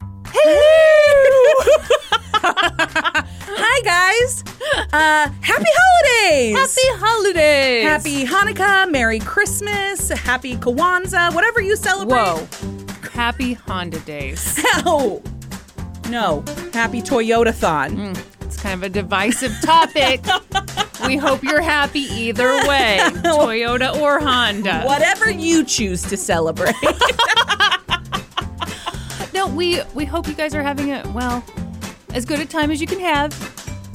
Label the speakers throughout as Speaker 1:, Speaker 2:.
Speaker 1: Hi guys. Uh, happy holidays.
Speaker 2: Happy holidays.
Speaker 1: Happy Hanukkah, Merry Christmas, Happy Kwanzaa, whatever you celebrate.
Speaker 2: Whoa. Happy Honda days.
Speaker 1: Ow. No. Happy Toyota Thon.
Speaker 2: It's kind of a divisive topic. we hope you're happy either way, Toyota or Honda.
Speaker 1: Uh, Whatever you choose to celebrate.
Speaker 2: No, we we hope you guys are having a well, as good a time as you can have.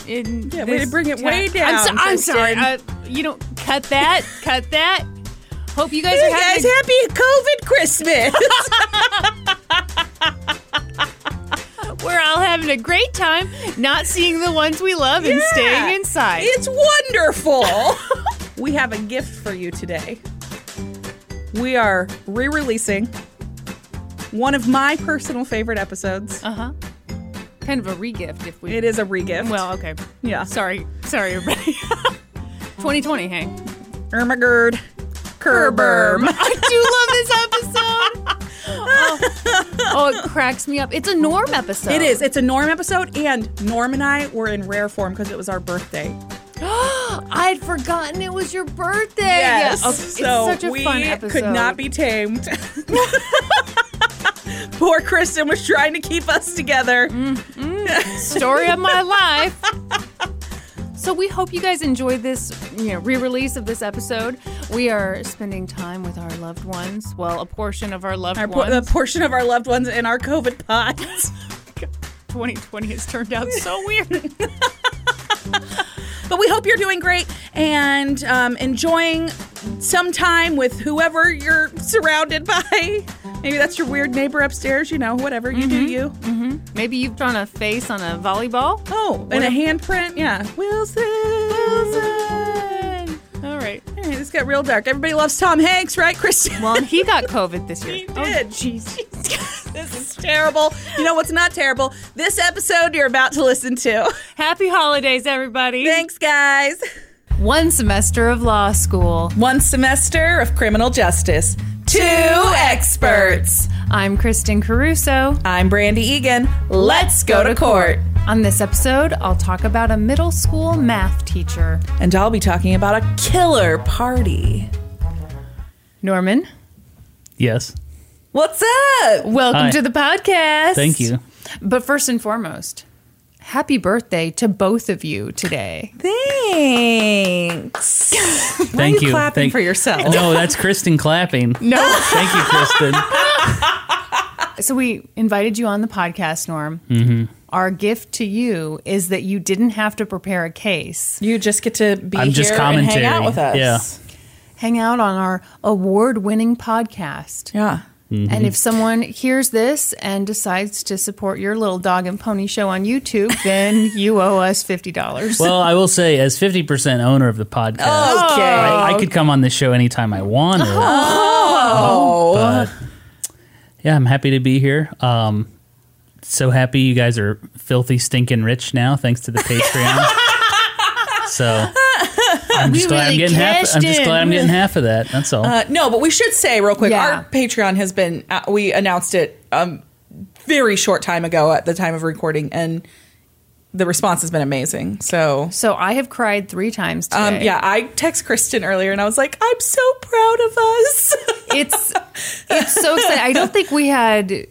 Speaker 2: In
Speaker 1: Yeah, way to
Speaker 2: this
Speaker 1: bring it
Speaker 2: ti-
Speaker 1: way down,
Speaker 2: I'm, so- I'm
Speaker 1: Kristen.
Speaker 2: sorry. Uh, you know, cut that. cut that. Hope you guys
Speaker 1: you
Speaker 2: are having.
Speaker 1: guys
Speaker 2: a-
Speaker 1: happy COVID Christmas.
Speaker 2: we're all having a great time, not seeing the ones we love and staying inside.
Speaker 1: It's wonderful. we have a gift for you today. We are re releasing one of my personal favorite episodes.
Speaker 2: Uh huh. Kind of a regift if we.
Speaker 1: It is a regift.
Speaker 2: Well, okay.
Speaker 1: yeah.
Speaker 2: Sorry, sorry, everybody. 2020, hey.
Speaker 1: Ermagerd. Kerberm.
Speaker 2: I do love this episode. Oh, oh, it cracks me up. It's a Norm episode.
Speaker 1: It is. It's a Norm episode, and Norm and I were in rare form because it was our birthday.
Speaker 2: I'd forgotten it was your birthday. Oh, it's
Speaker 1: so
Speaker 2: such a
Speaker 1: we
Speaker 2: fun episode.
Speaker 1: could not be tamed. Poor Kristen was trying to keep us together.
Speaker 2: Story of my life. So we hope you guys enjoyed this, you know, re-release of this episode. We are spending time with our loved ones. Well, a portion of our loved
Speaker 1: Our po-
Speaker 2: ones.
Speaker 1: the portion of our loved ones in our COVID pods.
Speaker 2: 2020 has turned out so weird.
Speaker 1: But we hope you're doing great and um, enjoying some time with whoever you're surrounded by. Maybe that's your weird neighbor upstairs, you know, whatever. You
Speaker 2: Mm-hmm.
Speaker 1: do you.
Speaker 2: Maybe you've drawn a face on a volleyball.
Speaker 1: Oh, and a handprint. Yeah. Wilson. Wilson.
Speaker 2: All right.
Speaker 1: Hey, this got real dark. Everybody loves Tom Hanks, right, Christian?
Speaker 2: Well, and he got COVID this year.
Speaker 1: He
Speaker 2: Oh,
Speaker 1: did. Jeez. this is terrible. You know what's not terrible? This episode you're about to listen to.
Speaker 2: Happy holidays, everybody.
Speaker 1: Thanks, guys.
Speaker 2: One semester of law school.
Speaker 1: One semester of criminal justice. Two experts.
Speaker 2: I'm Kristen Caruso.
Speaker 1: I'm Brandy Egan. Let's go to court.
Speaker 2: On this episode, I'll talk about a middle school math teacher.
Speaker 1: And I'll be talking about a killer party.
Speaker 2: Norman,
Speaker 3: Yes.
Speaker 1: What's up?
Speaker 2: welcome
Speaker 3: Hi.
Speaker 2: to the podcast.
Speaker 3: Thank you.
Speaker 2: But first and foremost, happy birthday to both of you today.
Speaker 1: Thanks. Why
Speaker 3: Thank
Speaker 1: are you,
Speaker 3: you.
Speaker 1: clapping
Speaker 3: Thank-
Speaker 1: for yourself?
Speaker 3: No, that's Kristen clapping.
Speaker 2: No.
Speaker 3: Thank you, Kristen.
Speaker 2: so we invited you on the podcast, Norm. Mm-hmm. Our gift to you is that you didn't have to prepare a case.
Speaker 1: You just get to be
Speaker 3: I'm
Speaker 1: here
Speaker 3: just commentary.
Speaker 1: and hang out with us.
Speaker 3: Yeah.
Speaker 2: hang out on our award winning podcast.
Speaker 1: Yeah.
Speaker 3: Mm-hmm.
Speaker 2: And if someone hears this and decides to support your little dog and pony show on YouTube, then you owe us $50.
Speaker 3: Well, I will say, as 50% owner of the podcast,
Speaker 1: Okay.
Speaker 3: I, I could come on this show anytime I wanted.
Speaker 1: Oh.
Speaker 3: Oh. But yeah, I'm happy to be here. Um, so happy you guys are filthy, stinking rich now, thanks to the Patreon. so I'm just
Speaker 2: We
Speaker 3: glad
Speaker 2: really
Speaker 3: I'm getting half.
Speaker 2: cashed
Speaker 3: I'm just
Speaker 2: in.
Speaker 3: glad I'm getting half of that. That's all.
Speaker 1: Uh, no, but we should say real quick
Speaker 2: Yeah.
Speaker 1: our Patreon has been, uh, we announced it um, very short time ago at the time of recording, and the response has been amazing. So.
Speaker 2: So I have cried three times today.
Speaker 1: Um, yeah, I text Kristen earlier and I was like, I'm so proud of us.
Speaker 2: It's, it's so exciting. I don't think we had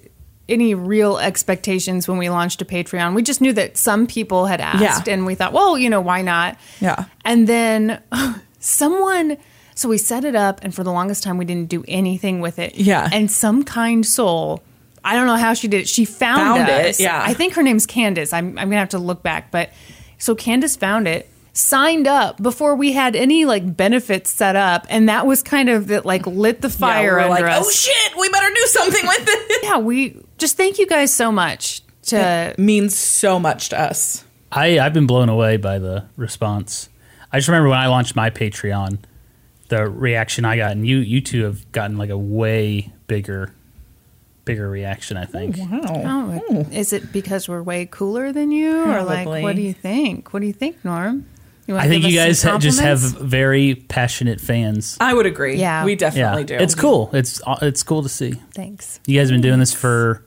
Speaker 2: any real expectations when we launched a Patreon. We just knew that some people had asked
Speaker 1: Yeah.
Speaker 2: and we thought, well, you know, why not?
Speaker 1: Yeah.
Speaker 2: And then someone, so we set it up, and for the longest time, we didn't do anything with it.
Speaker 1: Yeah.
Speaker 2: And some kind soul, I don't know how she did it. She found,
Speaker 1: Found it,
Speaker 2: us.
Speaker 1: yeah.
Speaker 2: I think her name's Candace. I'm, I'm going to have to look back. But so Candace found it. Signed up before we had any like benefits set up, and that was kind of that like lit the
Speaker 1: Yeah, we
Speaker 2: fire
Speaker 1: were
Speaker 2: under
Speaker 1: like,
Speaker 2: us.
Speaker 1: oh shit, we better do something with it.
Speaker 2: yeah, we just thank you guys so much to
Speaker 1: means so much to us.
Speaker 3: I I've been blown away by the response. I just remember when I launched my Patreon, the reaction I got, and you you two have gotten like a way bigger, bigger reaction. I think.
Speaker 1: Wow.
Speaker 2: Oh, is it because we're way cooler than you, or like,
Speaker 1: Probably.
Speaker 2: what do you think? What do you think, Norm? You wanna
Speaker 3: I think
Speaker 2: give
Speaker 3: you
Speaker 2: us
Speaker 3: guys
Speaker 2: some
Speaker 3: ha- just have
Speaker 2: compliments?
Speaker 3: very passionate fans.
Speaker 1: I would agree.
Speaker 2: Yeah.
Speaker 1: We
Speaker 3: Yeah,
Speaker 1: definitely do.
Speaker 3: it's cool. It's uh, it's cool to see.
Speaker 2: Thanks.
Speaker 3: You guys have been doing this for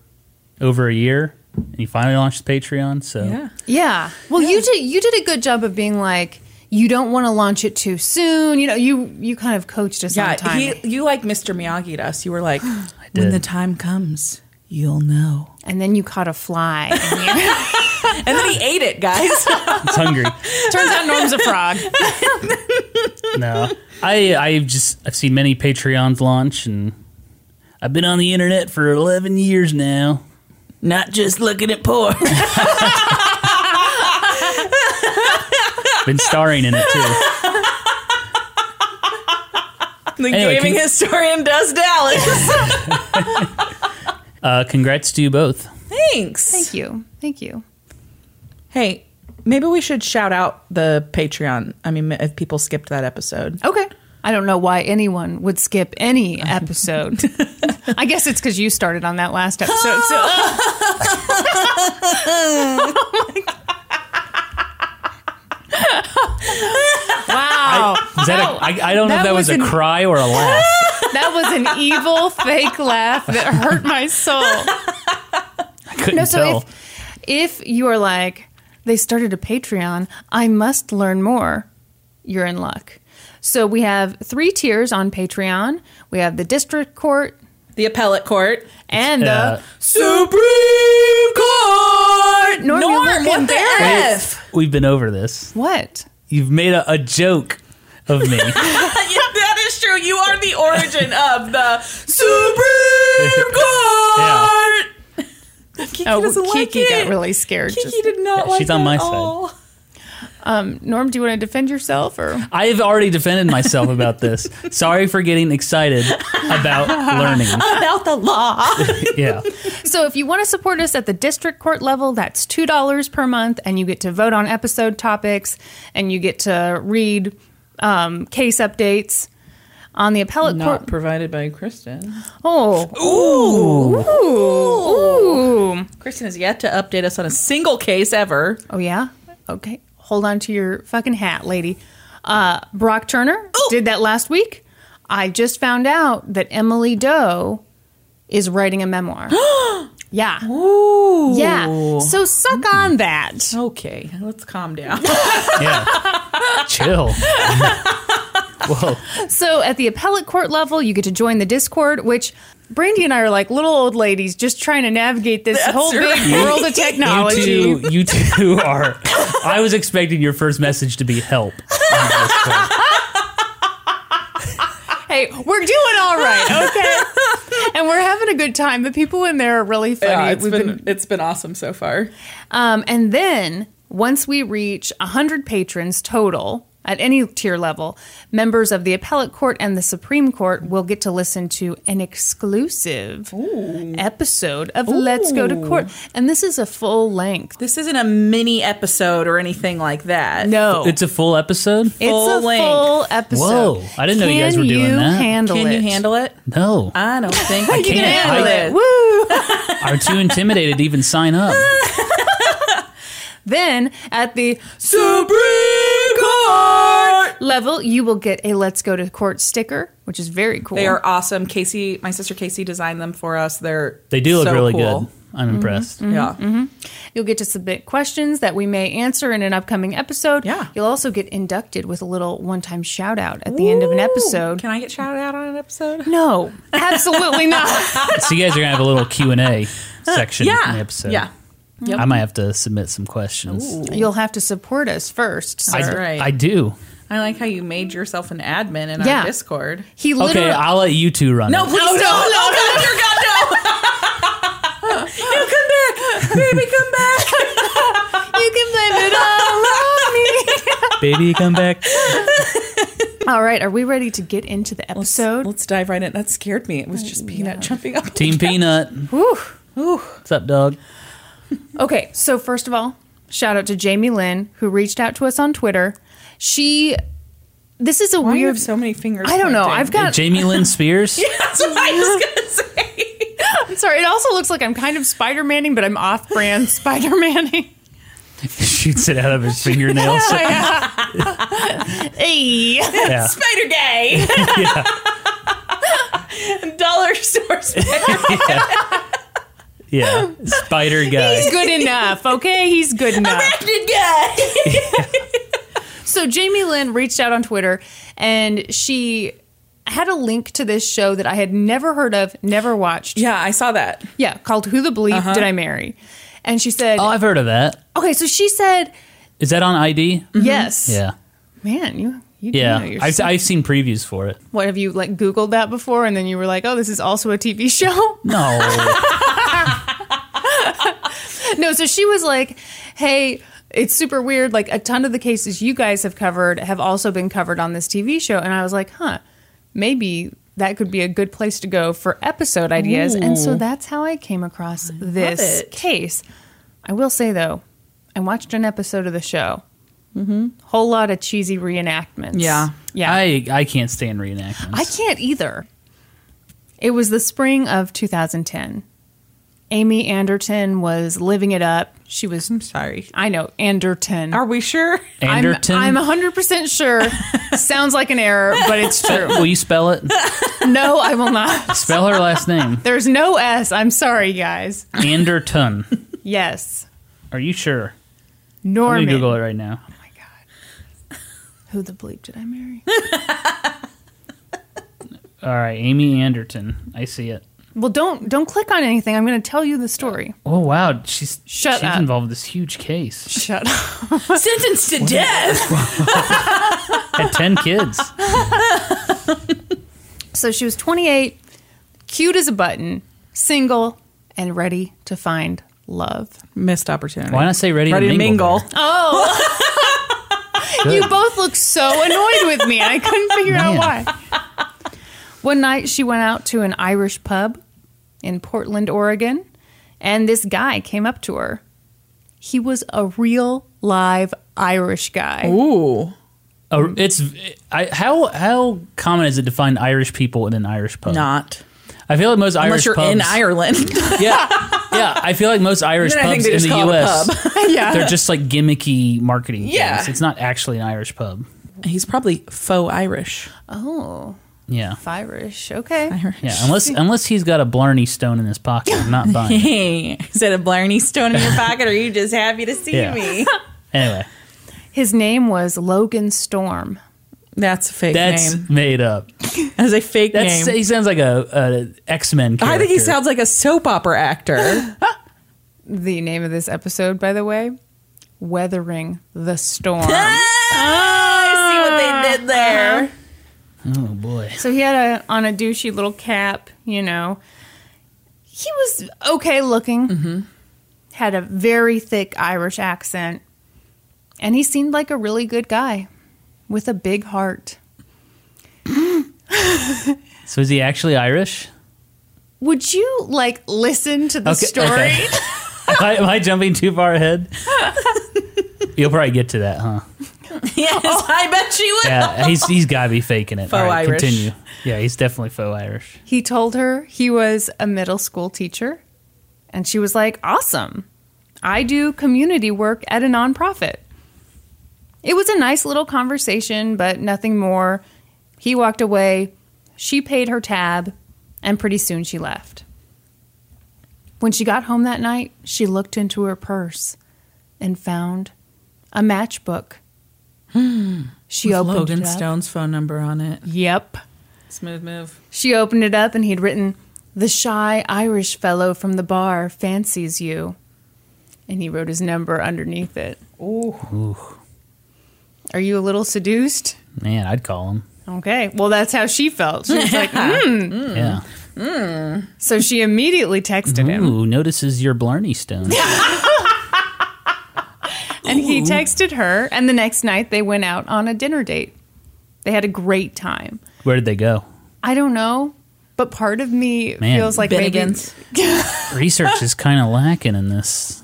Speaker 3: over a year, and you finally launched Patreon. So
Speaker 1: Yeah.
Speaker 2: Yeah. Well, you did. You did a good job of being like, you don't want to launch it too soon. You know, you you kind of coached us on
Speaker 1: Yeah.
Speaker 2: time.
Speaker 1: He, you like Mr. Miyagi to us. You were like, when
Speaker 3: did.
Speaker 1: the time comes, you'll know.
Speaker 2: and then you caught a fly. And
Speaker 1: And then he ate it, guys.
Speaker 3: it's hungry.
Speaker 2: you- turns out Norm's a frog.
Speaker 3: no, I I've just I've seen many Patreons launch, and I've been on the internet for eleven years now.
Speaker 1: Not just looking at porn.
Speaker 3: Been starring in it too.
Speaker 1: the
Speaker 3: Anyway,
Speaker 1: gaming
Speaker 3: can-
Speaker 1: historian does Dallas.
Speaker 3: Uh, congrats to you both.
Speaker 1: Thanks.
Speaker 2: Thank you. Thank you.
Speaker 1: Hey, maybe we should shout out the Patreon. I mean, if people skipped that episode.
Speaker 2: Okay. I don't know why anyone would skip any episode. I guess it's because you started on that last episode. So. wow.
Speaker 3: Is that a, I, I don't know if
Speaker 2: That
Speaker 3: that was,
Speaker 2: was an-
Speaker 3: a cry or a laugh.
Speaker 2: that was an evil fake laugh that hurt my soul.
Speaker 3: I couldn't
Speaker 2: No,
Speaker 3: tell.
Speaker 2: so if, if you are like, they started a Patreon, I must learn more, you're in luck. So we have three tiers on Patreon. We have the district court
Speaker 1: The appellate court.
Speaker 2: and
Speaker 3: Uh,
Speaker 2: the
Speaker 1: Supreme Court.
Speaker 2: Norm, you're looking
Speaker 1: what the
Speaker 2: bad.
Speaker 1: F?
Speaker 3: We've been over this.
Speaker 2: what?
Speaker 3: You've made a, a joke of me.
Speaker 1: that is true. You are the origin of the Supreme Court. Kiki doesn't
Speaker 2: Oh, Kiki
Speaker 1: like it.
Speaker 2: got really scared.
Speaker 1: Kiki
Speaker 2: Just,
Speaker 1: did not
Speaker 3: Yeah,
Speaker 1: like
Speaker 3: she's on
Speaker 1: it
Speaker 3: my
Speaker 1: at
Speaker 3: side.
Speaker 1: all.
Speaker 2: um, Norm, do you want to defend yourself or?
Speaker 3: I've already defended myself about this. Sorry for getting excited about learning.
Speaker 1: About the law.
Speaker 3: Yeah.
Speaker 2: So if you want to support us at the district court level, that's $2 per month, and you get to vote on episode topics, and you get to read um, case updates on the appellate court.
Speaker 1: provided by Kristen.
Speaker 2: Oh,
Speaker 1: Kristen has yet to update us on a single case ever.
Speaker 2: oh yeah. Okay, hold on to your fucking hat, lady. Uh, Brock Turner did that last week. I just found out that Emily Doe is writing a memoir. yeah. Yeah. So suck on that.
Speaker 1: Okay, let's calm down.
Speaker 3: Yeah. Chill. Whoa.
Speaker 2: So at the appellate court level, you get to join the Discord, which Brandy and I are like little old ladies just trying to navigate this whole big
Speaker 1: right.
Speaker 2: world of technology.
Speaker 3: You two, you two are. I was expecting your first message to be help.
Speaker 2: Hey, we're doing all right, okay? and we're having a good time. The people in there are really funny. We've been-
Speaker 1: it's been awesome so far.
Speaker 2: Um, and then once we reach 100 patrons total at any tier level, members of the appellate court and the Supreme Court will get to listen to an exclusive episode of Let's Go to Court. And this is a full length.
Speaker 1: This isn't a mini episode or anything like that.
Speaker 2: No.
Speaker 3: It's a full episode?
Speaker 2: It's
Speaker 1: full
Speaker 2: a
Speaker 1: length.
Speaker 2: full episode.
Speaker 3: Whoa, I didn't know you guys were doing
Speaker 2: Can
Speaker 3: that.
Speaker 2: Handle
Speaker 1: Can
Speaker 2: it?
Speaker 1: you handle it?
Speaker 3: No.
Speaker 1: I don't think I
Speaker 3: can handle
Speaker 2: it?
Speaker 3: it?
Speaker 2: Woo!
Speaker 3: Are too intimidated to even sign up.
Speaker 2: then at the
Speaker 1: Supreme Court.
Speaker 2: level, you will get a Let's Go to Court sticker, which is very cool.
Speaker 1: They are awesome. Casey, my sister Casey designed them for us. They're
Speaker 3: They do look
Speaker 1: so
Speaker 3: really
Speaker 1: cool. Mm-hmm.
Speaker 3: good. I'm impressed.
Speaker 1: Yeah.
Speaker 2: Mm-hmm. You'll get to submit questions that we may answer in an upcoming episode.
Speaker 1: Yeah.
Speaker 2: You'll also get inducted with a little one time shout out at the end of an episode.
Speaker 1: Can I get shouted out on an episode?
Speaker 2: no, absolutely not.
Speaker 3: So you guys are gonna have a little Q and A section in the episode.
Speaker 1: Mm-hmm. Uh, Yeah.
Speaker 3: I might have to submit some questions.
Speaker 2: You'll have to support us first. Sir.
Speaker 3: I,
Speaker 1: That's right.
Speaker 3: I do.
Speaker 1: I like how you made yourself an admin in
Speaker 2: Yeah.
Speaker 1: our Discord.
Speaker 2: He literally.
Speaker 3: Okay, I'll let you two run.
Speaker 1: No,
Speaker 3: it.
Speaker 1: please no, no,
Speaker 4: Oh,
Speaker 1: no, no, dear God, no. no, come back, baby, come back.
Speaker 2: you can blame it all on me.
Speaker 3: baby, come back.
Speaker 2: all right, are we ready to get into the episode?
Speaker 1: Let's dive right in. That
Speaker 4: Oh,
Speaker 1: scared me. It was just Peanut jumping up.
Speaker 3: Team Peanut.
Speaker 2: Whew.
Speaker 3: What's up, dog?
Speaker 2: Okay, so first of all, shout out to Jamie Lynn who reached out to us on Twitter. She, this is a
Speaker 4: Why do you
Speaker 2: weird.
Speaker 4: have so many fingers?
Speaker 2: I don't know.
Speaker 4: pointing?
Speaker 2: I've got.
Speaker 3: Jamie Lynn Spears.
Speaker 4: That's what I was gonna say.
Speaker 2: I'm sorry. It also looks like I'm kind of Spider Manning, but I'm off brand Spider Manning.
Speaker 3: Shoots it out of his fingernails.
Speaker 2: hey.
Speaker 3: Yeah.
Speaker 4: Spider Day. Dollar store spider.
Speaker 3: Yeah. Spider guy.
Speaker 2: He's good enough, okay? He's good enough.
Speaker 4: guy.
Speaker 2: So Jamie Lynn reached out on Twitter and she had a link to this show that I had never heard of, never watched.
Speaker 4: Yeah, I saw that.
Speaker 2: Yeah, called Who the Bleep Did I Marry? And she said,
Speaker 3: Oh, I've heard of that.
Speaker 2: okay, so she said,
Speaker 3: Is that on ID?
Speaker 2: yes.
Speaker 3: Yeah.
Speaker 2: Man, you, you do know
Speaker 3: Yeah.
Speaker 2: your
Speaker 3: I've,
Speaker 2: stuff.
Speaker 3: I've seen previews for it.
Speaker 2: What have you like Googled that before? And then you were like, oh, this is also a TV show?
Speaker 3: No.
Speaker 2: No, so she was like, hey, it's super weird. Like, a ton of the cases you guys have covered have also been covered on this TV show. And I was like, huh, maybe that could be a good place to go for episode ideas. And so that's how I came across this
Speaker 4: it.
Speaker 2: case. I will say, though, I watched an episode of the show. Mm-hmm. Whole lot of cheesy reenactments.
Speaker 4: Yeah.
Speaker 2: Yeah. I,
Speaker 3: I, I can't stand reenactments.
Speaker 2: can't either. It was the spring of 2010. Amy Anderton was living it up. She was
Speaker 4: I'm sorry.
Speaker 2: I know, Anderton.
Speaker 4: Are we sure?
Speaker 3: Anderton.
Speaker 2: I'm, I'm 100% sure. Sounds like an error, but it's true.
Speaker 3: Will you spell it?
Speaker 2: No, I will not.
Speaker 3: Spell her last name.
Speaker 2: There's no S. I'm sorry, guys.
Speaker 3: Anderton.
Speaker 2: Yes.
Speaker 3: Are you sure? Let me
Speaker 2: Norman.
Speaker 3: Google it right now.
Speaker 2: Who the bleep did I marry?
Speaker 3: All right, Amy Anderton. I see it.
Speaker 2: well, don't don't click on anything. I'm going to tell you the story.
Speaker 3: Oh wow, she's
Speaker 2: Shut
Speaker 3: she's
Speaker 2: up.
Speaker 3: involved in this huge case.
Speaker 2: Shut up.
Speaker 4: Sentenced to death.
Speaker 3: Had ten kids.
Speaker 2: So she was 28, cute as a button, single, and ready to find love.
Speaker 4: Missed opportunity.
Speaker 3: Why not say ready,
Speaker 4: Ready to mingle.
Speaker 3: there?
Speaker 2: Oh. You both look so annoyed with me, and I couldn't figure out why.
Speaker 3: Man.
Speaker 2: One night, she went out to an Irish pub in Portland, Oregon, and this guy came up to her. He was a real live Irish guy.
Speaker 4: Ooh.
Speaker 3: Oh, it's I, how how common is it to find Irish people in an Irish pub?
Speaker 4: Not.
Speaker 3: I feel like most
Speaker 4: Unless
Speaker 3: Irish
Speaker 4: you're
Speaker 3: pubs
Speaker 4: in Ireland.
Speaker 3: Yeah, yeah. I feel like most Irish
Speaker 4: Then I think
Speaker 3: pubs
Speaker 4: they
Speaker 3: in
Speaker 4: just
Speaker 3: the
Speaker 4: call it a
Speaker 3: U.S.
Speaker 2: yeah.
Speaker 3: they're just like gimmicky marketing.
Speaker 4: Yeah.
Speaker 3: things. it's not actually an Irish pub.
Speaker 4: He's probably faux Irish.
Speaker 2: oh,
Speaker 3: Yeah,
Speaker 2: Irish. Okay.
Speaker 3: yeah. Unless unless he's got a Blarney Stone in his pocket, I'm not buying. it.
Speaker 4: Hey, is that a Blarney Stone in your pocket, or are you just happy to see
Speaker 3: Yeah.
Speaker 4: me?
Speaker 3: Anyway,
Speaker 2: His name was Logan Storm.
Speaker 4: That's a fake
Speaker 3: that's
Speaker 4: name.
Speaker 3: made up.
Speaker 4: That's a fake
Speaker 3: That's
Speaker 4: name.
Speaker 3: he sounds like a, a X Men.
Speaker 4: I think he sounds like a soap opera actor.
Speaker 2: The name of this episode, by the way, Weathering the Storm.
Speaker 4: Ah, I see what they did there.
Speaker 3: Oh boy.
Speaker 2: So he had a on a douchey little cap, you know. He was okay looking.
Speaker 3: Mm-hmm.
Speaker 2: Had a very thick Irish accent, and he seemed like a really good guy with a big heart.
Speaker 3: So is he actually Irish?
Speaker 2: Would you like listen to the
Speaker 3: Okay,
Speaker 2: story?
Speaker 3: okay. am, I, am I jumping too far ahead? You'll probably get to that, huh?
Speaker 4: Yes, I bet she would.
Speaker 3: Yeah, he's he's got to be faking it. All right,
Speaker 4: Irish.
Speaker 3: continue. Yeah, he's definitely faux Irish.
Speaker 2: He told her he was a middle school teacher, and she was like, "Awesome. I do community work at a nonprofit." It was a nice little conversation, but nothing more. He walked away. She paid her tab, and pretty soon she left. When she got home that night, she looked into her purse and found a matchbook. she opened
Speaker 4: Logan
Speaker 2: it up.
Speaker 4: Stone's phone number on it.
Speaker 2: Yep.
Speaker 4: Smooth move.
Speaker 2: She opened it up and he'd written, The shy Irish fellow from the bar fancies you. And he wrote his number underneath it. Ooh. Are you a little seduced?
Speaker 3: Man, I'd call him.
Speaker 2: Okay. Well, that's how she felt. She was like, "Hmm."
Speaker 3: Yeah.
Speaker 2: so she immediately texted him.
Speaker 3: Ooh, notices your Blarney Stone.
Speaker 2: And he texted her. And the next night they went out on a dinner date. They had a great time.
Speaker 3: Where did they go?
Speaker 2: I don't know, but part of me
Speaker 3: Man.
Speaker 2: feels like maybe
Speaker 4: Bennigan's.
Speaker 3: Research is kind of lacking in this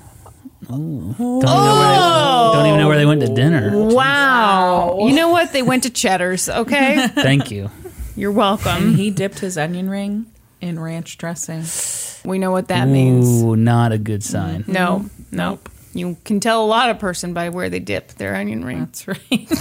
Speaker 3: Don't, even know where they, don't even know where they went to dinner.
Speaker 2: Wow. You know what? They went to Cheddar's, okay?
Speaker 3: Thank you.
Speaker 2: You're welcome.
Speaker 4: He dipped his onion ring in ranch dressing.
Speaker 2: We know what that means.
Speaker 3: Ooh, not a good sign.
Speaker 2: No,
Speaker 4: Mm-hmm.
Speaker 2: nope. You can tell a lot of person by where they dip their onion ring.
Speaker 4: That's right.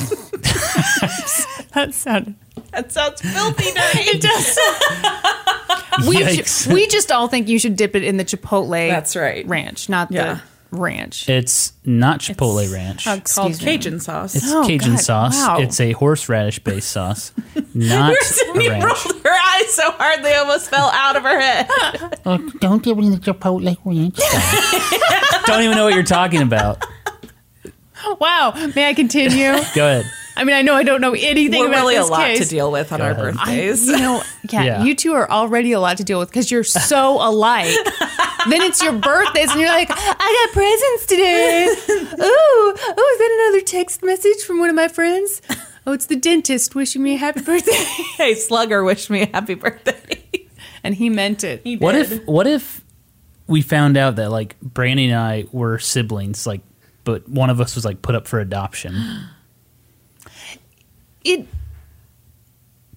Speaker 2: That sounded.
Speaker 4: that sounds filthy, dirty. It does.
Speaker 2: We,
Speaker 3: Yikes.
Speaker 2: ju- we just all think you should dip it in the Chipotle
Speaker 4: That's right.
Speaker 2: ranch, not
Speaker 4: Yeah.
Speaker 2: the ranch.
Speaker 3: It's not Chipotle Ranch.
Speaker 2: Oh,
Speaker 4: Called
Speaker 2: excuse me.
Speaker 4: Cajun sauce.
Speaker 3: It's
Speaker 2: Oh,
Speaker 3: Cajun
Speaker 2: God,
Speaker 3: sauce.
Speaker 2: wow.
Speaker 3: It's a horseradish based sauce, not a
Speaker 4: Sydney
Speaker 3: ranch.
Speaker 4: rolled her eyes so hard they almost fell out of her head.
Speaker 5: Don't give me the Chipotle ranch.
Speaker 3: Don't even know what you're talking about.
Speaker 2: Oh, Wow. May I continue?
Speaker 3: Go ahead.
Speaker 2: I mean, I know I don't know anything
Speaker 4: We're
Speaker 2: about
Speaker 4: really a
Speaker 2: this
Speaker 4: lot
Speaker 2: case.
Speaker 4: to deal with on our
Speaker 3: ahead.
Speaker 4: birthdays.
Speaker 2: You know, yeah,
Speaker 3: Yeah.
Speaker 2: you two are already a lot to deal with because you're so alike. then it's your birthdays, and you're like, I got presents today. Ooh, oh, is that another text message from one of my friends? Oh, it's the dentist wishing me a happy birthday.
Speaker 4: hey, Slugger, wish me a happy birthday.
Speaker 2: and he meant it. He
Speaker 3: What if what if we found out that like Brandy and I were siblings, like but one of us was like put up for adoption.
Speaker 2: It.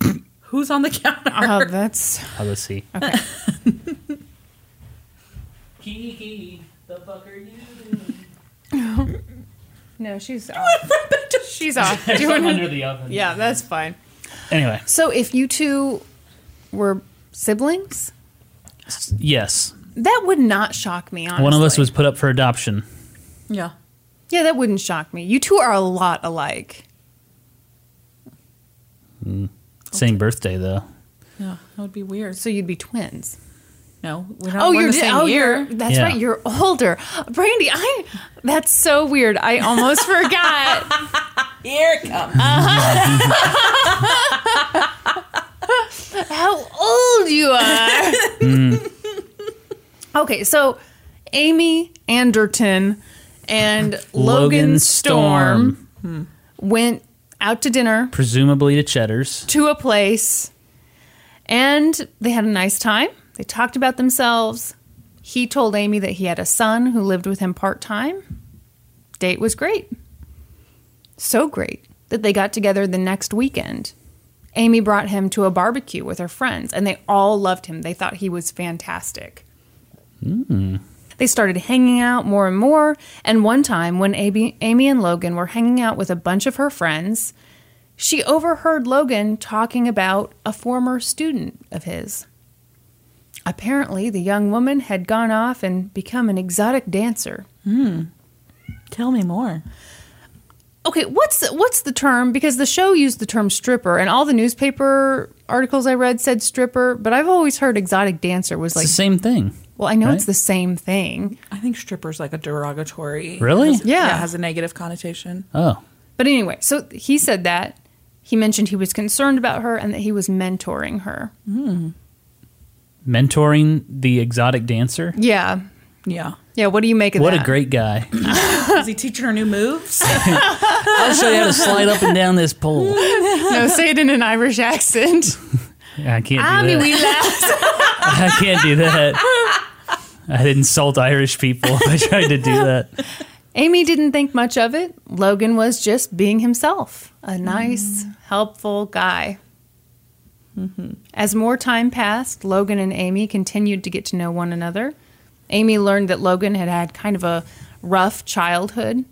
Speaker 4: Who's on the counter?
Speaker 2: Oh, that's.
Speaker 3: How does he? Kiki, the fuck are you doing?
Speaker 2: No, she's off. she's off. Doing
Speaker 3: under the oven.
Speaker 2: Yeah, that's fine.
Speaker 3: Anyway,
Speaker 2: So if you two were siblings,
Speaker 3: yes,
Speaker 2: that would not shock me, honestly.
Speaker 3: one of us was put up for adoption.
Speaker 4: Yeah.
Speaker 2: Yeah, that wouldn't shock me. You two are a lot alike.
Speaker 3: Same birthday though.
Speaker 4: Yeah, that would be weird.
Speaker 2: So you'd be twins.
Speaker 4: No, we're not. Oh, you're
Speaker 2: you're
Speaker 4: the same
Speaker 2: oh,
Speaker 4: year.
Speaker 2: you're- that's
Speaker 3: Yeah.
Speaker 2: right. You're older, Brandy. I. That's so weird. I almost forgot.
Speaker 4: Here it comes.
Speaker 2: How old you are? okay, so Amy Anderton and Logan, Storm, went out to dinner
Speaker 3: presumably to Cheddar's.
Speaker 2: to a place, and they had a nice time. They talked about themselves. He told Amy that he had a son who lived with him part time. Date was great. So great that they got together the next weekend. Amy brought him to a barbecue with her friends, and they all loved him. They thought he was fantastic. They started hanging out more and more. And one time, when Amy, Amy and Logan were hanging out with a bunch of her friends, she overheard Logan talking about a former student of his. Apparently, the young woman had gone off and become an exotic dancer.
Speaker 4: Tell me more.
Speaker 2: Okay, what's the, what's the term? Because the show used the term stripper, and all the newspaper articles I read said stripper, but I've always heard exotic dancer was
Speaker 3: It's
Speaker 2: like,
Speaker 3: the same thing.
Speaker 2: well, I know it's
Speaker 3: right?
Speaker 2: the same thing.
Speaker 4: I think stripper's like a derogatory.
Speaker 3: Really?
Speaker 4: Has-
Speaker 2: Yeah.
Speaker 4: It has a negative connotation.
Speaker 3: Oh,
Speaker 2: But anyway, so he said that. He mentioned he was concerned about her and that he was mentoring her.
Speaker 3: Mm-hmm. mentoring the exotic dancer.
Speaker 2: Yeah.
Speaker 4: Yeah.
Speaker 2: Yeah, what do you make of
Speaker 3: What
Speaker 2: that?
Speaker 3: a great guy!
Speaker 4: Is he teaching her new moves?
Speaker 3: I'll show you how to slide up and down this pole.
Speaker 2: No, say it in an Irish accent.
Speaker 3: I can't do
Speaker 2: Ah, I mean,
Speaker 3: that.
Speaker 2: we laughed.
Speaker 3: I can't do that. I'd insult Irish people if I tried to do that.
Speaker 2: Amy didn't think much of it. Logan was just being himself, a nice, helpful guy. As more time passed, Logan and Amy continued to get to know one another. Amy learned that Logan had had kind of a rough childhood.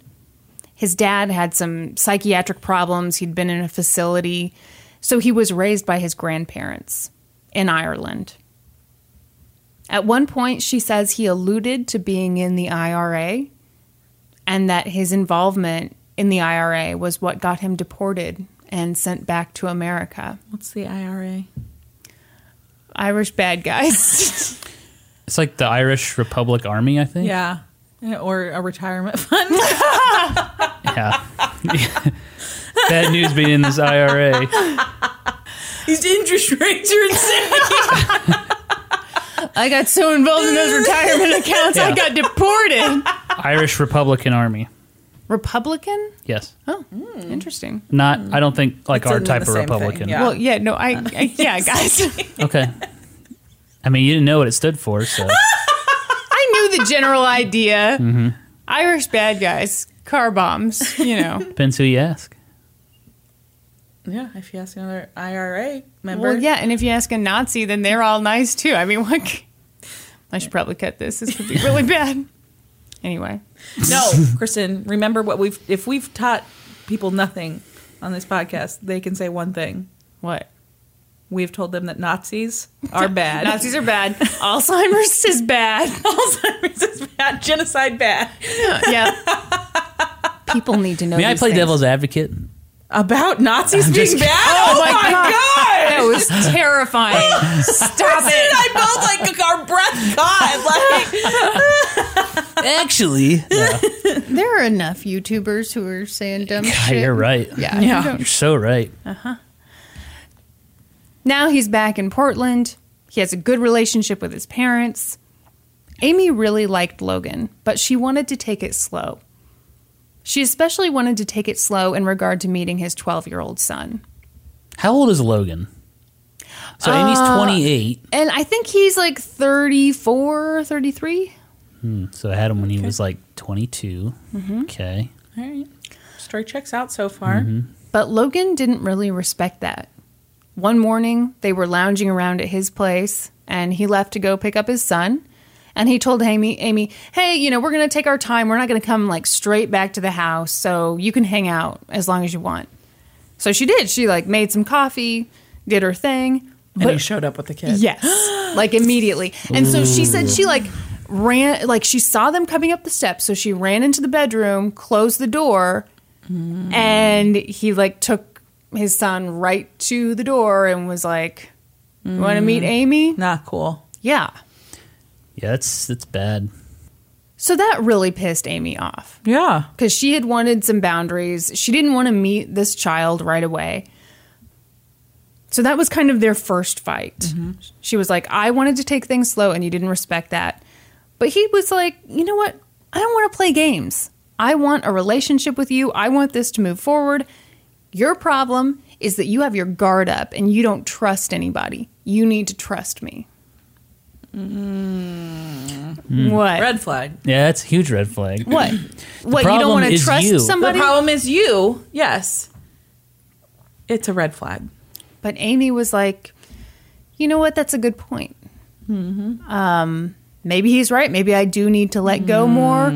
Speaker 2: His dad had some psychiatric problems, he'd been in a facility, so he was raised by his grandparents in Ireland. At one point, she says he alluded to being in the IRA and that his involvement in the IRA was what got him deported and sent back to America.
Speaker 4: What's the IRA?
Speaker 2: Irish bad guys.
Speaker 3: It's like the Irish Republic Army, I think.
Speaker 4: Yeah. Or a retirement fund.
Speaker 3: Yeah. Bad news being in this IRA.
Speaker 4: These interest rates are insane.
Speaker 2: I got so involved in those retirement accounts, I
Speaker 3: Yeah.
Speaker 2: got deported.
Speaker 3: Irish Republican Army.
Speaker 2: Republican?
Speaker 3: Yes.
Speaker 2: Oh, interesting.
Speaker 3: Not, I don't think like
Speaker 4: It's
Speaker 3: our
Speaker 4: in
Speaker 3: type
Speaker 4: the
Speaker 3: of
Speaker 4: same thing,
Speaker 3: Republican.
Speaker 4: yeah.
Speaker 2: Well, yeah, no, I, I yeah, guys.
Speaker 3: Okay. I mean, you didn't know what it stood for, so.
Speaker 2: I knew the general idea. Irish bad guys, car bombs, you know.
Speaker 3: Depends who you ask.
Speaker 1: Yeah, if you ask another IRA member.
Speaker 2: well, yeah, and if you ask a Nazi, then they're all nice too. I mean, what? c- I should probably cut this. This could be really bad. Anyway,
Speaker 1: No, Kristen, remember what we've if we've taught people nothing on this podcast, they can say one thing.
Speaker 2: what?
Speaker 1: We've told them that Nazis are bad.
Speaker 2: Nazis are bad. Alzheimer's is bad.
Speaker 1: Alzheimer's is bad. Genocide bad.
Speaker 2: yeah. People need to know.
Speaker 3: May I
Speaker 2: these
Speaker 3: play
Speaker 2: things.
Speaker 3: devil's advocate?
Speaker 1: About Nazis
Speaker 3: I'm
Speaker 1: being
Speaker 3: just
Speaker 1: bad? Oh, my, god!
Speaker 2: That was terrifying.
Speaker 1: Stop it! I both like our breath caught. Like
Speaker 3: Actually, yeah,
Speaker 6: There are enough YouTubers who are saying dumb
Speaker 3: God,
Speaker 6: shit.
Speaker 3: you're right.
Speaker 6: Yeah.
Speaker 3: You're so right.
Speaker 2: Now he's back in Portland. He has a good relationship with his parents. Amy really liked Logan, but she wanted to take it slow. She especially wanted to take it slow in regard to meeting his 12 year old son.
Speaker 3: How old is Logan? So Amy's
Speaker 4: Uh,
Speaker 3: 28,
Speaker 2: And I think he's like 34, 33.
Speaker 3: so I had him when he was like 22.
Speaker 2: Mm-hmm.
Speaker 3: Okay.
Speaker 1: Story checks out so far.
Speaker 2: But Logan didn't really respect that. One morning, they were lounging around at his place, and he left to go pick up his son. And he told Amy, Amy, hey, you know, we're going to take our time. We're not going to come like straight back to the house, so you can hang out as long as you want. So she did. She like made some coffee, did her thing.
Speaker 1: And he showed up with the kid.
Speaker 2: Yes. like immediately. And so she said she like ran like she saw them coming up the steps, so she ran into the bedroom, closed the door, and he like took his son right to the door and was like, "You want to meet Amy?"
Speaker 1: Not cool.
Speaker 2: Yeah.
Speaker 3: Yeah, that's that's bad.
Speaker 2: So that really pissed Amy off.
Speaker 1: Yeah.
Speaker 2: because she had wanted some boundaries. She didn't want to meet this child right away. So that was kind of their first fight.
Speaker 1: Mm-hmm.
Speaker 2: She was like, I wanted to take things slow and you didn't respect that. But he was like, you know what? I don't want to play games. I want a relationship with you. I want this to move forward. Your problem is that you have your guard up and you don't trust anybody. You need to trust me.
Speaker 3: Hmm.
Speaker 2: What?
Speaker 1: Mm-hmm. Red flag.
Speaker 3: Yeah, that's a huge red flag.
Speaker 2: what? What? You don't
Speaker 3: problem
Speaker 2: want to
Speaker 3: is
Speaker 2: trust
Speaker 3: you. The
Speaker 1: The
Speaker 2: somebody?
Speaker 1: problem is you. Yes. It's a red flag.
Speaker 2: But Amy was like, you know what? That's a good point.
Speaker 1: Mm-hmm.
Speaker 2: Um, maybe he's right. Maybe I do need to let
Speaker 1: Mm.
Speaker 2: go more.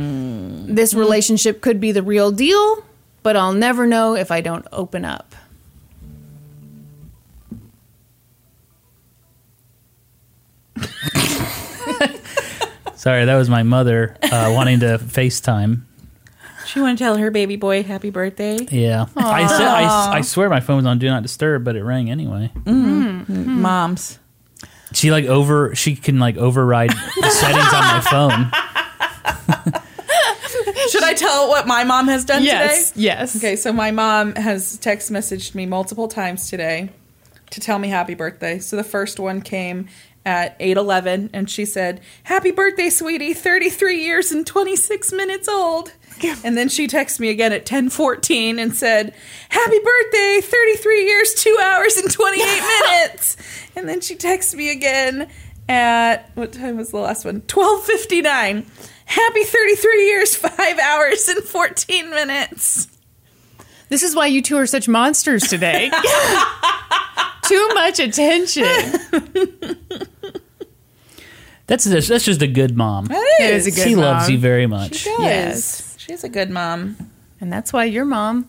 Speaker 2: This relationship could be the real deal, but I'll never know if I don't open up.
Speaker 3: Sorry, that was my mother uh, wanting to FaceTime.
Speaker 1: She want to tell her baby boy happy birthday.
Speaker 3: Yeah, I, said, I s- I swear my phone was on Do Not Disturb, but it rang anyway.
Speaker 1: Moms.
Speaker 3: She like over she can like override the settings on my phone.
Speaker 1: Should I tell what my mom has done today?
Speaker 2: Yes.
Speaker 1: Okay, so my mom has text messaged me multiple times today to tell me happy birthday. So the first one came at 8:11 and she said, "Happy birthday, sweetie. 33 years and 26 minutes old." And then she texted me again at 10:14 and said, "Happy birthday, 33 years, 2 hours and 28 minutes." And then she texted me again at what time was the last one? 12:59. Happy 33 years, 5 hours and 14 minutes.
Speaker 2: This is why you two are such monsters today. Too much attention.
Speaker 3: That's just, that's just a good mom.
Speaker 2: That is a good
Speaker 3: she loves
Speaker 2: mom.
Speaker 3: you very much.
Speaker 2: Yes.
Speaker 1: Yes. She's a good mom.
Speaker 2: And that's why your mom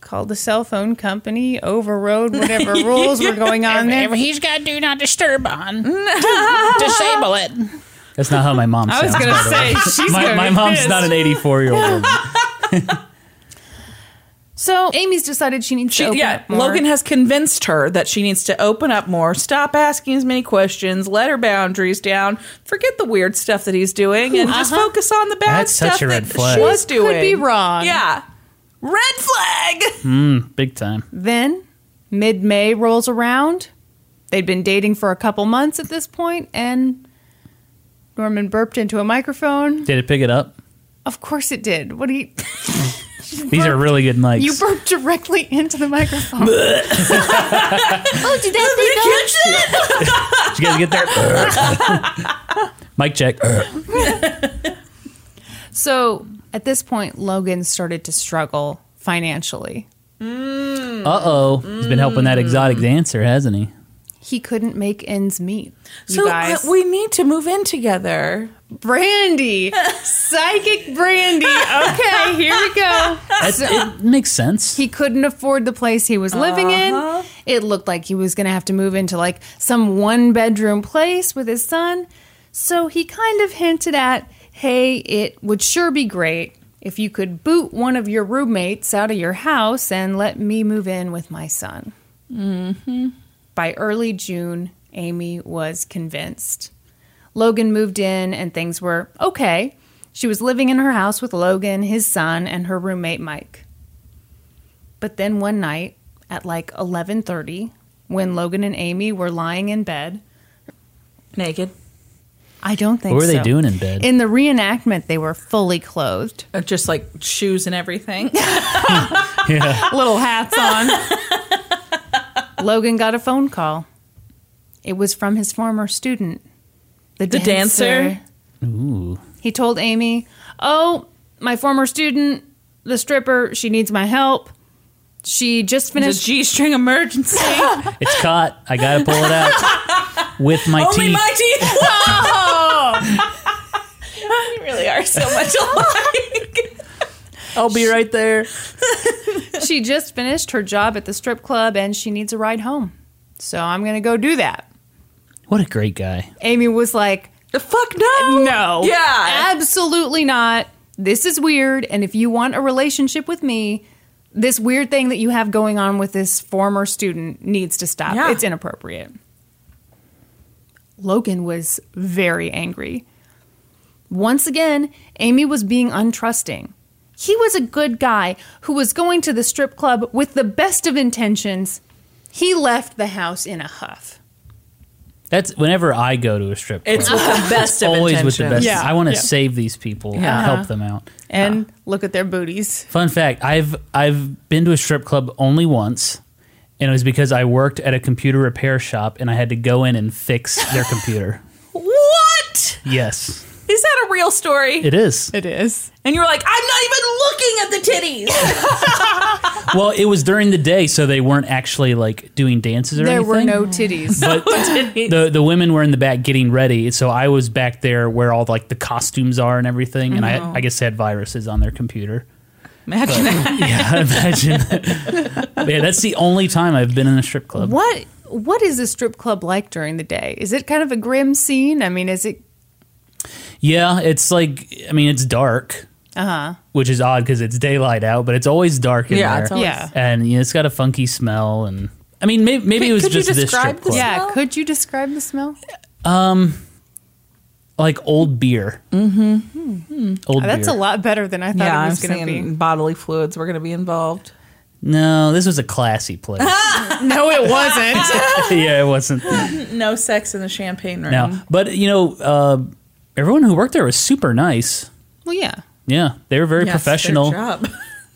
Speaker 2: called the cell phone company, overrode whatever rules were going on there.
Speaker 5: He's got do not disturb on. Disable it.
Speaker 3: That's not how my mom.
Speaker 2: I was
Speaker 3: sounds,
Speaker 2: going to
Speaker 3: by the way.
Speaker 2: say, she's
Speaker 3: my,
Speaker 2: gonna
Speaker 3: my
Speaker 2: be
Speaker 3: mom's
Speaker 2: pissed.
Speaker 3: not an 84 year old woman.
Speaker 2: So Amy's decided she needs to open
Speaker 1: yeah,
Speaker 2: up more.
Speaker 1: Logan has convinced her that she needs to open up more, stop asking as many questions, let her boundaries down, forget the weird stuff that he's doing, and just focus on the bad
Speaker 3: That's
Speaker 1: stuff
Speaker 3: such a red
Speaker 1: that
Speaker 3: flag.
Speaker 1: she's
Speaker 3: What
Speaker 1: doing.
Speaker 2: could be wrong?
Speaker 1: Yeah. Red flag!
Speaker 3: Big time.
Speaker 2: Then mid May rolls around. They'd been dating for a couple months at this point, and Norman burped into a microphone.
Speaker 3: Did it pick it up?
Speaker 2: Of course it did. What do you?
Speaker 3: These are really good mics.
Speaker 2: You burped directly into the microphone.
Speaker 6: Oh, did that thing go?
Speaker 3: Did you guys get Mm. there? Mic check.
Speaker 2: So At this point, Logan started to struggle financially.
Speaker 3: Uh oh. He's been helping that exotic dancer, hasn't he?
Speaker 2: He couldn't make ends meet. You
Speaker 4: so uh,
Speaker 2: guys,
Speaker 4: we need to move in together.
Speaker 2: Brandy, psychic Brandy. Okay, here we go.
Speaker 3: That's, it makes sense.
Speaker 2: He couldn't afford the place he was living in. It looked like he was going to have to move into like some one bedroom place with his son. So he kind of hinted at hey, it would sure be great if you could boot one of your roommates out of your house and let me move in with my son. Mm-hmm. By early June, Amy was convinced. Logan moved in and things were okay. She was living in her house with Logan, his son, and her roommate Mike. But then one night at like 11:30, when Logan and Amy were lying in bed,
Speaker 4: Naked.
Speaker 2: I don't think
Speaker 3: What were they
Speaker 2: so.
Speaker 3: doing in bed?
Speaker 2: In the reenactment, they were fully clothed,
Speaker 4: Uh, Just like shoes and everything.
Speaker 2: little hats on. Logan got a phone call. It was from his former student, the,
Speaker 4: The dancer?
Speaker 3: Ooh.
Speaker 2: He told Amy, "Oh, my former student, the stripper, she needs my help. She just
Speaker 4: It's a
Speaker 2: finished
Speaker 4: G string emergency.
Speaker 3: It's caught. I gotta pull it out with my
Speaker 4: Only
Speaker 3: teeth.
Speaker 4: my teeth. Whoa! we really are so much alike.
Speaker 3: I'll be right there.
Speaker 2: she just finished her job at the strip club and she needs a ride home. So I'm going to go do that."
Speaker 3: What a great guy.
Speaker 2: Amy was like,
Speaker 4: the fuck no.
Speaker 2: No.
Speaker 4: Yeah.
Speaker 2: Absolutely not. This is weird. And if you want a relationship with me, this weird thing that you have going on with this former student needs to stop.
Speaker 4: Yeah.
Speaker 2: It's inappropriate. Logan was very angry. Once again, Amy was being untrusting. He was a good guy who was going to the strip club with the best of intentions. He left the house in a huff.
Speaker 3: That's whenever I go to a strip club.
Speaker 4: It's with the best of
Speaker 3: always with the
Speaker 4: intentions.
Speaker 2: Yeah.
Speaker 3: best. I want to
Speaker 2: Yeah.
Speaker 3: save these people and help them out.
Speaker 2: And look at their booties.
Speaker 3: Fun fact: I've I've been to a strip club only once, and it was because I worked at a computer repair shop and I had to go in and fix their computer.
Speaker 4: What?
Speaker 3: Yes,
Speaker 4: Is that a real story?
Speaker 3: it is.
Speaker 2: It is.
Speaker 4: and you were like, I'm not even looking at the titties.
Speaker 3: Well, it was during the day, so they weren't actually like doing dances or
Speaker 2: There
Speaker 3: anything.
Speaker 2: were no titties.
Speaker 3: But the the women were in the back getting ready, so I was back there where all like the costumes are and everything, and
Speaker 4: Oh.
Speaker 3: I I guess they had viruses on their computer.
Speaker 4: Imagine that.
Speaker 3: Yeah, imagine. yeah, that's the only time I've been in a strip club.
Speaker 2: What what is a strip club like during the day? Is it kind of a grim scene? I mean, is it
Speaker 3: Yeah, it's like I mean it's dark,
Speaker 4: Uh-huh.
Speaker 2: uh huh.
Speaker 3: which is odd because it's daylight out, but it's always dark in
Speaker 4: Yeah,
Speaker 3: there.
Speaker 4: it's always-
Speaker 2: Yeah.
Speaker 3: and you know, it's got a funky smell. And I mean, maybe, maybe it was
Speaker 4: could you
Speaker 3: just this
Speaker 4: describe
Speaker 3: strip
Speaker 4: the
Speaker 3: club,
Speaker 2: Yeah,
Speaker 4: smell?
Speaker 2: could you describe the smell?
Speaker 3: like old beer. Mm-hmm. Old
Speaker 2: Mm-hmm. Hmm. That's a
Speaker 3: beer.
Speaker 2: lot better than I thought
Speaker 4: Yeah,
Speaker 2: it
Speaker 4: I'm
Speaker 2: was going to
Speaker 4: saying
Speaker 2: be.
Speaker 4: bodily fluids were going to be involved.
Speaker 3: no, this was a classy place.
Speaker 2: No, Oh, it wasn't.
Speaker 3: yeah, it wasn't.
Speaker 4: No sex in the champagne room.
Speaker 3: No, but you know, uh, everyone who worked there was super nice.
Speaker 2: well, yeah.
Speaker 3: Yeah, they were very
Speaker 4: Yes,
Speaker 3: professional.
Speaker 4: their job.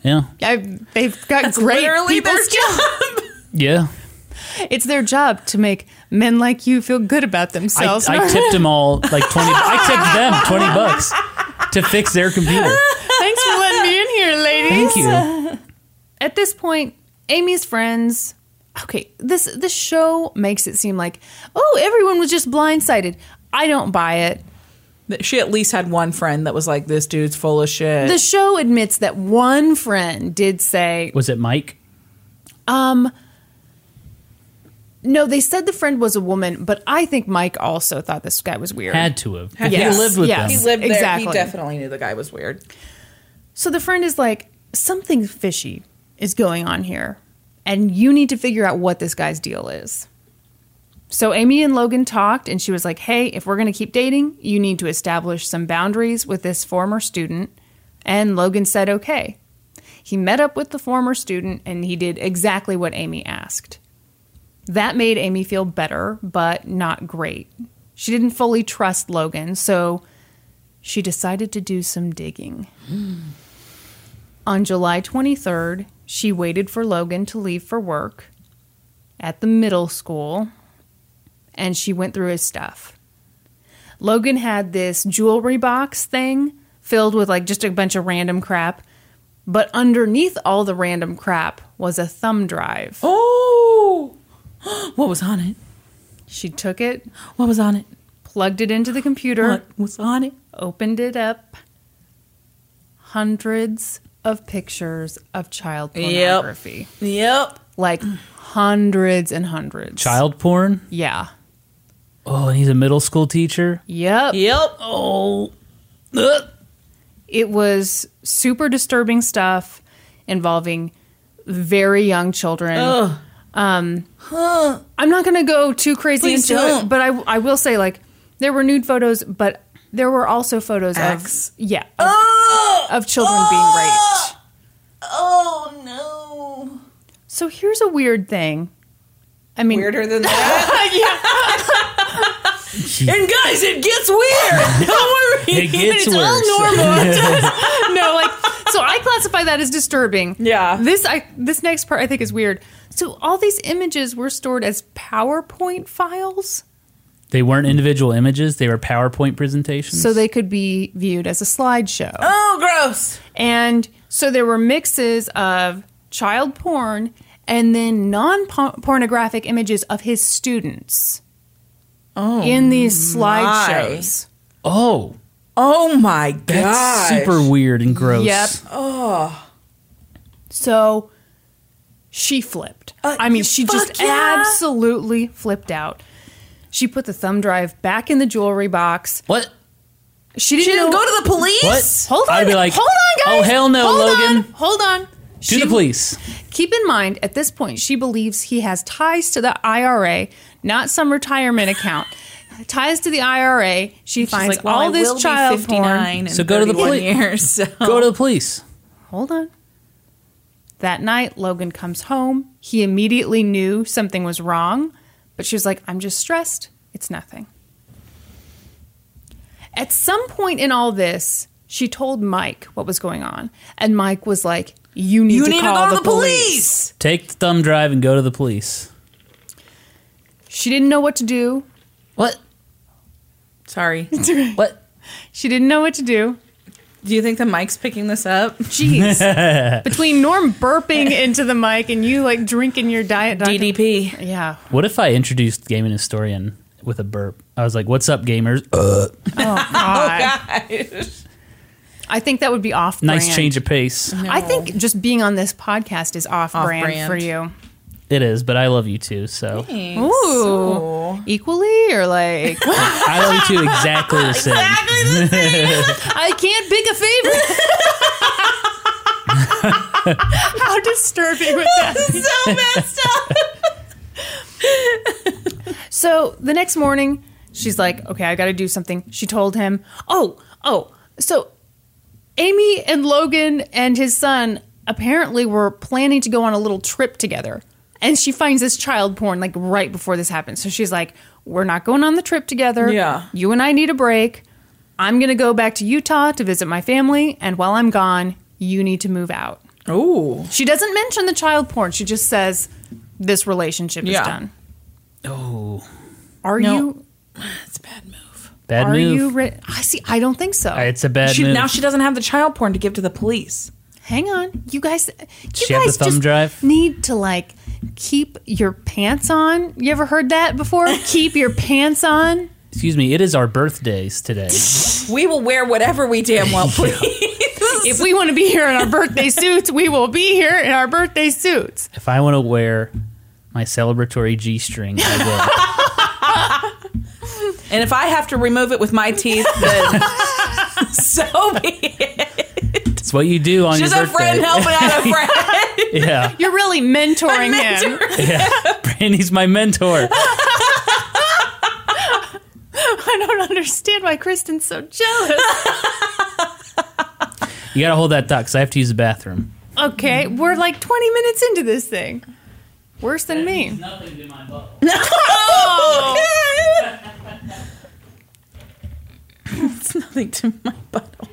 Speaker 3: Yeah,
Speaker 2: I, they've got great
Speaker 4: literally
Speaker 2: people
Speaker 4: their
Speaker 2: skills.
Speaker 3: yeah.
Speaker 2: It's their job to make men like you feel good about
Speaker 3: I,
Speaker 2: themselves.
Speaker 3: I tipped them all like twenty. I tipped them twenty bucks to fix their computer.
Speaker 2: Thanks for letting me in here, ladies.
Speaker 3: Thank you.
Speaker 2: at this point, Amy's friends. Okay, this this show makes it seem like oh everyone was just blindsided. I don't buy it.
Speaker 4: That She at least had one friend that was like, this dude's full of shit.
Speaker 2: The show admits that one friend did say
Speaker 3: Was it Mike?
Speaker 2: no. They said the friend was a woman, but I think Mike also thought this guy was weird.
Speaker 3: Had to have.
Speaker 2: Yes.
Speaker 3: He lived with
Speaker 2: Yes.
Speaker 3: them.
Speaker 2: He lived there. He Exactly.
Speaker 4: definitely knew the guy was weird.
Speaker 2: so the friend is like something fishy is going on here, and you need to figure out what this guy's deal is. So Amy and Logan talked, and she was like, "Hey, if we're going to keep dating, you need to establish some boundaries with this former student." And Logan said, "Okay." He met up with the former student, and he did exactly what Amy asked. That made Amy feel better, but not great. She didn't fully trust Logan, so she decided to do some digging. On July 23rd, she waited for Logan to leave for work at the middle school and she went through his stuff. Logan had this jewelry box thing filled with like just a bunch of random crap. But underneath all the random crap was a thumb drive.
Speaker 4: Oh, what was on it?
Speaker 2: She took it,
Speaker 4: What was on it?
Speaker 2: plugged it into the computer,
Speaker 4: What was on it?
Speaker 2: opened it up. Hundreds of pictures of child pornography.
Speaker 4: Yep.
Speaker 2: Like hundreds and hundreds.
Speaker 3: Child porn.
Speaker 2: Yeah.
Speaker 3: Oh, and he's a middle school teacher.
Speaker 2: Yep.
Speaker 4: Yep.
Speaker 3: Oh, Ugh.
Speaker 2: it was super disturbing stuff involving very young children. Um, I'm not going to go too crazy
Speaker 4: Please
Speaker 2: into it,
Speaker 4: don't.
Speaker 2: but I, I will say like there were nude photos, but there were also photos
Speaker 4: Acts.
Speaker 2: of yeah of, of children being raped.
Speaker 4: Oh no.
Speaker 2: So here's a weird thing. I mean,
Speaker 4: Weirder than that. and guys, it gets weird. Don't worry.
Speaker 3: it gets
Speaker 2: it's all
Speaker 3: worse.
Speaker 2: no, like so I classify that as disturbing.
Speaker 4: Yeah.
Speaker 2: This I this next part I think is weird. So all these images were stored as PowerPoint files
Speaker 3: They weren't individual images; they were PowerPoint presentations.
Speaker 2: so they could be viewed as a slideshow.
Speaker 4: Oh, gross.
Speaker 2: And so there were mixes of child porn and then non-pornographic images of his students. Oh. In these slideshows.
Speaker 3: oh,
Speaker 4: Oh my god.
Speaker 3: that's super weird and gross.
Speaker 2: Yep. Oh. So she flipped. I mean, she just
Speaker 4: Uh, fuck yeah.
Speaker 2: absolutely flipped out. She put the thumb drive back in the jewelry box.
Speaker 3: What?
Speaker 2: She didn't,
Speaker 4: She didn't
Speaker 2: know-
Speaker 4: go to the police.
Speaker 3: What?
Speaker 2: Hold on.
Speaker 3: I'd be like,
Speaker 2: hold on, guys.
Speaker 3: "Oh, hell no,
Speaker 2: hold
Speaker 3: Logan."
Speaker 2: On, hold on.
Speaker 3: To the police.
Speaker 2: Keep in mind, at this point, she believes he has ties to the IRA, not some retirement account. ties to the IRA. She finds all this child porn.
Speaker 4: And
Speaker 3: So go to the
Speaker 4: 31
Speaker 3: police.
Speaker 4: Years, so.
Speaker 3: Go to the police.
Speaker 2: Hold on. That night, Logan comes home. He immediately knew something was wrong, but she was like, I'm just stressed. It's nothing. At some point in all this, she told Mike what was going on. And Mike was like, You need,
Speaker 4: You
Speaker 2: to,
Speaker 4: need to
Speaker 2: call
Speaker 4: go to
Speaker 2: the,
Speaker 4: the police.
Speaker 3: Take the thumb drive and go to the police.
Speaker 2: She didn't know what to do.
Speaker 3: What?
Speaker 4: Sorry.
Speaker 3: What?
Speaker 2: She didn't know what to do.
Speaker 4: Do you think the mic's picking this up?
Speaker 2: Jeez. Between Norm burping into the mic and you like drinking your diet Dr.
Speaker 4: DDP.
Speaker 2: Yeah.
Speaker 3: What if I introduced gaming historian with a burp? I was like, "What's up, gamers?" Uh,
Speaker 2: Oh, God. I think that would be off
Speaker 3: nice change of pace.
Speaker 2: I think just being on this podcast is off, brand,
Speaker 4: Off-brand.
Speaker 2: for you.
Speaker 3: It is, but I love you too. So
Speaker 2: Ooh. Equally or like
Speaker 3: I love you too exactly the same.
Speaker 2: I can't pick a favorite. How disturbing would that be?
Speaker 4: so messed up.
Speaker 2: So the next morning, she's like, okay, I got to do something. She told him, oh, oh, so Amy and Logan and his son apparently were planning to go on a little trip together. And she finds this child porn like right before this happens. So she's like, we're not going on the trip together.
Speaker 4: Yeah.
Speaker 2: You and I need a break. I'm going to go back to Utah to visit my family. And while I'm gone, you need to move out.
Speaker 4: Ooh.
Speaker 2: She doesn't mention the child porn. She just says, this relationship
Speaker 4: Yeah.
Speaker 2: is done.
Speaker 3: Oh,
Speaker 2: Are
Speaker 4: No.
Speaker 2: you
Speaker 4: It's a bad move.
Speaker 3: bad
Speaker 2: Are
Speaker 3: move.
Speaker 2: you re- I see. I don't think so.
Speaker 3: it's a bad
Speaker 4: She,
Speaker 3: move.
Speaker 4: now she doesn't have the child porn to give to the police.
Speaker 2: Hang on, you guys. You
Speaker 3: She had the
Speaker 2: guys
Speaker 3: thumb
Speaker 2: just
Speaker 3: drive?
Speaker 2: need to like keep your pants on. You ever heard that before? keep your pants on.
Speaker 3: Excuse me. It is our birthdays today.
Speaker 4: We will wear whatever we damn well please.
Speaker 2: If we want to be here in our birthday suits, we will be here in our birthday suits.
Speaker 3: if I want to wear my celebratory G string, I
Speaker 4: and if I have to remove it with my teeth, then so be it.
Speaker 3: will. it's what you do on
Speaker 4: Just
Speaker 3: your
Speaker 4: a
Speaker 3: birthday.
Speaker 4: friend helping out a friend.
Speaker 3: yeah,
Speaker 2: You're really mentoring him.
Speaker 3: Brandy's my mentor.
Speaker 2: I don't understand why Kristen's so jealous.
Speaker 3: You gotta hold that thought because I have to use the bathroom.
Speaker 2: Okay, we're like 20 minutes into this thing. Worse than me.
Speaker 3: Nothing in my bubble.
Speaker 4: it's nothing to my butthole.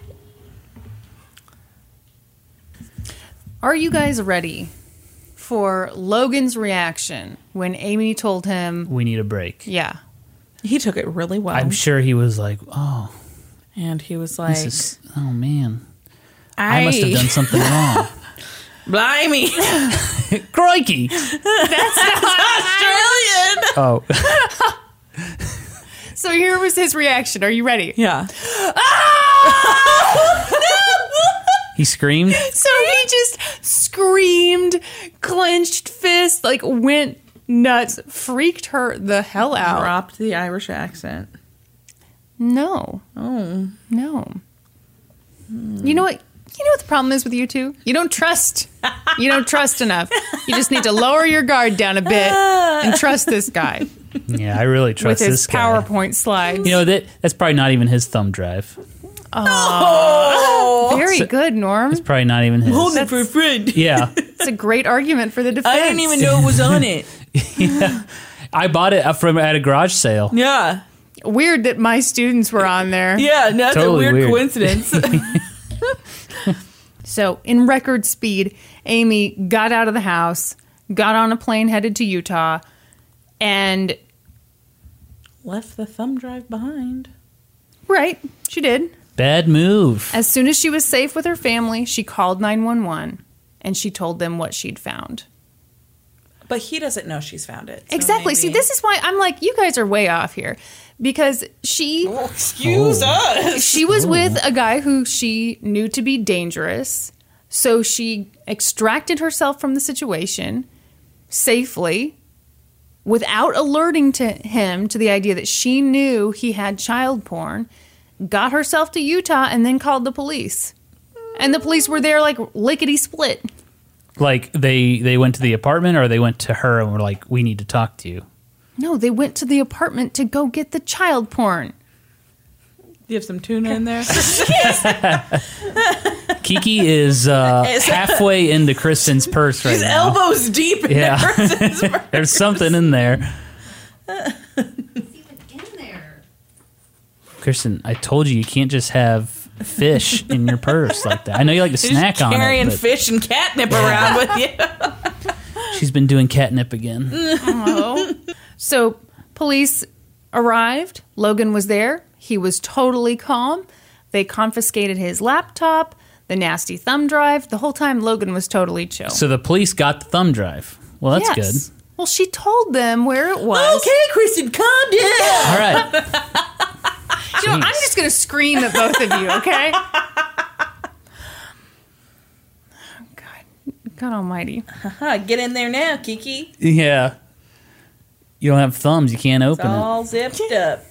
Speaker 2: Are you guys ready for Logan's reaction when Amy told him,
Speaker 3: We need a break.
Speaker 2: yeah,
Speaker 4: He took it really well.
Speaker 3: I'm sure he was like, "Oh,
Speaker 1: And he was like,
Speaker 3: This is, oh man,
Speaker 1: I,
Speaker 3: I, must have done something wrong.
Speaker 1: Blimey.
Speaker 3: Crikey!
Speaker 1: Australian.
Speaker 3: Oh,
Speaker 2: So here was his reaction. Are you ready?
Speaker 1: Yeah.
Speaker 3: he screamed.
Speaker 2: So he just screamed, clenched fist, like went nuts, freaked her the hell out.
Speaker 1: Dropped the Irish accent.
Speaker 2: No. Oh. No. You know what? You know what the problem is with you two? You don't trust. You don't trust enough. You just need to lower your guard down a bit and trust this guy
Speaker 3: Yeah, I really
Speaker 2: with
Speaker 3: trust
Speaker 2: his
Speaker 3: this guy.
Speaker 2: PowerPoint slides.
Speaker 3: You know that that's probably not even his thumb drive.
Speaker 1: Oh.
Speaker 2: Very good, Norm.
Speaker 3: Probably not even his.
Speaker 1: it for a friend.
Speaker 3: Yeah,
Speaker 2: It's a great argument for the defense.
Speaker 1: know it was on it.
Speaker 3: I bought it from at a garage sale.
Speaker 1: Yeah.
Speaker 2: Weird that my students were on there.
Speaker 1: Yeah. That's
Speaker 3: Totally weird.
Speaker 1: coincidence.
Speaker 2: So, in record speed, Amy got out of the house, got on a plane headed to Utah, and
Speaker 1: Left the thumb drive behind.
Speaker 2: right, she did.
Speaker 3: Bad move.
Speaker 2: As soon as she was safe with her family, she called 911 and she told them what she'd found.
Speaker 1: But he doesn't know she's found it. so
Speaker 2: exactly. See,
Speaker 1: maybe-
Speaker 2: this is why I'm like, you guys are way off here because she
Speaker 1: Oh, Excuse us.
Speaker 2: she was with a guy who she knew to be dangerous. So she extracted herself from the situation safely without alerting to him to the idea that she knew he had child porn, got herself to Utah and then called the police. And the police were there like lickety split.
Speaker 3: Like they they went to the apartment or they went to her and were like, "We need to talk to you."
Speaker 2: No, they went to the apartment to go get the child porn.
Speaker 1: You have some tuna in there.
Speaker 3: Kiki is uh, halfway into Kristen's purse right
Speaker 1: His
Speaker 3: now.
Speaker 1: elbows deep in
Speaker 3: Yeah.
Speaker 1: there. It's his-
Speaker 3: There's something in there.
Speaker 7: See what's in there.
Speaker 3: Kristen, I told you you can't just have fish in your purse like that. I know you like to snack on
Speaker 1: carrying
Speaker 3: it. but
Speaker 1: fish and catnip around with you.
Speaker 3: She's been doing catnip
Speaker 2: Mm.
Speaker 3: again. Oh.
Speaker 2: So police arrived. Logan was there. He was totally calm. They confiscated his laptop, the nasty thumb drive. The whole time, Logan was totally chill.
Speaker 3: So the police got the thumb drive. Well, that's
Speaker 2: Yes. Well, she told them where it was.
Speaker 1: Kristen, calm down.
Speaker 3: good. All right.
Speaker 2: You know, I'm just going to scream at both of you, okay? God, God almighty.
Speaker 1: Huh, get in there now, Kiki.
Speaker 3: Yeah. You don't have thumbs. You can't open it.
Speaker 1: All zipped up.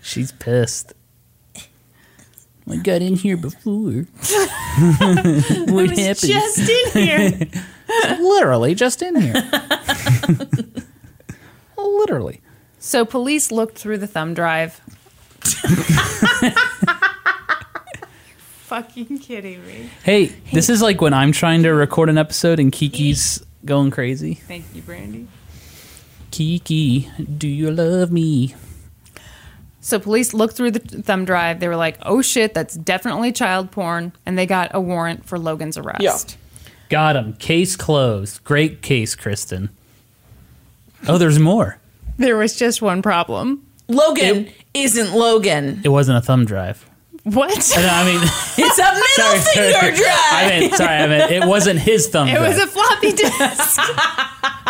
Speaker 3: She's pissed. I got in here before. what happened?
Speaker 2: Just in here.
Speaker 3: Literally just in here. Literally.
Speaker 2: So police looked through the thumb drive. Fucking kidding me.
Speaker 3: Hey, this is like when I'm trying to record an episode and Kiki's going crazy.
Speaker 2: Thank you, Brandy.
Speaker 3: Kiki, do you love me?
Speaker 2: So police looked through the thumb drive. They were like, "Oh shit, that's definitely child porn," and they got a warrant for Logan's arrest.
Speaker 3: Got him. Case closed. Great case, Kristen. Oh, there's more.
Speaker 2: There was just one problem.
Speaker 1: Logan is isn't Logan.
Speaker 3: It wasn't a thumb drive.
Speaker 2: What?
Speaker 3: No, I mean,
Speaker 1: It's a middle
Speaker 3: sorry,
Speaker 1: finger drive.
Speaker 3: I meant, sorry, I meant, it wasn't his thumb
Speaker 2: It
Speaker 3: drive.
Speaker 2: was a floppy disk.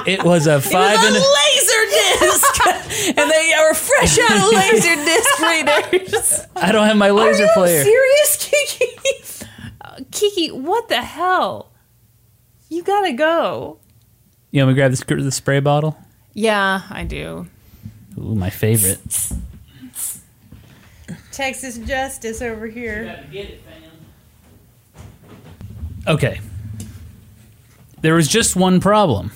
Speaker 3: it was a five
Speaker 1: It's a
Speaker 3: and
Speaker 1: laser disc, and they are fresh out of laser disc readers.
Speaker 3: I don't have my laser player.
Speaker 1: Serious, Kiki?
Speaker 2: Kiki, what the hell? You gotta go.
Speaker 3: You want me to grab the, sc- the spray bottle?
Speaker 2: Yeah, I do.
Speaker 3: Ooh, my favorite.
Speaker 2: Texas justice over here.
Speaker 3: Okay. There was just one problem.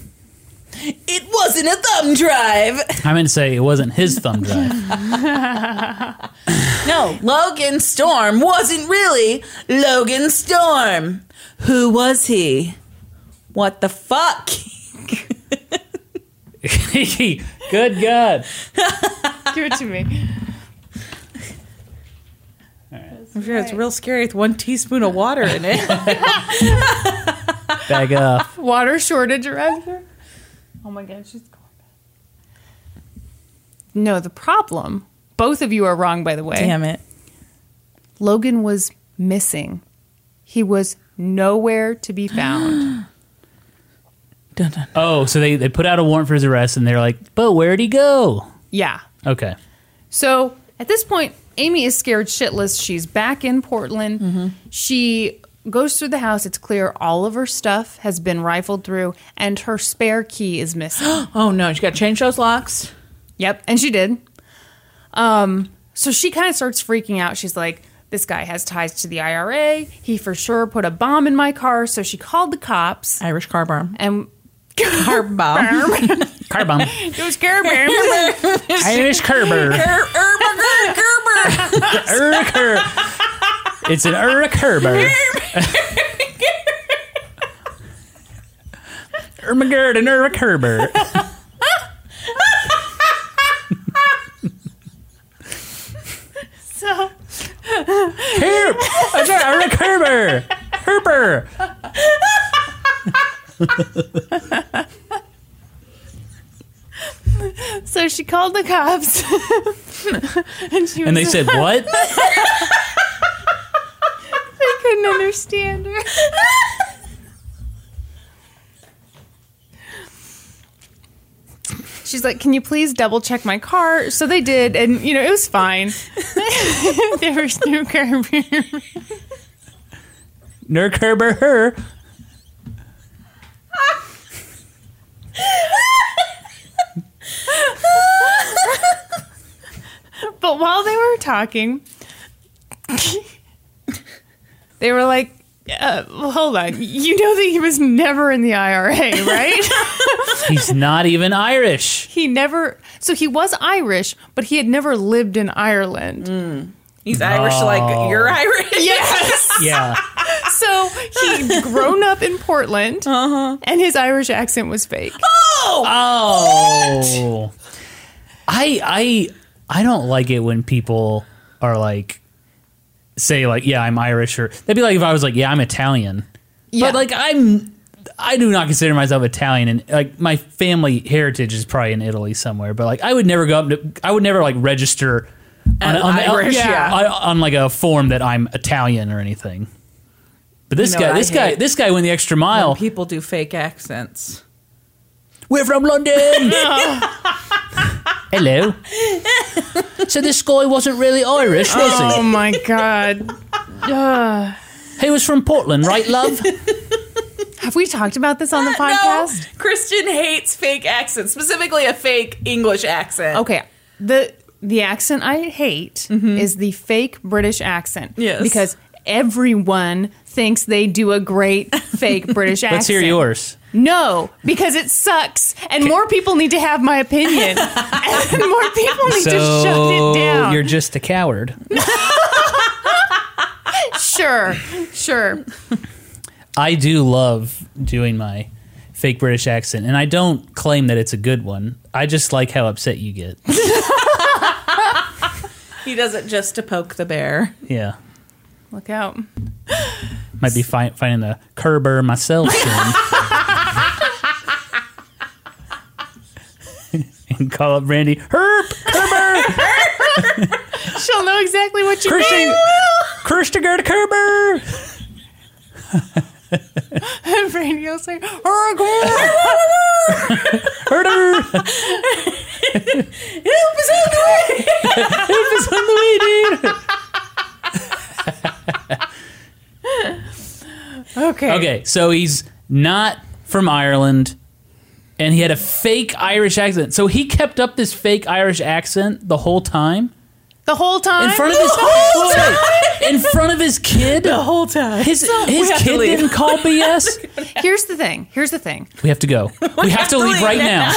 Speaker 1: It wasn't a thumb drive.
Speaker 3: I meant to say it wasn't his thumb drive.
Speaker 1: No, Logan Storm wasn't really Logan Storm. Who was he? What the fuck?
Speaker 3: Good God.
Speaker 2: Give it to me.
Speaker 1: I'm sure it's real scary with one teaspoon of water in it.
Speaker 3: Back up.
Speaker 2: Water shortage around here. Oh my gosh, she's going. No, the problem Both of you are wrong, by the way.
Speaker 4: Damn it.
Speaker 2: Logan was missing. He was nowhere to be found.
Speaker 4: Dun, dun.
Speaker 3: Oh, so they, they put out a warrant for his arrest, and they're like, but where'd he go?
Speaker 2: yeah.
Speaker 3: Okay.
Speaker 2: So at this point, Amy is scared shitless. She's back in Portland. She goes through the house. It's clear all of her stuff has been rifled through, and her spare key is missing.
Speaker 4: Oh no, you got to change those locks.
Speaker 2: Yep, and she did. Um, so she kind of starts freaking out. She's like, "This guy has ties to the IRA. He for sure put a bomb in my car." So she called the cops,
Speaker 4: Irish car bomb.
Speaker 2: and
Speaker 4: Car bomb.
Speaker 3: Car bomb.
Speaker 2: it was Gerber.
Speaker 3: Irish Kerber. Ur-ker. It's an Ur Kerber. Ermagerd and Ur Kerber.
Speaker 2: so
Speaker 3: Herb. That's right, Ur Kerber. Herber.
Speaker 2: so she called the cops, and she was
Speaker 3: And they said, what?
Speaker 2: I couldn't understand her. She's like, "Can you please double check my car?" So they did, and you know it was fine. they were snooker.
Speaker 3: Nur Kerber her.
Speaker 2: But while they were talking, they were like, uh, well, "Hold on, you know that he was never in the IRA, right?"
Speaker 3: He's not even Irish.
Speaker 2: he never so he was irish but he had never lived in ireland
Speaker 4: He's Irish, like you're Irish.
Speaker 2: yes
Speaker 3: Yeah.
Speaker 2: so he'd grown up in portland
Speaker 4: Uh-huh.
Speaker 2: and his irish accent was fake
Speaker 3: Oh. I I I don't like it when people are like say like yeah I'm Irish or that'd be like if I was like yeah I'm Italian
Speaker 2: Yeah.
Speaker 3: but like I'm I do not consider myself Italian and like my family heritage is probably in Italy somewhere but like I would never go up to I would never like register on, on,
Speaker 4: Irish, yeah.
Speaker 3: on, on, like a form that I'm Italian or anything but this
Speaker 4: You know
Speaker 3: guy
Speaker 4: what I
Speaker 3: this guy
Speaker 4: hate?
Speaker 3: this guy went the extra mile
Speaker 4: People do fake accents.
Speaker 3: we're from London. Hello. so this guy wasn't really Irish, was
Speaker 2: oh my god Ugh.
Speaker 3: he? He was from Portland, right, love?
Speaker 2: have we talked about this on the podcast
Speaker 4: No, Christian hates fake accents, specifically a fake English accent.
Speaker 2: okay the the accent i hate is the fake british accent
Speaker 4: Mm-hmm. Yes.
Speaker 2: because everyone thinks they do a great fake british accent
Speaker 3: Let's hear yours.
Speaker 2: No, because it sucks, and more people need to have my opinion, and more people need to shut it down.
Speaker 3: you're just a coward.
Speaker 2: Sure, sure.
Speaker 3: I do love doing my fake British accent, and I don't claim that it's a good one. I just like how upset you get.
Speaker 4: Oh, He does it just to poke the bear.
Speaker 3: Yeah.
Speaker 2: Look out.
Speaker 3: Might be fi- finding the Kerber myself soon. and call up Randy. Herp!
Speaker 2: She'll know exactly what you
Speaker 3: Christian, Christopher Kerber.
Speaker 2: mean. Brandy will say, "Oh, God."
Speaker 3: Herder. Help is on the way. Help is on the way, dude.
Speaker 2: Okay.
Speaker 3: Okay, so he's not from Ireland, and he had a fake Irish accent. So he kept up this fake Irish accent the whole time
Speaker 2: The whole time
Speaker 3: in front of his Wait, wait, wait. in front of his kid. The whole time, his his
Speaker 4: have to
Speaker 3: kid
Speaker 4: leave.
Speaker 3: didn't call BS.
Speaker 2: Here's the thing. Here's the thing.
Speaker 3: We have to go. We, have, to leave, right now.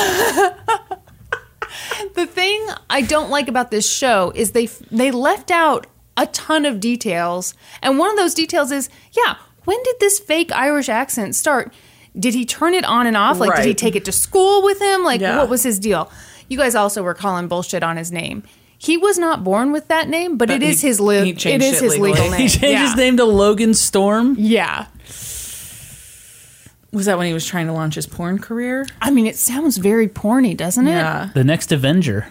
Speaker 2: The thing I don't like about this show is they they left out a ton of details, and one of those details is, yeah, when did this fake Irish accent start? Did he turn it on and off? Like, did he
Speaker 4: Right.
Speaker 2: take it to school with him? Like,
Speaker 4: Yeah.
Speaker 2: what was his deal? You guys also were calling bullshit on his name. He was not born with that name, but, it
Speaker 4: he-
Speaker 2: is his li-
Speaker 4: he
Speaker 2: it
Speaker 4: changed
Speaker 2: is
Speaker 4: it
Speaker 2: his legal
Speaker 4: legally.
Speaker 2: name.
Speaker 3: He changed
Speaker 2: yeah.
Speaker 3: his name to Logan Storm.
Speaker 2: Yeah,
Speaker 4: Was that when he was trying to launch his porn career?
Speaker 2: I mean, it sounds very porny, doesn't it?
Speaker 3: The next Avenger,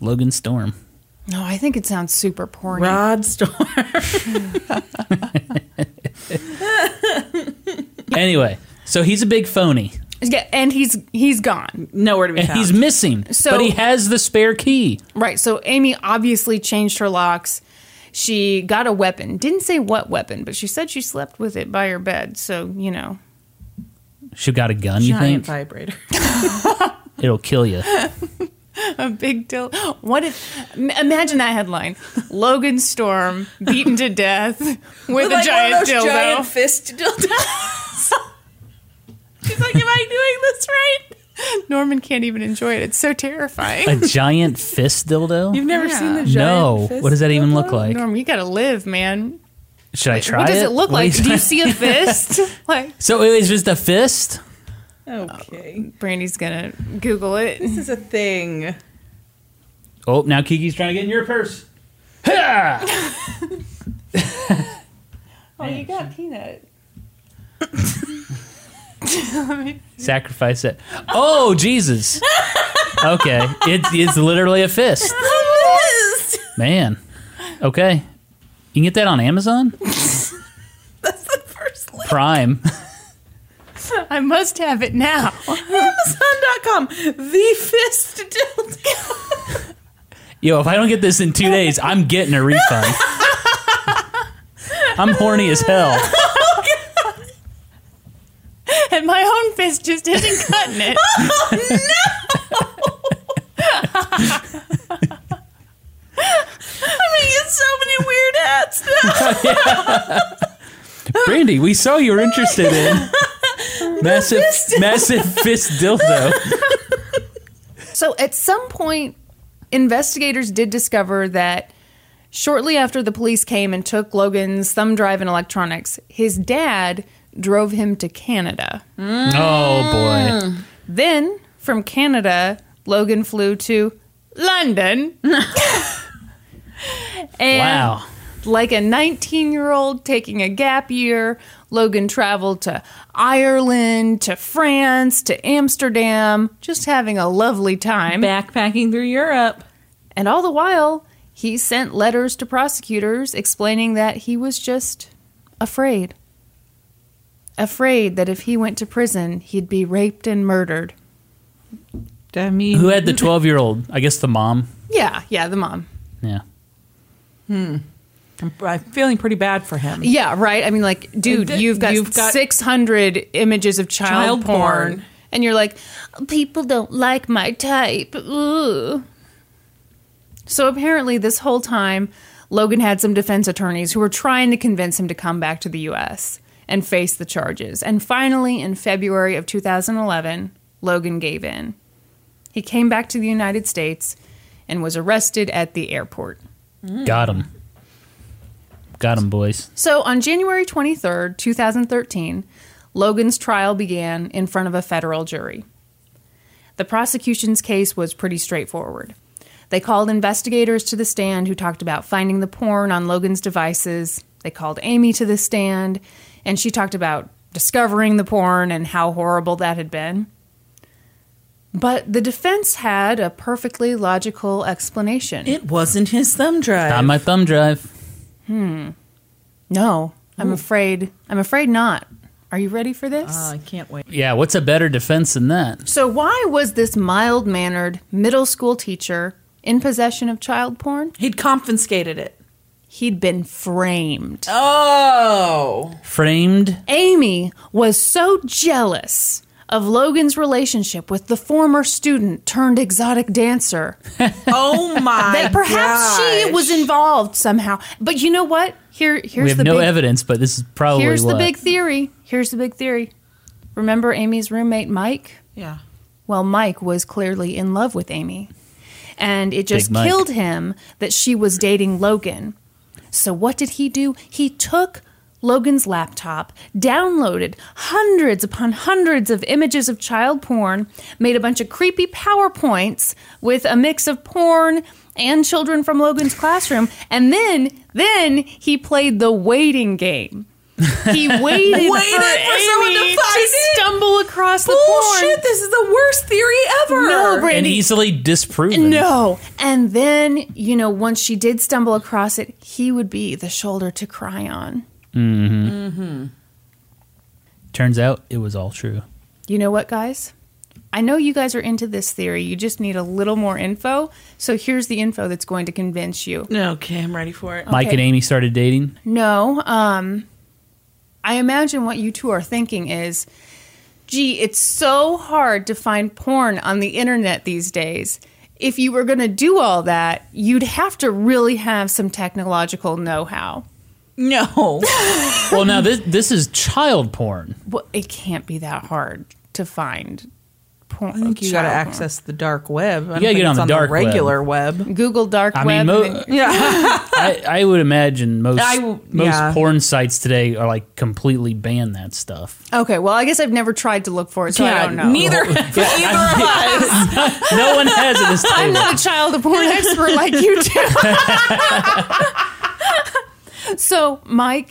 Speaker 3: Logan Storm.
Speaker 2: No, I think it sounds super porny.
Speaker 4: Rod Storm.
Speaker 3: Anyway, so he's a big phony.
Speaker 2: Yeah, and he's he's gone.
Speaker 4: Nowhere to be
Speaker 3: And
Speaker 4: found.
Speaker 3: he's missing,
Speaker 2: So-
Speaker 3: but he has the spare key.
Speaker 2: Right. So Amy obviously changed her locks. She got a weapon. Didn't say what weapon, but she said she slept with it by her bed. So, you know.
Speaker 3: She got a gun, you
Speaker 4: Giant
Speaker 3: think?
Speaker 4: vibrator.
Speaker 3: It'll kill you.
Speaker 2: A big deal. What if? m- Imagine that headline: Logan Storm beaten to death with, a
Speaker 4: like
Speaker 2: giant
Speaker 4: one of those
Speaker 2: dildo.
Speaker 4: giant fist dildos. She's like, am I doing this right?
Speaker 2: Norman can't even enjoy it. It's so terrifying.
Speaker 3: A giant fist dildo?
Speaker 4: You've never seen the giant
Speaker 3: No.
Speaker 4: fist
Speaker 3: What does that even look
Speaker 4: dildo?
Speaker 3: like?
Speaker 2: Norm, you gotta live, man.
Speaker 3: Should I try
Speaker 2: what does it,
Speaker 3: it?
Speaker 2: look
Speaker 3: What
Speaker 2: like?
Speaker 3: do you
Speaker 2: Do you see
Speaker 3: think?
Speaker 2: a fist? like
Speaker 3: So it was just a fist?
Speaker 4: Okay.
Speaker 2: Brandy's gonna Google it.
Speaker 4: This is a thing.
Speaker 3: Oh, now Kiki's trying to get in your purse. Ha!
Speaker 2: Oh, you got peanut.
Speaker 3: Sacrifice it. Oh, Jesus. Okay. It's, it's literally a fist. Man. Okay. You can get that on Amazon?
Speaker 4: That's the first link.
Speaker 3: Prime.
Speaker 2: I must have it now.
Speaker 4: Amazon.com. The fist dildo.
Speaker 3: Yo, if I don't get this in two days, I'm getting a refund. I'm horny as hell.
Speaker 2: And my own fist just isn't cutting it.
Speaker 4: I mean, it's so many weird ads now.
Speaker 3: Brandy, we saw you were interested in massive, massive fist dildo.
Speaker 2: So at some point, investigators did discover that shortly after the police came and took Logan's thumb drive and electronics, his dad drove him to Canada.
Speaker 4: Mm.
Speaker 3: Oh boy,
Speaker 2: Then from Canada, Logan flew to London. and
Speaker 3: wow.
Speaker 2: like a 19 year old taking a gap year, Logan traveled to Ireland, to France, to Amsterdam, just having a lovely time.
Speaker 4: Backpacking through Europe.
Speaker 2: And all the while, he sent letters to prosecutors explaining that he was just afraid. Afraid that if he went to prison, he'd be raped and murdered.
Speaker 4: I mean,
Speaker 3: Who had the twelve-year-old? I guess the mom.
Speaker 2: Yeah, yeah, the mom.
Speaker 3: Yeah.
Speaker 4: I'm, I'm feeling pretty bad for him.
Speaker 2: Yeah, right. I mean, like, dude,
Speaker 4: th-
Speaker 2: you've got,
Speaker 4: you've got-
Speaker 2: 600 images of child,
Speaker 4: Child
Speaker 2: porn.
Speaker 4: porn.
Speaker 2: And you're like, people don't like my type. Ooh. So apparently, this whole time, Logan had some defense attorneys who were trying to convince him to come back to the U.S. and face the charges. And finally, in February of 2011, Logan gave in. He came back to the United States and was arrested at the airport.
Speaker 4: Mm.
Speaker 3: Got him. Got him, boys.
Speaker 2: So on January 23rd, 2013, Logan's trial began in front of a federal jury. The prosecution's case was pretty straightforward. They called investigators to the stand who talked about finding the porn on Logan's devices. They called Amy to the stand, and she talked about discovering the porn and how horrible that had been. But the defense had a perfectly logical explanation.
Speaker 4: It wasn't his thumb drive.
Speaker 3: On my thumb drive.
Speaker 2: no, I'm afraid. I'm afraid not. Are you ready for this?
Speaker 1: Uh,
Speaker 4: Oh, I can't wait.
Speaker 3: Yeah. What's a better defense than that?
Speaker 2: So, why was this mild mannered middle school teacher in possession of child porn?
Speaker 4: He'd confiscated it.
Speaker 2: He'd been framed.
Speaker 4: Oh.
Speaker 3: Framed.
Speaker 2: Amy was so jealous of Logan's relationship with the former student turned exotic dancer
Speaker 4: Oh my.
Speaker 2: that perhaps she
Speaker 4: gosh.
Speaker 2: was involved somehow. But you know what? Here, here's
Speaker 3: We have
Speaker 2: the
Speaker 3: no
Speaker 2: big,
Speaker 3: evidence, but this is probably
Speaker 2: Here's
Speaker 3: what.
Speaker 2: the big theory. Here's the big theory. Remember Amy's roommate, Mike?
Speaker 4: Yeah.
Speaker 2: Well, Mike was clearly in love with Amy. And it just
Speaker 3: Big Mike.
Speaker 2: killed him that she was dating Logan. So what did he do? He took Logan's laptop, downloaded hundreds upon hundreds of images of child porn, made a bunch of creepy PowerPoints with a mix of porn and children from Logan's classroom, and then then he played the waiting game. He waited, for,
Speaker 4: Waited for someone to
Speaker 2: Amy
Speaker 4: find it?
Speaker 2: stumble across the
Speaker 4: Bullshit!
Speaker 2: porn.
Speaker 4: This is the worst theory ever.
Speaker 2: No, Brady.
Speaker 3: and easily disproven.
Speaker 2: No. And then, you know, once she did stumble across it, he would be the shoulder to cry on.
Speaker 3: Turns out it was all true.
Speaker 2: You know what, guys? I know you guys are into this theory. You just need a little more info. So here's the info that's going to convince you.
Speaker 4: Okay, I'm ready for it.
Speaker 3: Mike and Amy started dating.
Speaker 2: No, um, I imagine what you two are thinking is gee, it's so hard to find porn on the internet these days. If you were going to do all that, you'd have to really have some technological know how.
Speaker 4: No.
Speaker 3: Well, now this this is child porn.
Speaker 2: Well, it can't be that hard to find porn.
Speaker 4: I think you got to access the dark web. I
Speaker 3: You gotta get on the dark web.
Speaker 4: regular web.
Speaker 2: Google dark
Speaker 3: I
Speaker 2: web.
Speaker 3: mean,
Speaker 2: and
Speaker 3: mo-
Speaker 2: then-
Speaker 3: I, I would imagine most
Speaker 4: I w-
Speaker 3: most
Speaker 4: yeah.
Speaker 3: porn sites today are like completely ban that stuff.
Speaker 2: okay, well, I guess I've never tried to look for it, so I don't know.
Speaker 4: Neither, either of us.
Speaker 3: No one has it. This
Speaker 2: I'm
Speaker 3: table.
Speaker 2: not a child porn expert like you do. so Mike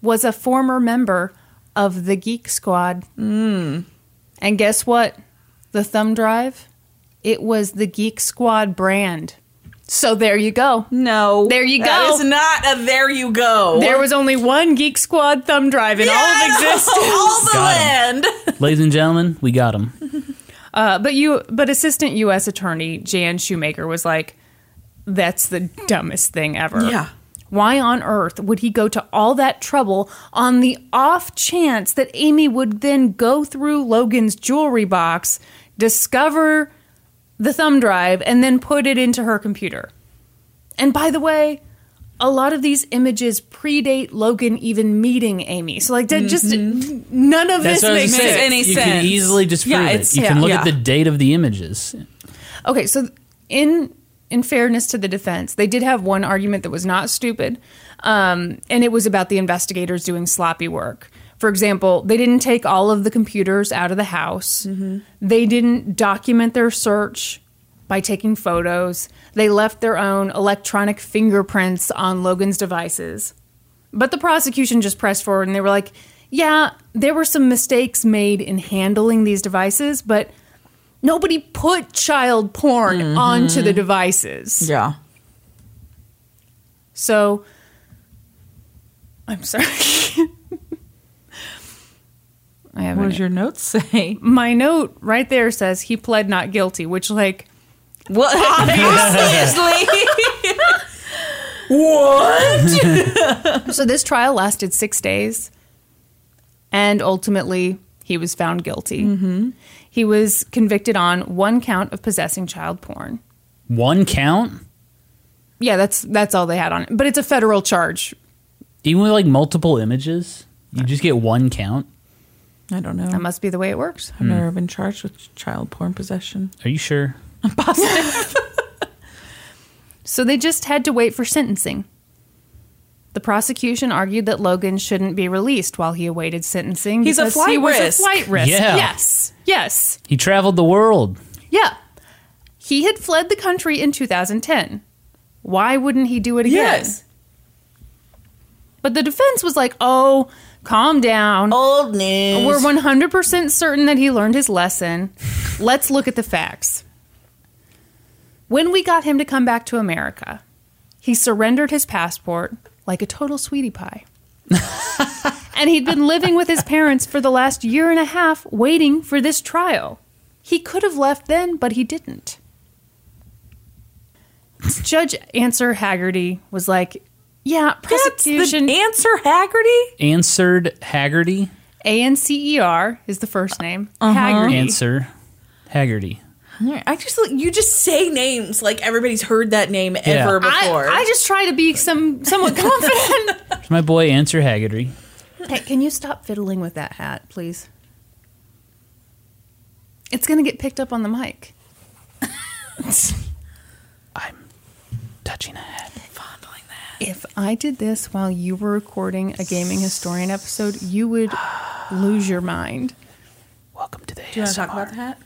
Speaker 2: was a former member of the Geek Squad.
Speaker 4: Hmm.
Speaker 2: And guess what? The thumb drive, it was the Geek Squad brand. So there you go.
Speaker 4: No.
Speaker 2: There you
Speaker 4: That
Speaker 2: go.
Speaker 4: is not a there you go.
Speaker 2: There was only one Geek Squad thumb drive in all of existence.
Speaker 4: All the
Speaker 3: Got 'em.
Speaker 4: land.
Speaker 3: Ladies and gentlemen, we got him.
Speaker 2: Uh, but you, but Assistant U.S. Attorney Jan Shoemaker was like, "That's the dumbest thing ever."
Speaker 4: Yeah.
Speaker 2: Why on earth would he go to all that trouble on the off chance that Amy would then go through Logan's jewelry box, discover the thumb drive, and then put it into her computer? And by the way, a lot of these images predate Logan even meeting Amy. So, like, that just none of this
Speaker 3: That's what I was
Speaker 2: makes
Speaker 3: gonna
Speaker 2: sense.
Speaker 3: say.
Speaker 4: any
Speaker 3: you
Speaker 4: sense.
Speaker 3: can easily disprove
Speaker 4: Mm-hmm. Yeah,
Speaker 3: it.
Speaker 4: it's-
Speaker 3: You can
Speaker 2: yeah.
Speaker 3: look
Speaker 4: Yeah.
Speaker 3: at the date of the images.
Speaker 2: Okay, so in in fairness to the defense, they did have one argument that was not stupid, um, and it was about the investigators doing sloppy work. For example, they didn't take all of the computers out of the house. They didn't document their search by taking photos. They left their own electronic fingerprints on Logan's devices. But the prosecution just pressed forward and they were like, yeah, there were some mistakes made in handling these devices, but nobody put child porn onto the devices.
Speaker 4: Yeah.
Speaker 2: So I'm sorry. I have
Speaker 4: What
Speaker 2: an-
Speaker 4: does your notes say?
Speaker 2: my note right there says he pled not guilty, which like
Speaker 4: Well, obviously. what?
Speaker 2: so this trial lasted six days, and ultimately he was found guilty. He was convicted on one count of possessing child porn.
Speaker 3: One count,
Speaker 2: Yeah, that's that's all they had on it, but it's a federal charge.
Speaker 3: even with like multiple images, you just get one count.
Speaker 4: I don't know.
Speaker 2: That must be the way it works.
Speaker 4: I've never been charged with child porn possession.
Speaker 3: Are you sure?
Speaker 2: So they just had to wait for sentencing. The prosecution argued that Logan shouldn't be released while he awaited sentencing.
Speaker 4: He's a
Speaker 2: because he
Speaker 4: flight
Speaker 2: was
Speaker 4: risk.
Speaker 2: a flight risk.
Speaker 3: Yeah.
Speaker 2: Yes. Yes.
Speaker 3: He traveled the world.
Speaker 2: Yeah. He had fled the country in 2010. Why wouldn't he do it again? But the defense was like, oh, calm down.
Speaker 5: Old news.
Speaker 2: We're 100% certain that he learned his lesson. Let's look at the facts. When we got him to come back to America, he surrendered his passport like a total sweetie pie. and he'd been living with his parents for the last year and a half waiting for this trial. He could have left then, but he didn't. Judge Answer Haggerty was like, yeah,
Speaker 4: That's
Speaker 2: prosecution.
Speaker 4: the answer, Haggerty?
Speaker 3: Answered Haggerty.
Speaker 2: A N C E R is the first name.
Speaker 4: Uh-huh.
Speaker 2: Haggerty.
Speaker 3: Answer Haggerty.
Speaker 4: I just you just say names like everybody's heard that name ever
Speaker 3: Yeah.
Speaker 2: I,
Speaker 4: before.
Speaker 2: I just try to be some somewhat confident.
Speaker 3: It's my boy. Answer Haggerty.
Speaker 2: hey, can you stop fiddling with that hat, please? It's gonna get picked up on the mic.
Speaker 3: Touching a hat.
Speaker 2: If I did this while you were recording a gaming historian episode, you would lose your mind.
Speaker 3: Welcome to the
Speaker 4: you want to talk about the hat?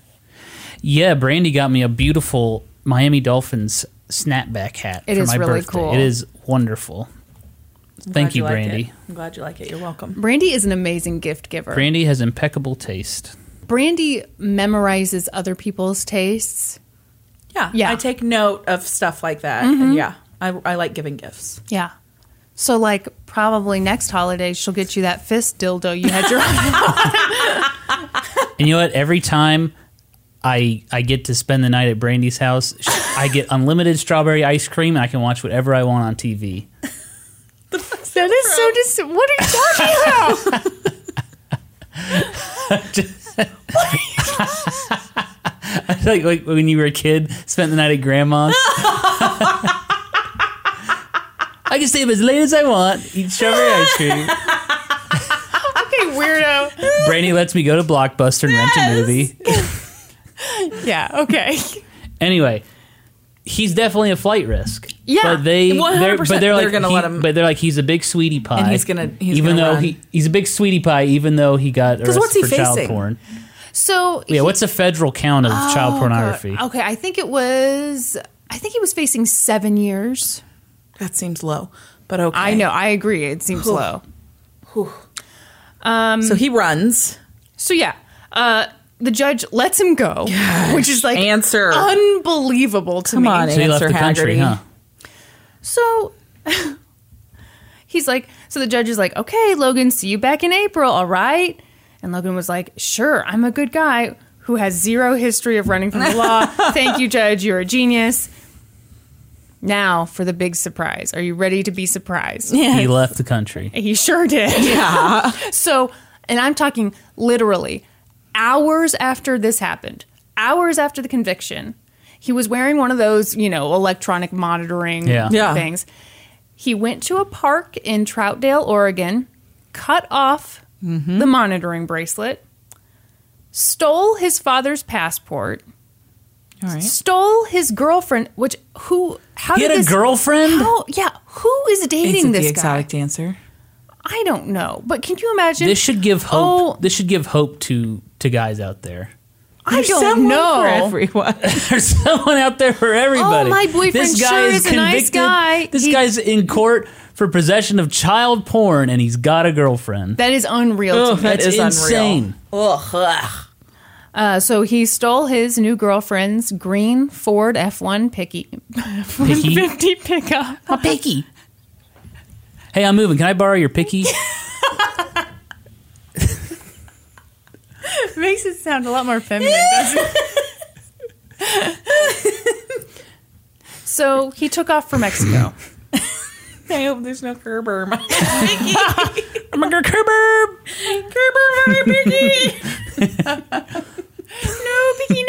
Speaker 3: Yeah, Brandy got me a beautiful Miami Dolphins snapback hat
Speaker 2: It
Speaker 3: for
Speaker 2: is
Speaker 3: my
Speaker 2: really
Speaker 3: birthday.
Speaker 2: cool.
Speaker 3: It is wonderful. Thank you,
Speaker 4: like
Speaker 3: Brandy.
Speaker 4: it. I'm glad you like it. You're welcome.
Speaker 2: Brandy is an amazing gift giver.
Speaker 3: Brandy has impeccable taste.
Speaker 2: Brandy memorizes other people's tastes.
Speaker 4: Yeah, Mm-hmm.
Speaker 2: Yeah.
Speaker 4: I take note of stuff like that. And yeah, I, I like giving gifts.
Speaker 2: Yeah. So like probably next holiday she'll get you that fist dildo you had your
Speaker 3: And you know what? Every time I I get to spend the night at Brandy's house, sh- I get unlimited strawberry ice cream, and I can watch whatever I want on TV.
Speaker 2: That is so dis- What are you talking about?
Speaker 3: like like when you were a kid, spent the night at grandma's. I can stay up as late as I want, eat strawberry ice cream.
Speaker 2: okay, weirdo.
Speaker 3: Brandy lets me go to Blockbuster and rent a movie.
Speaker 2: Yeah, okay.
Speaker 3: Anyway, he's definitely a flight risk.
Speaker 2: Yeah,
Speaker 3: but they, they're,
Speaker 4: 100%
Speaker 3: but they're like,
Speaker 4: they're gonna
Speaker 3: he-
Speaker 4: let him-
Speaker 3: But they're like, he's a big sweetie pie.
Speaker 4: he's gonna- he's
Speaker 3: even
Speaker 4: gonna
Speaker 3: though
Speaker 4: run.
Speaker 3: he he's a big sweetie pie, even though he got arrested
Speaker 4: what's he
Speaker 3: for child
Speaker 4: facing? Oh,
Speaker 3: porn.
Speaker 2: So oh,
Speaker 3: Yeah, what's the federal count of child pornography?
Speaker 2: Okay, I think it was I think he was facing 7 years.
Speaker 4: That seems low, but okay.
Speaker 2: I know, I agree. It seems low.
Speaker 4: So he runs.
Speaker 2: So yeah, uh, the judge lets him go, which is like
Speaker 4: Answer.
Speaker 2: unbelievable to
Speaker 4: Come
Speaker 2: me.
Speaker 4: on,
Speaker 3: So he left
Speaker 4: answer
Speaker 3: the country,
Speaker 4: Haggerty.
Speaker 3: huh?
Speaker 2: So he's like, so the judge is like, okay, Logan, see you back in April, all right? And Logan was like, sure, I'm a good guy who has zero history of running from the law. Thank you, judge, you're a genius. Now for the big surprise. Are you ready to be surprised?
Speaker 3: He left the country.
Speaker 2: He sure did. Yeah. so, and I'm talking literally hours after this happened, hours after the conviction, he was wearing one of those, you know, electronic monitoring
Speaker 3: Yeah.
Speaker 4: Yeah.
Speaker 2: things. He went to a park in Troutdale, Oregon, cut off the monitoring bracelet, stole his father's passport. Stole his girlfriend, which who? How
Speaker 3: He
Speaker 2: did
Speaker 3: had a
Speaker 2: this-
Speaker 3: girlfriend?
Speaker 2: How, yeah, who is
Speaker 4: Is
Speaker 2: dating
Speaker 4: it
Speaker 2: this
Speaker 4: the
Speaker 2: guy?
Speaker 4: exotic dancer?
Speaker 2: I don't know, but can you imagine?
Speaker 3: This should give
Speaker 2: Oh.
Speaker 3: hope. This should give hope to to guys out there.
Speaker 2: I don't
Speaker 4: Someone
Speaker 2: know.
Speaker 4: for everyone.
Speaker 3: There's someone out there for everybody.
Speaker 2: Oh, my boyfriend
Speaker 3: this guy
Speaker 2: sure
Speaker 3: is,
Speaker 2: is a nice
Speaker 3: convicted.
Speaker 2: guy.
Speaker 3: This
Speaker 2: He-
Speaker 3: guy's in court for possession of child porn, and he's got a girlfriend.
Speaker 2: that is unreal.
Speaker 4: Oh,
Speaker 2: to me.
Speaker 4: that
Speaker 3: That's
Speaker 4: is
Speaker 3: insane.
Speaker 4: unreal. Ugh, ugh.
Speaker 2: Uh, so he stole his new girlfriend's green Ford F1 picky
Speaker 3: Picky?
Speaker 2: 150 pickup.
Speaker 3: My picky. Hey, I'm moving. Can I borrow your picky?
Speaker 2: Makes it sound a lot more feminine, doesn't it? so he took off for Mexico.
Speaker 4: I hope there's no Kerber. My
Speaker 3: I'm a Kerber.
Speaker 4: Kerber, my piggy.
Speaker 2: no, Piggy,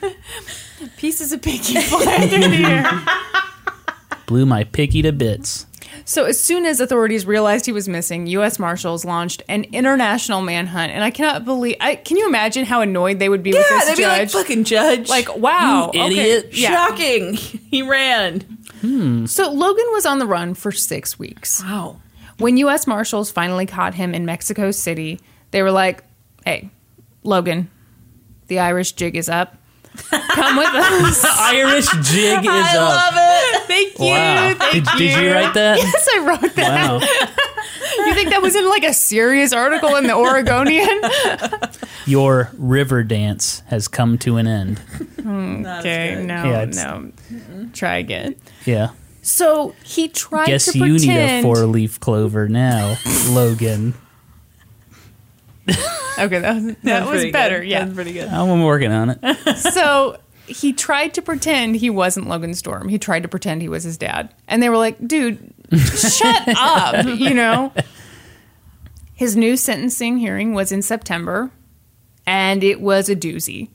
Speaker 2: no. Pieces of Piggy fly through the air.
Speaker 3: Blew my picky to bits.
Speaker 2: So as soon as authorities realized he was missing, U.S. Marshals launched an international manhunt, and I cannot believe. I can you imagine how annoyed they would be with
Speaker 4: Yeah,
Speaker 2: this
Speaker 4: they'd be like,
Speaker 2: judge?
Speaker 4: fucking judge.
Speaker 2: like, wow,
Speaker 3: "You
Speaker 2: okay,
Speaker 3: idiot."
Speaker 2: Yeah.
Speaker 4: shocking. He ran.
Speaker 2: So Logan was on the run for six weeks.
Speaker 4: Wow.
Speaker 2: When U.S. Marshals finally caught him in Mexico City, they were like, "Hey, Logan, the Irish jig is up. Come with us."
Speaker 3: The Irish jig is
Speaker 4: I love
Speaker 3: up.
Speaker 4: it.
Speaker 2: Thank you.
Speaker 3: Wow.
Speaker 2: Thank
Speaker 3: Did, did you write that?
Speaker 2: Yes, I wrote that.
Speaker 3: Wow.
Speaker 2: You think that was in like a serious article in the Oregonian?
Speaker 3: Your river dance has come to an end.
Speaker 2: Okay, no,
Speaker 3: Yeah, it's-
Speaker 2: no. Try again.
Speaker 3: Yeah.
Speaker 2: So he tried
Speaker 3: Guess
Speaker 2: to
Speaker 3: you
Speaker 2: pretend.
Speaker 3: need a four leaf clover now, Logan.
Speaker 2: Okay, that was, that was better. Yeah.
Speaker 4: pretty good.
Speaker 3: I'm working on it.
Speaker 2: so he tried to pretend he wasn't Logan Storm. He tried to pretend he was his dad, and they were like, "Dude, shut up!" You know. His new sentencing hearing was in September, and it was a doozy.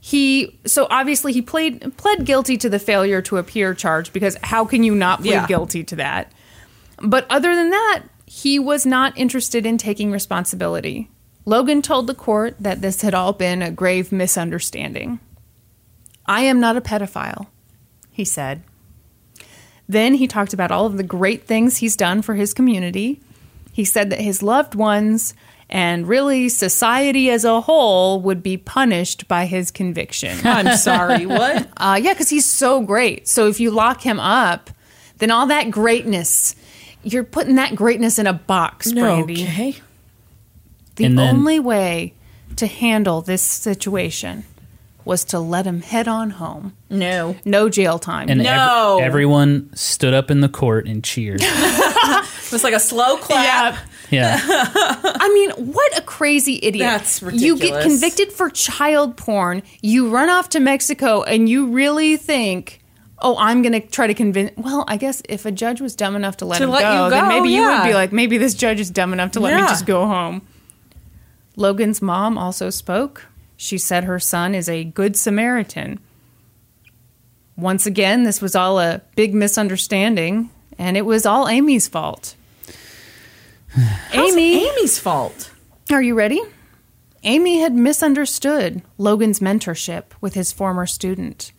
Speaker 2: He so obviously he played pled guilty to the failure to appear charge because how can you not plead
Speaker 4: Yeah.
Speaker 2: guilty to that? But other than that, he was not interested in taking responsibility. Logan told the court that this had all been a grave misunderstanding. I am not a pedophile, he said. Then he talked about all of the great things he's done for his community. He said that his loved ones and really society as a whole would be punished by his conviction.
Speaker 4: I'm sorry. What?
Speaker 2: Uh, yeah, because he's so great. So if you lock him up, then all that greatness, you're putting that greatness in a box, Brandy.
Speaker 5: Okay.
Speaker 2: The
Speaker 3: And then-
Speaker 2: only way to handle this situation was to let him head on home.
Speaker 5: No.
Speaker 2: No jail time.
Speaker 3: And ev-
Speaker 4: No.
Speaker 3: everyone stood up in the court and cheered.
Speaker 4: It was like a slow clap.
Speaker 2: Yeah.
Speaker 3: Yeah.
Speaker 2: I mean, what a crazy idiot.
Speaker 4: That's
Speaker 2: You get
Speaker 4: ridiculous.
Speaker 2: convicted for child porn, you run off to Mexico, and you really think, oh, I'm going to try to convince. Well, I guess if a judge was dumb enough to let
Speaker 4: To
Speaker 2: him
Speaker 4: let
Speaker 2: go,
Speaker 4: you
Speaker 2: then
Speaker 4: go,
Speaker 2: maybe you would
Speaker 4: yeah.
Speaker 2: be like, maybe this judge is dumb enough to let me
Speaker 4: Yeah.
Speaker 2: just go home. Logan's mom also spoke. She said her son is a good Samaritan. Once again, this was all a big misunderstanding, and it was all Amy's fault. Amy,
Speaker 4: Amy's fault.
Speaker 2: are you ready? Amy had misunderstood Logan's mentorship with his former student.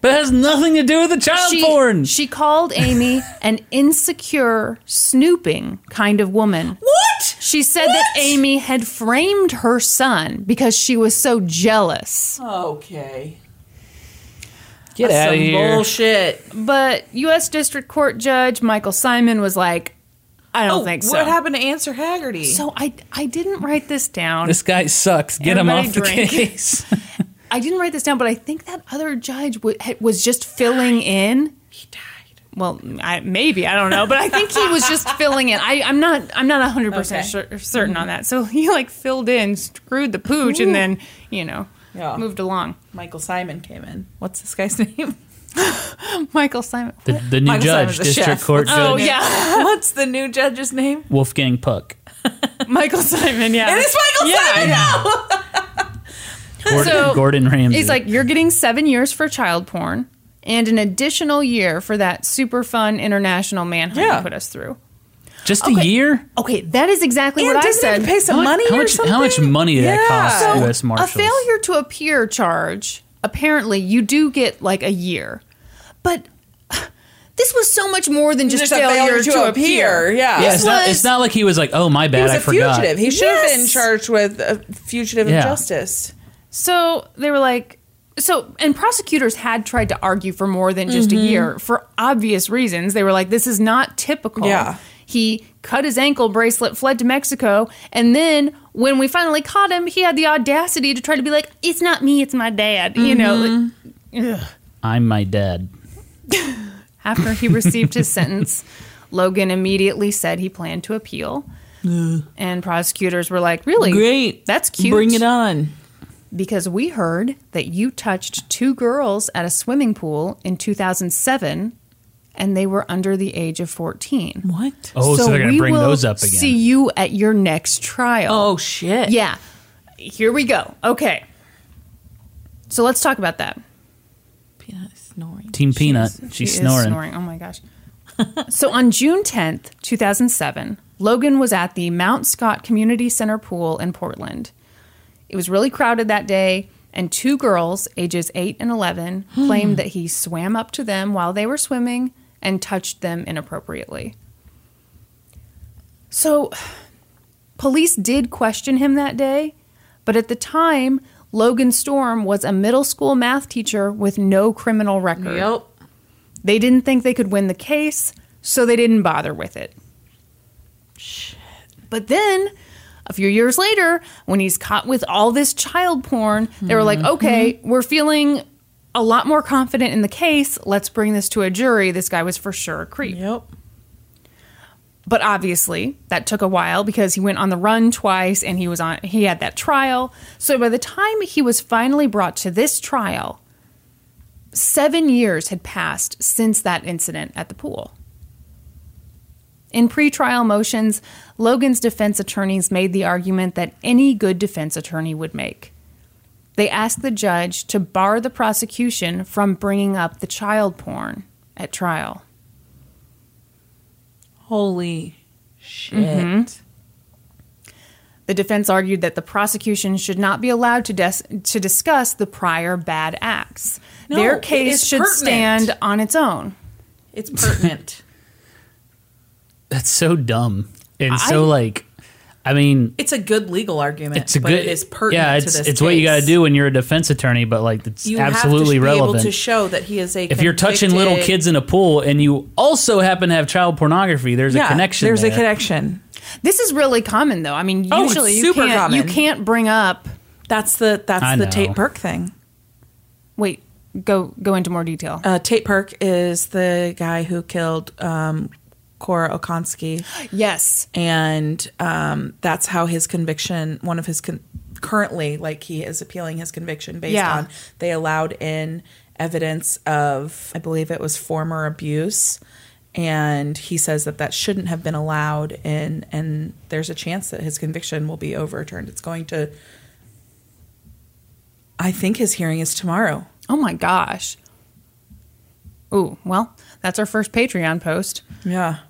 Speaker 3: But it has nothing to do with the child porn.
Speaker 2: she called Amy an insecure, snooping kind of woman.
Speaker 4: What?
Speaker 2: She said that Amy had framed her son because she was so jealous.
Speaker 4: Okay.
Speaker 3: Get
Speaker 4: That's
Speaker 3: out
Speaker 4: some
Speaker 3: of here.
Speaker 4: bullshit.
Speaker 2: But U.S. District Court Judge Michael Simon was like, I don't think so.
Speaker 4: Oh, What happened to Answer Haggerty?
Speaker 2: So I, I didn't write this down.
Speaker 3: This guy sucks. Get him
Speaker 2: Everybody
Speaker 3: off
Speaker 2: drink.
Speaker 3: the case.
Speaker 2: I didn't write this down, but I think that other judge w- was just filling in.
Speaker 4: he died.
Speaker 2: Well, I, maybe I don't know, but I think he was just filling in. I, I'm not. I'm not 100 percent cer- certain on that. So he like filled in, screwed the pooch, and then you know
Speaker 4: Yeah.
Speaker 2: moved along.
Speaker 4: Michael Simon came in. What's this guy's name?
Speaker 2: Michael Simon.
Speaker 3: The, the new
Speaker 4: Michael
Speaker 3: judge,
Speaker 4: Simon's a
Speaker 3: district
Speaker 4: chef.
Speaker 3: court
Speaker 2: Oh
Speaker 3: judge,
Speaker 2: yeah,
Speaker 4: What's the new judge's name?
Speaker 3: Wolfgang Puck.
Speaker 2: Michael Simon. Yeah,
Speaker 4: It is Michael Simon.
Speaker 3: Gordon,
Speaker 2: So,
Speaker 3: Gordon Ramsay.
Speaker 2: He's like, you're getting seven years for child porn and an additional year for that super fun international manhunt
Speaker 4: Yeah.
Speaker 2: you put us through.
Speaker 3: just a year.
Speaker 2: Okay, that is exactly
Speaker 4: And
Speaker 2: what I
Speaker 4: doesn't have
Speaker 2: said.
Speaker 4: to pay some
Speaker 3: How much-
Speaker 4: money
Speaker 3: how
Speaker 4: or
Speaker 3: much-
Speaker 4: something?
Speaker 3: how much money did that cost?
Speaker 4: Yeah.
Speaker 3: So-
Speaker 4: So,
Speaker 3: U.S. Marshals.
Speaker 2: A failure to appear charge, apparently, you do get like a year. But this was so much more than just,
Speaker 4: Just a failure to appear, yeah.
Speaker 3: yeah,
Speaker 2: This
Speaker 3: it's, not,
Speaker 2: was-
Speaker 3: it's not like he was like, oh, my bad,
Speaker 4: he was
Speaker 3: I
Speaker 4: a
Speaker 3: forgot.
Speaker 4: fugitive. He should have been
Speaker 2: Yes.
Speaker 4: charged with a fugitive
Speaker 3: Yeah.
Speaker 4: injustice.
Speaker 2: So they were like, so, and prosecutors had tried to argue for more than just
Speaker 4: Mm-hmm.
Speaker 2: a year for obvious reasons. They were like, this is not typical.
Speaker 4: Yeah.
Speaker 2: He cut his ankle bracelet, fled to Mexico, and then when we finally caught him, he had the audacity to try to be like, it's not me, it's my dad. You know,
Speaker 4: Mm-hmm.
Speaker 2: like,
Speaker 3: I'm my dad.
Speaker 2: After he received his sentence, Logan immediately said he planned to appeal. And prosecutors were like, Really?
Speaker 5: Great.
Speaker 2: That's cute.
Speaker 5: Bring it on.
Speaker 2: Because we heard that you touched two girls at a swimming pool in 2007 and they were under the age of 14.
Speaker 5: What?
Speaker 3: Oh, so, they're going
Speaker 2: we
Speaker 3: to bring
Speaker 2: will
Speaker 3: those up again.
Speaker 2: See you at your next trial.
Speaker 5: Oh shit.
Speaker 2: Yeah. Here we go. Okay. So let's talk about that.
Speaker 5: Peanut snoring.
Speaker 3: Team Peanut. She's
Speaker 2: She is
Speaker 3: snoring.
Speaker 2: Oh my gosh. so on June 10th, 2007, Logan was at the Mount Scott Community Center pool in Portland. It was really crowded that day, and two girls, ages 8 and 11, claimed that he swam up to them while they were swimming and touched them inappropriately. So police did question him that day, but at the time, Logan Storm was a middle school math teacher with no criminal record.
Speaker 4: Yep.
Speaker 2: They didn't think they could win the case, so they didn't bother with it. But then, a few years later, when he's caught with all this child porn, they were like, okay, we're feeling a lot more confident in the case. Let's bring this to a jury. This guy was for sure a creep.
Speaker 4: Yep.
Speaker 2: But obviously, that took a while because he went on the run twice and he was on he had that trial. So by the time he was finally brought to this trial, 7 years had passed since that incident at the pool. In pretrial motions, Logan's defense attorneys made the argument that any good defense attorney would make. They asked the judge to bar the prosecution from bringing up the child porn at trial.
Speaker 5: Holy shit.
Speaker 1: Mm-hmm.
Speaker 2: The defense argued that the prosecution should not be allowed to, dis- to discuss the prior bad acts. Their
Speaker 4: it
Speaker 2: case
Speaker 4: is
Speaker 2: should
Speaker 4: pertinent.
Speaker 2: stand on its own.
Speaker 4: It's pertinent.
Speaker 3: That's so dumb. And
Speaker 2: I-
Speaker 3: so, like, I mean,
Speaker 1: It's a good legal argument,
Speaker 3: it's a
Speaker 1: but
Speaker 3: good.
Speaker 1: it is pertinent
Speaker 3: yeah, it's
Speaker 1: to this
Speaker 3: it's what you got
Speaker 1: case.
Speaker 3: to do when you're a defense attorney, but like it's
Speaker 1: You
Speaker 3: absolutely
Speaker 1: have to be
Speaker 3: relevant.
Speaker 1: able to show that he is a
Speaker 3: if you're touching little
Speaker 1: convicted-
Speaker 3: kids in a pool and you also happen to have child pornography, there's
Speaker 1: Yeah,
Speaker 3: a connection.
Speaker 1: there's a
Speaker 3: there.
Speaker 1: connection.
Speaker 2: This is really common, though. I mean,
Speaker 1: Oh, it's
Speaker 2: usually you,
Speaker 1: super
Speaker 2: can't, you
Speaker 1: common.
Speaker 2: can't bring up.
Speaker 1: That's the that's
Speaker 3: I
Speaker 1: the
Speaker 3: know.
Speaker 1: Tate Burke thing.
Speaker 2: Wait, go go into more detail.
Speaker 1: Uh, Tate Burke is the guy who killed um, Cora Okonsky,
Speaker 2: yes,
Speaker 1: and um, that's how his conviction. One of his con- currently, like he is appealing his conviction based
Speaker 2: Yeah.
Speaker 1: on they allowed in evidence of, I believe it was former abuse. And he says that that shouldn't have been allowed, and and there's a chance that his conviction will be overturned. It's going to. I think his hearing is tomorrow.
Speaker 2: Oh my gosh. Ooh, well, that's our first Patreon post.
Speaker 1: Yeah.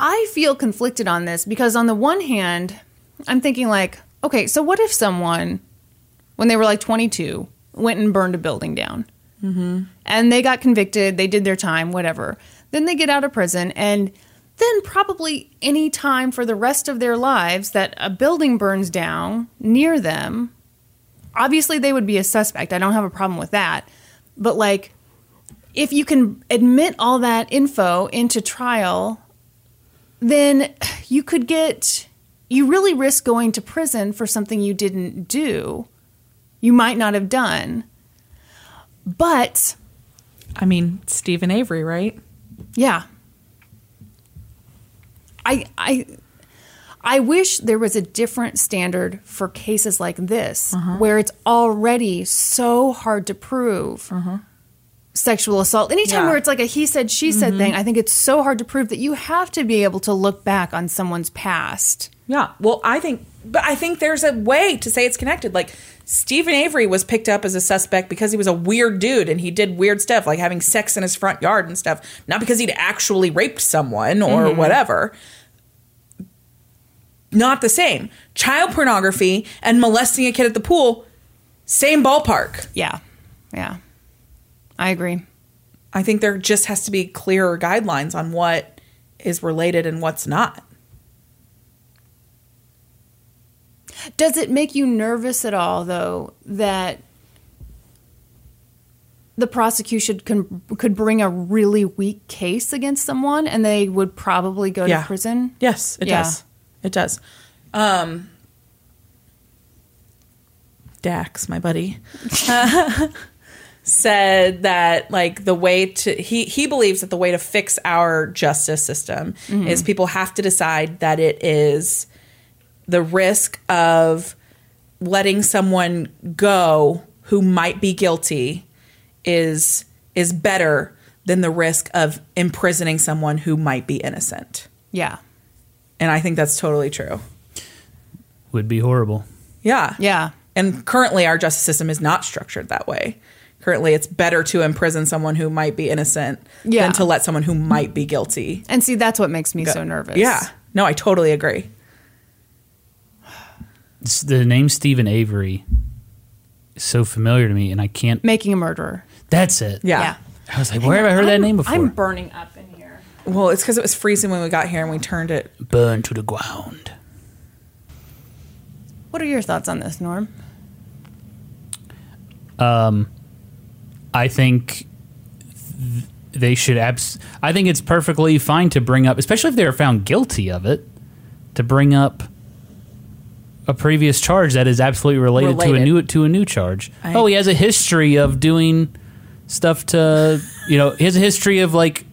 Speaker 2: I feel conflicted on this because on the one hand, I'm thinking like, okay, so what if someone when they were like 22 went and burned a building down? And they got convicted, they did their time, whatever. Then they get out of prison and then probably any time for the rest of their lives that a building burns down near them, obviously they would be a suspect. I don't have a problem with that. But like if you can admit all that info into trial then you could get you really risk going to prison for something you didn't do you might not have done but
Speaker 1: I mean, Stephen Avery, right?
Speaker 2: yeah i i i wish there was a different standard for cases like this where it's already so hard to prove sexual assault anytime
Speaker 1: Yeah.
Speaker 2: where it's like a he said she said thing i think it's so hard to prove that you have to be able to look back on someone's past
Speaker 1: Yeah. Well, I think, but I think there's a way to say it's connected. Like, Stephen Avery was picked up as a suspect because he was a weird dude and he did weird stuff, like having sex in his front yard and stuff, not because he'd actually raped someone or whatever. Not the same. Child pornography and molesting a kid at the pool, same ballpark.
Speaker 2: Yeah. Yeah. I agree.
Speaker 1: I think there just has to be clearer guidelines on what is related and what's not.
Speaker 2: Does it make you nervous at all, though, that the prosecution can, could bring a really weak case against someone and they would probably go
Speaker 1: Yeah.
Speaker 2: to prison?
Speaker 1: Yes, it
Speaker 2: Yeah.
Speaker 1: does. It does. Um, Dax, my buddy, said that like the way to he he believes that the way to fix our justice system
Speaker 2: Mm-hmm.
Speaker 1: is people have to decide that it is the risk of letting someone go who might be guilty is is better than the risk of imprisoning someone who might be innocent.
Speaker 2: Yeah.
Speaker 1: And I think that's totally true.
Speaker 3: Would be horrible.
Speaker 1: Yeah.
Speaker 2: Yeah.
Speaker 1: And currently, our justice system is not structured that way. Currently, it's better to imprison someone who might be innocent
Speaker 2: Yeah.
Speaker 1: than to let someone who might be guilty.
Speaker 2: And see, that's what makes me so nervous.
Speaker 1: Yeah. No, I totally agree.
Speaker 3: It's- the name Stephen Avery is so familiar to me, and I can't.
Speaker 2: Making a murderer.
Speaker 3: That's it.
Speaker 1: Yeah.
Speaker 3: I was like, where have I heard that name before?
Speaker 2: I'm burning up in here.
Speaker 1: Well, it's because it was freezing when we got here and we turned it.
Speaker 3: Burned to the ground.
Speaker 2: What are your thoughts on this, Norm?
Speaker 3: I think th- they should abs. I think it's perfectly fine to bring up, especially if they are found guilty of it, to bring up a previous charge that is absolutely related, to a
Speaker 1: Related.
Speaker 3: new to a new charge. oh, he has a history of doing stuff to you know. He has a history of like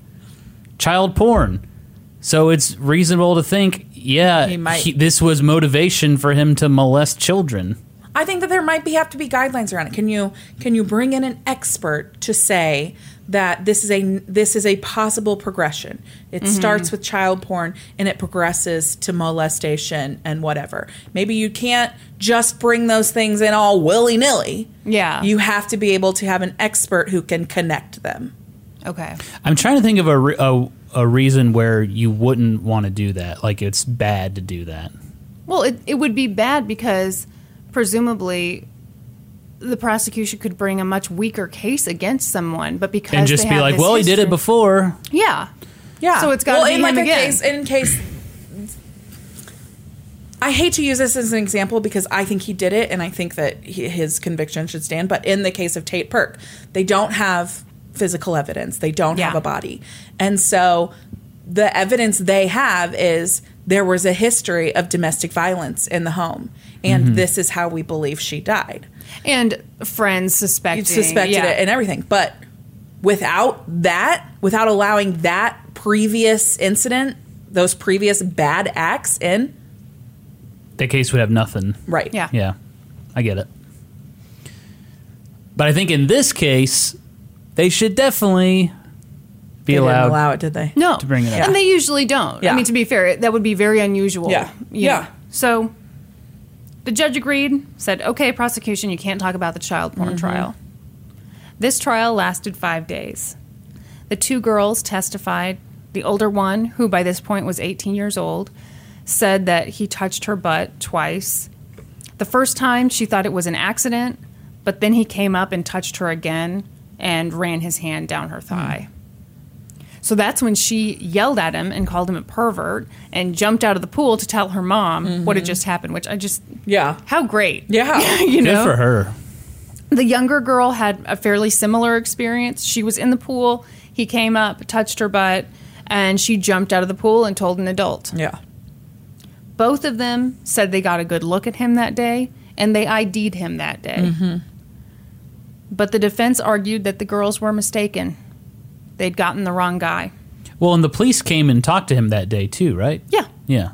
Speaker 3: child porn. So it's reasonable to think, yeah,
Speaker 1: He might-
Speaker 3: he- this was motivation for him to molest children.
Speaker 1: I think that there might be have to be guidelines around it. Can you can you bring in an expert to say that this is a this is a possible progression? It starts with child porn and it progresses to molestation and whatever. Maybe you can't just bring those things in all willy nilly.
Speaker 2: Yeah.
Speaker 1: You have to be able to have an expert who can connect them.
Speaker 2: Okay.
Speaker 3: I'm trying to think of a, re- a a reason where you wouldn't want to do that. Like it's bad to do that.
Speaker 2: Well, it, it would be bad because presumably the prosecution could bring a much weaker case against someone, but because
Speaker 3: and just
Speaker 2: they
Speaker 3: be
Speaker 2: have
Speaker 3: like,
Speaker 2: this
Speaker 3: "Well, he did
Speaker 2: history-
Speaker 3: it before."
Speaker 2: Yeah,
Speaker 1: Yeah.
Speaker 2: So it's gotta be
Speaker 1: in
Speaker 2: him
Speaker 1: like
Speaker 2: again.
Speaker 1: a case in case I hate to use this as an example because I think he did it, and I think that he, his conviction should stand. But in the case of Tate Perk, they don't have physical evidence; they don't have
Speaker 2: Yeah.
Speaker 1: a body, and so the evidence they have is there was a history of domestic violence in the home, and this is how we believe she died.
Speaker 2: And friends
Speaker 1: You
Speaker 2: suspecting.
Speaker 1: suspected
Speaker 2: yeah.
Speaker 1: it and everything, but without that, without allowing that previous incident, those previous bad acts in,
Speaker 3: The case would have nothing.
Speaker 1: right?
Speaker 2: Yeah.
Speaker 3: Yeah, I get it. But I think in this case, they should definitely be
Speaker 1: They
Speaker 3: allowed.
Speaker 1: didn't allow it, did they?
Speaker 2: No.
Speaker 3: to bring it up.
Speaker 2: And they usually don't.
Speaker 1: Yeah.
Speaker 2: I mean, to be fair, it- that would be very unusual.
Speaker 1: Yeah.
Speaker 2: you know.
Speaker 1: Yeah.
Speaker 2: So the judge agreed, said, okay, prosecution, you can't talk about the child
Speaker 1: Mm-hmm.
Speaker 2: porn trial. This trial lasted five days. The two girls testified. The older one, who by this point was 18 years old, said that he touched her butt twice. The first time she thought it was an accident, but then he came up and touched her again and ran his hand down her thigh. So that's when she yelled at him and called him a pervert and jumped out of the pool to tell her mom what had just happened, which I just,
Speaker 1: Mm-hmm. Yeah.
Speaker 2: how great.
Speaker 1: Yeah.
Speaker 2: you
Speaker 3: Good
Speaker 2: know?
Speaker 3: for her.
Speaker 2: The younger girl had a fairly similar experience. She was in the pool, he came up, touched her butt, and she jumped out of the pool and told an adult.
Speaker 1: Yeah.
Speaker 2: Both of them said they got a good look at him that day and they ID'd him that day. But the defense argued that the girls were mistaken. They'd gotten the wrong guy.
Speaker 3: Well, and the police came and talked to him that day too, right?
Speaker 2: Yeah,
Speaker 3: Yeah,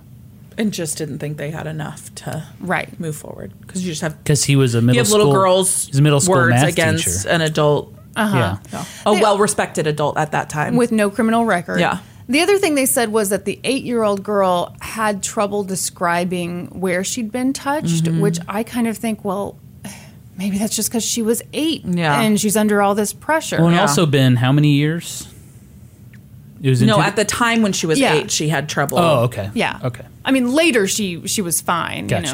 Speaker 1: And just didn't think they had enough to
Speaker 2: right.
Speaker 1: move forward because you just have
Speaker 3: because he was a middle
Speaker 1: you have
Speaker 3: school.
Speaker 1: little girls
Speaker 3: He's a middle school
Speaker 1: words
Speaker 3: math
Speaker 1: against uh-huh. Oh,
Speaker 3: teacher.
Speaker 1: an adult,
Speaker 3: Yeah.
Speaker 1: a well respected adult at that time.
Speaker 2: Uh-huh. With no criminal record.
Speaker 1: Yeah.
Speaker 2: The other thing they said was that the eight year old girl had trouble describing where she'd been touched,
Speaker 1: Mm-hmm.
Speaker 2: which I kind of think, well, maybe that's just because she was eight
Speaker 1: Yeah.
Speaker 2: and she's under all this pressure.
Speaker 3: Well, and
Speaker 1: Yeah.
Speaker 3: also been how many years? It was in
Speaker 1: no,
Speaker 3: two-
Speaker 1: at the time when she was
Speaker 2: Yeah.
Speaker 1: eight, she had trouble.
Speaker 3: Oh, okay.
Speaker 2: Yeah.
Speaker 3: Okay.
Speaker 2: I mean, later she she was fine. You
Speaker 3: Gotcha.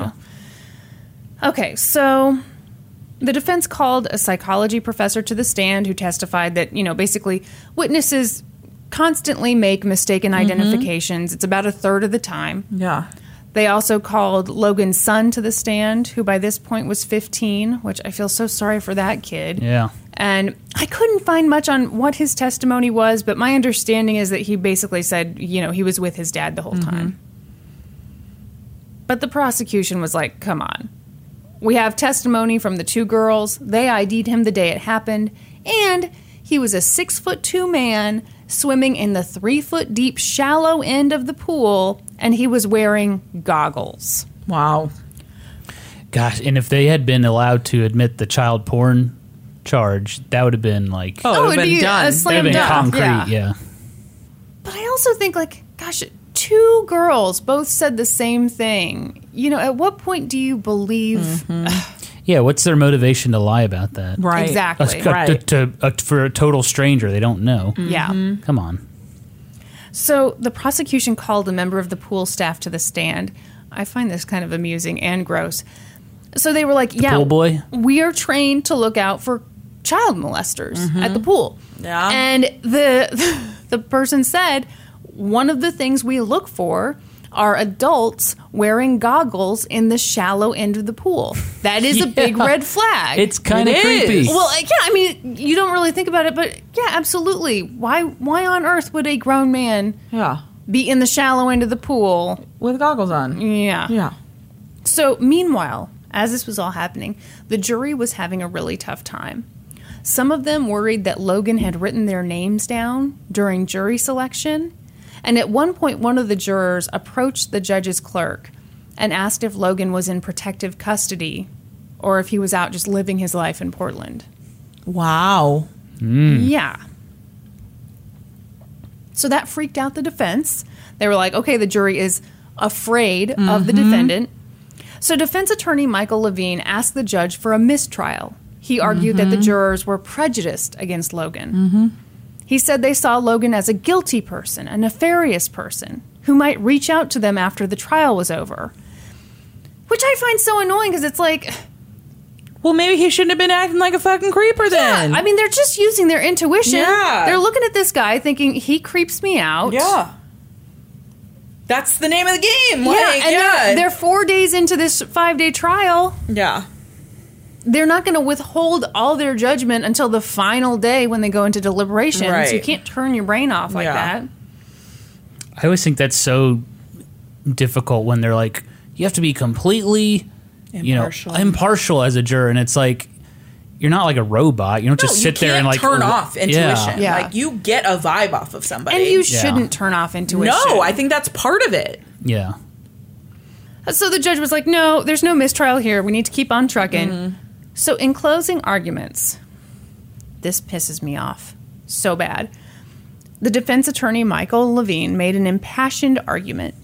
Speaker 2: know. Okay, so the defense called a psychology professor to the stand who testified that you know basically witnesses constantly make mistaken
Speaker 1: Mm-hmm.
Speaker 2: identifications. It's about a third of the time.
Speaker 1: yeah,
Speaker 2: They also called Logan's son to the stand, who by this point was 15, which I feel so sorry for that kid.
Speaker 3: Yeah.
Speaker 2: And I couldn't find much on what his testimony was, but my understanding is that he basically said, you know, he was with his dad the whole time. But the prosecution was like, come on. We have testimony from the two girls. They ID'd him the day it happened. And he was a six foot two man swimming in the three foot deep shallow end of the pool, and he was wearing goggles.
Speaker 1: wow,
Speaker 3: Gosh, and if they had been allowed to admit the child porn charge, that would have been like
Speaker 1: Oh, it would've
Speaker 2: it'd
Speaker 1: been done.
Speaker 2: a
Speaker 1: It'd
Speaker 3: that
Speaker 2: slam
Speaker 3: would have been
Speaker 2: dunk.
Speaker 3: concrete. Yeah.
Speaker 2: But I also think, like, gosh, two girls both said the same thing. You know, at what point do you believe
Speaker 3: Yeah, What's their motivation to lie about that?
Speaker 1: right,
Speaker 3: Uh,
Speaker 2: exactly?
Speaker 3: to-
Speaker 1: Right. Mm-hmm.
Speaker 3: to- uh, for a total stranger, they don't know.
Speaker 2: Yeah.
Speaker 3: Come on.
Speaker 2: So the prosecution called a member of the pool staff to the stand. I find this kind of amusing and gross. So they were like, "Yeah,
Speaker 3: pool boy?
Speaker 2: we are trained to look out for child molesters
Speaker 3: Mm-hmm.
Speaker 2: at the pool."
Speaker 1: Yeah.
Speaker 2: and the the person said one of the things we look for are adults wearing goggles in the shallow end of the pool. That is a big
Speaker 3: Yeah.
Speaker 2: red flag.
Speaker 3: It's kind of
Speaker 1: is.
Speaker 3: creepy.
Speaker 2: Well, yeah, I mean, you don't really think about it, but yeah, absolutely. Why why on earth would a grown man
Speaker 1: Yeah,
Speaker 2: be in the shallow end of the pool?
Speaker 1: with goggles on.
Speaker 2: Yeah.
Speaker 1: Yeah,
Speaker 2: So, meanwhile, as this was all happening, the jury was having a really tough time. Some of them worried that Logan had written their names down during jury selection. And at one point, one of the jurors approached the judge's clerk and asked if Logan was in protective custody or if he was out just living his life in Portland.
Speaker 1: wow,
Speaker 2: Yeah. So that freaked out the defense. They were like, okay, the jury is afraid of the defendant. So defense attorney Michael Levine asked the judge for a mistrial. He argued that the jurors were prejudiced against Logan. He said they saw Logan as a guilty person, a nefarious person who might reach out to them after the trial was over. Which I find so annoying because it's like,
Speaker 1: Well, maybe he shouldn't have been acting like a fucking creeper then.
Speaker 2: I mean, they're just using their intuition.
Speaker 1: Yeah.
Speaker 2: They're looking at this guy thinking, he creeps me out.
Speaker 1: yeah, That's the name of the game.
Speaker 2: yeah,
Speaker 1: Like,
Speaker 2: and
Speaker 1: yeah.
Speaker 2: They're, they're four days into this five day trial.
Speaker 1: yeah.
Speaker 2: They're not going to withhold all their judgment until the final day when they go into deliberation.
Speaker 1: Right.
Speaker 2: So you can't turn your brain off like
Speaker 1: Yeah.
Speaker 2: that.
Speaker 3: I always think that's so difficult when they're like, you have to be completely,
Speaker 1: Impartial.
Speaker 3: you know, impartial as a juror, and it's like you're not like a robot. You don't
Speaker 1: No,
Speaker 3: just
Speaker 1: you
Speaker 3: sit there
Speaker 1: can't
Speaker 3: and like
Speaker 1: turn
Speaker 3: l-
Speaker 1: off intuition.
Speaker 2: Yeah.
Speaker 1: Like you get a vibe off of somebody.
Speaker 2: And you
Speaker 3: Yeah.
Speaker 2: shouldn't turn off intuition.
Speaker 1: no, I think that's part of it.
Speaker 3: Yeah,
Speaker 2: So the judge was like, no, there's no mistrial here. We need to keep on trucking. So, in closing arguments, this pisses me off so bad. The defense attorney, Michael Levine, made an impassioned argument.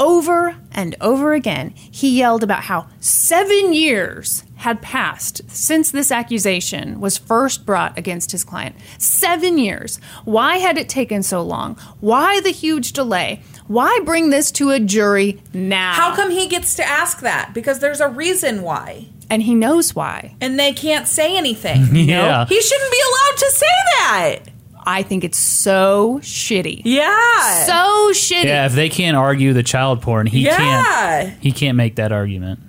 Speaker 2: Over and over again, he yelled about how seven years had passed since this accusation was first brought against his client. Seven years. Why had it taken so long? Why the huge delay? Why bring this to a jury now?
Speaker 1: How come he gets to ask that? Because there's a reason why.
Speaker 2: And he knows why.
Speaker 1: And they can't say anything. you know?
Speaker 3: Yeah.
Speaker 1: He shouldn't be allowed to say that.
Speaker 2: I think it's so shitty.
Speaker 1: Yeah.
Speaker 2: So shitty.
Speaker 3: yeah. If they can't argue the child porn, he
Speaker 1: Yeah.
Speaker 3: can't. He can't make that argument.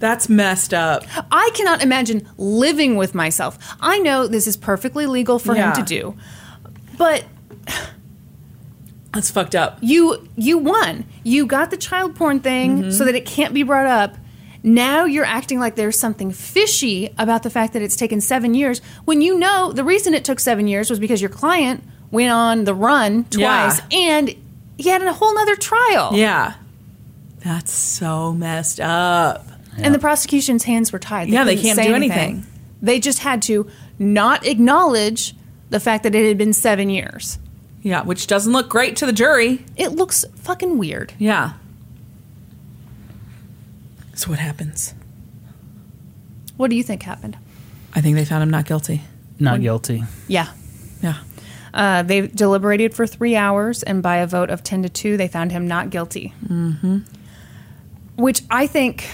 Speaker 1: That's messed up.
Speaker 2: I cannot imagine living with myself. I know this is perfectly legal for
Speaker 1: Yeah.
Speaker 2: him to do, but
Speaker 1: That's fucked up.
Speaker 2: you you won. You got the child porn thing
Speaker 1: Mm-hmm.
Speaker 2: so that it can't be brought up. Now you're acting like there's something fishy about the fact that it's taken seven years when you know the reason it took seven years was because your client went on the run
Speaker 1: Yeah.
Speaker 2: twice and he had a whole nother trial.
Speaker 1: Yeah. That's so messed up.
Speaker 2: And the prosecution's hands were tied.
Speaker 1: Yeah, they
Speaker 2: couldn't
Speaker 1: can't
Speaker 2: say
Speaker 1: do anything.
Speaker 2: They just had to not acknowledge the fact that it had been seven years.
Speaker 1: Yeah, which doesn't look great to the jury.
Speaker 2: It looks fucking weird.
Speaker 1: Yeah. That's what happens.
Speaker 2: What do you think happened?
Speaker 1: I think they found him not guilty.
Speaker 3: Not guilty.
Speaker 2: Yeah.
Speaker 1: Yeah.
Speaker 2: Uh, they deliberated for three hours, and by a vote of 10 to 2, they found him not guilty. Mm-hmm. Which I think,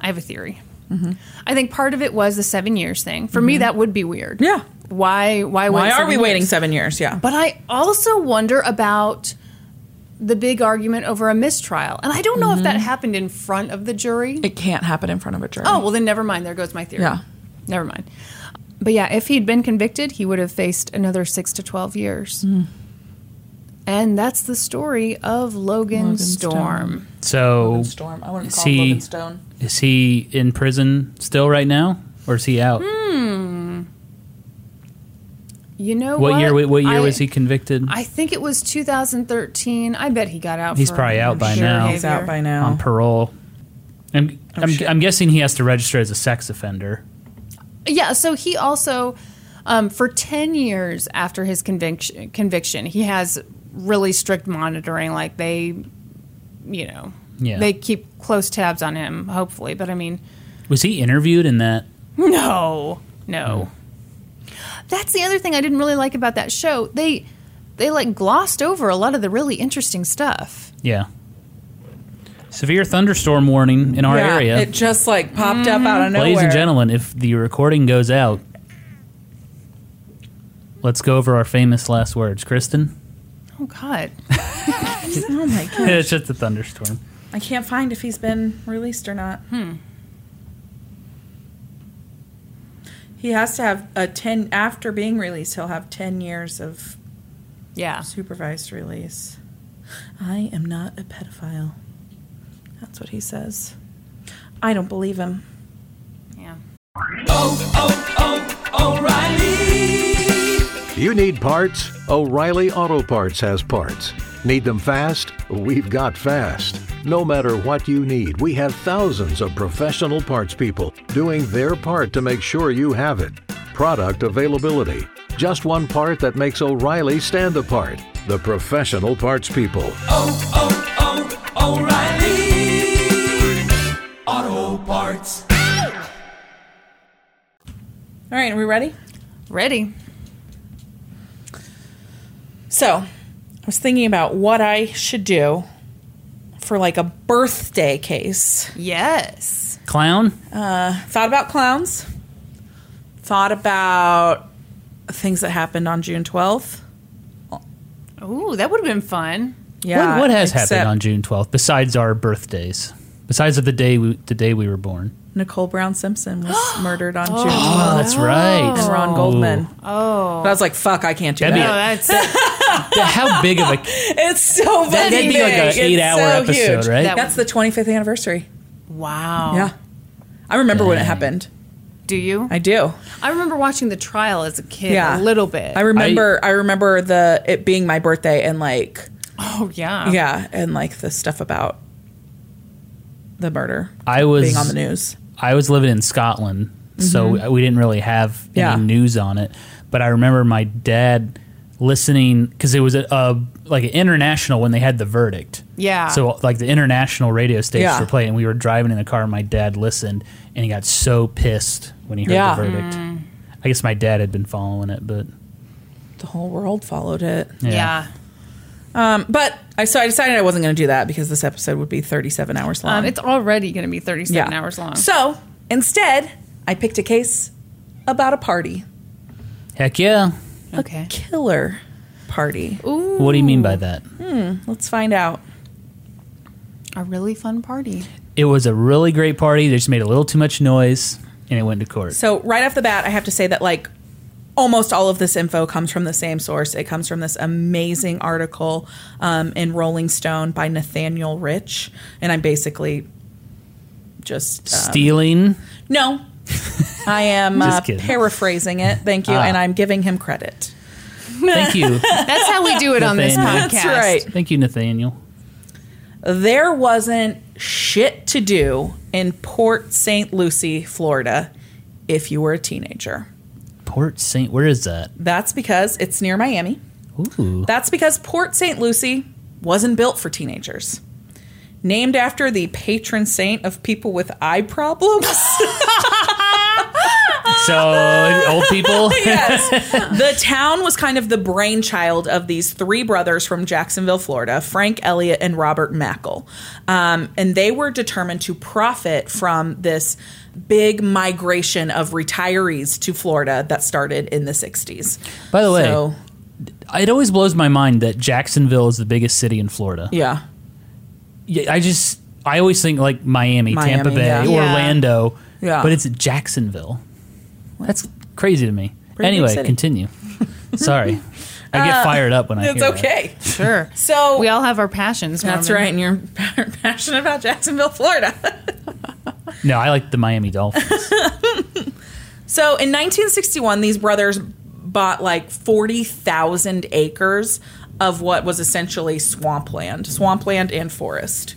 Speaker 2: I have a theory.
Speaker 1: Mm-hmm.
Speaker 2: I think part of it was the seven years thing. For me, that would be weird.
Speaker 1: Yeah.
Speaker 2: Why? Why?
Speaker 1: Why
Speaker 2: wait
Speaker 1: are
Speaker 2: seven
Speaker 1: we waiting
Speaker 2: years?
Speaker 1: seven years? Yeah.
Speaker 2: But I also wonder about the big argument over a mistrial. And I don't know if that
Speaker 1: Mm-hmm.
Speaker 2: happened in front of the jury.
Speaker 1: It can't happen in front of a jury.
Speaker 2: oh, well, then never mind. There goes my theory.
Speaker 1: Yeah.
Speaker 2: Never mind. But yeah, if he'd been convicted, he would have faced another six to 12 years.
Speaker 1: Hmm.
Speaker 2: And that's the story of Logan, Storm.
Speaker 3: So
Speaker 1: Storm. I wouldn't
Speaker 3: is
Speaker 1: call him
Speaker 3: he-
Speaker 1: Logan Stone.
Speaker 3: is he in prison still right now, or is he out?
Speaker 1: Hmm,
Speaker 2: You know
Speaker 3: What,
Speaker 2: what?
Speaker 3: year? What year
Speaker 2: I-
Speaker 3: was he convicted?
Speaker 2: I think it was 2013. I bet he got out.
Speaker 3: He's
Speaker 2: for
Speaker 3: probably out by
Speaker 2: impure
Speaker 3: now.
Speaker 1: He's out
Speaker 2: behavior.
Speaker 1: by now.
Speaker 3: on parole. I'm,
Speaker 1: Oh,
Speaker 3: I'm, I'm guessing he has to register as a sex offender.
Speaker 2: Yeah, so he also, um, for 10 years after his conviction, conviction, he has really strict monitoring. Like they, you know,
Speaker 3: Yeah.
Speaker 2: they keep close tabs on him, hopefully. But I mean,
Speaker 3: Was he interviewed in that?
Speaker 2: no, no. That's the other thing I didn't really like about that show. They, they like glossed over a lot of the really interesting stuff.
Speaker 3: Yeah. Severe thunderstorm warning in our
Speaker 1: Yeah,
Speaker 3: area.
Speaker 1: It just like popped up out of nowhere.
Speaker 3: Ladies and gentlemen, if the recording goes out, let's go over our famous last words. Kristen?
Speaker 2: Oh God,
Speaker 1: Oh my god.
Speaker 3: it's just a thunderstorm.
Speaker 1: I can't find if he's been released or not. Hmm. He has to have a 10 after being released, he'll have 10 years of
Speaker 2: yeah.
Speaker 1: supervised release. I am not a pedophile. That's what he says. I don't believe him.
Speaker 2: Yeah.
Speaker 7: You need parts? O'Reilly Auto Parts has parts. Need them fast? We've got fast. No matter what you need, we have thousands of professional parts people doing their part to make sure you have it. Product availability. Just one part that makes O'Reilly stand apart. The professional parts people.
Speaker 1: All right, are we ready?
Speaker 2: Ready?
Speaker 1: So, I was thinking about what I should do for like a birthday case.
Speaker 2: Yes.
Speaker 3: Clown?
Speaker 1: Thought about clowns. Thought about things that happened on June 12th.
Speaker 2: Ooh, that would have been fun.
Speaker 1: Yeah.
Speaker 3: what, what has happened
Speaker 1: except
Speaker 3: on June 12th besides our birthdays? Besides of the day we, the day we were born.
Speaker 1: Nicole Brown Simpson was murdered on June.
Speaker 3: Oh,
Speaker 1: 12th.
Speaker 3: that's right.
Speaker 1: And Ron Goldman. Oh. But I was like, fuck, I can't do
Speaker 3: That'd be-
Speaker 1: that.
Speaker 2: that's that,
Speaker 3: Yeah, how big of a
Speaker 1: It's so funny.
Speaker 3: that'd be like an eight-hour episode, right?
Speaker 2: That-
Speaker 1: That's the 25th anniversary.
Speaker 2: wow.
Speaker 1: Yeah. I remember when it
Speaker 3: Dang.
Speaker 1: happened.
Speaker 2: Do you?
Speaker 1: I do.
Speaker 2: I remember watching the trial as a kid
Speaker 1: Yeah.
Speaker 2: a little bit.
Speaker 1: I remember I, remember the it being my birthday and like
Speaker 2: oh yeah.
Speaker 1: yeah, and like the stuff about the murder
Speaker 3: I was
Speaker 1: being on the news.
Speaker 3: I was living in Scotland, so we didn't really have
Speaker 1: Mm-hmm. Yeah.
Speaker 3: any news on it. But I remember my dad listening because it was a, a like an international when they had the verdict.
Speaker 2: Yeah.
Speaker 3: So like the international radio stations
Speaker 1: Yeah.
Speaker 3: were playing. And we were driving in the car. and My dad listened, and he got so pissed when he heard
Speaker 1: Yeah. Mm.
Speaker 3: the verdict. I guess my dad had been following it, but
Speaker 1: The whole world followed it.
Speaker 3: yeah.
Speaker 2: Yeah.
Speaker 1: Um, but I so I decided I wasn't going to do that because this episode would be 37 hours long.
Speaker 2: Um, it's already going to be 37
Speaker 1: Yeah.
Speaker 2: hours long.
Speaker 1: So instead, I picked a case about a party,
Speaker 3: Heck yeah.
Speaker 2: okay.
Speaker 1: killer party.
Speaker 3: What do you mean by that?
Speaker 1: Let's find out.
Speaker 2: A really fun party.
Speaker 3: It was a really great party. They just made a little too much noise, and it went to court.
Speaker 1: So um, right off the bat, I have to say that like almost all of this info comes from the same source. It comes from this amazing article um, in Rolling Stone by Nathaniel Rich, and I'm basically just um,
Speaker 3: Stealing.
Speaker 1: no. I am uh,
Speaker 3: Just kidding. Ah.
Speaker 1: paraphrasing it. Thank you, and I'm giving him credit.
Speaker 3: Thank you.
Speaker 2: That's how we do it on this podcast.
Speaker 3: Nathaniel.
Speaker 1: That's right.
Speaker 3: Thank you, Nathaniel.
Speaker 1: there wasn't shit to do in Port St. Lucie, Florida, if you were a teenager.
Speaker 3: Port Saint. Where is that?
Speaker 1: That's because it's near Miami.
Speaker 3: Ooh.
Speaker 1: That's because Port St. Lucie wasn't built for teenagers. Named after the patron saint of people with eye problems.
Speaker 3: So old people.
Speaker 1: the town was kind of the brainchild of these three brothers from Jacksonville, Florida Frank, Elliot, and Robert Mackel. Um, and they were determined to profit from this big migration of retirees to Florida that started in the 60s.
Speaker 3: By the way,
Speaker 1: so,
Speaker 3: it always blows my mind that Jacksonville is the biggest city in Florida.
Speaker 1: yeah.
Speaker 3: Yeah, I just I always think like Miami,
Speaker 1: Miami,
Speaker 3: Tampa Bay,
Speaker 1: yeah.
Speaker 2: Yeah.
Speaker 3: Orlando.
Speaker 1: Yeah.
Speaker 3: But it's Jacksonville. That's crazy to me.
Speaker 1: Pretty big
Speaker 3: anyway,
Speaker 1: city. Uh,
Speaker 3: continue. Sorry. I get fired up when I
Speaker 1: It's
Speaker 3: hear that.
Speaker 1: okay.
Speaker 2: Sure.
Speaker 1: So,
Speaker 2: We all have our passions.
Speaker 1: that's
Speaker 2: Norman.
Speaker 1: right. And you're passionate about Jacksonville, Florida.
Speaker 3: No, I like the Miami Dolphins.
Speaker 1: So in 1961, these brothers bought like 40,000 acres of what was essentially swampland, swampland and forest.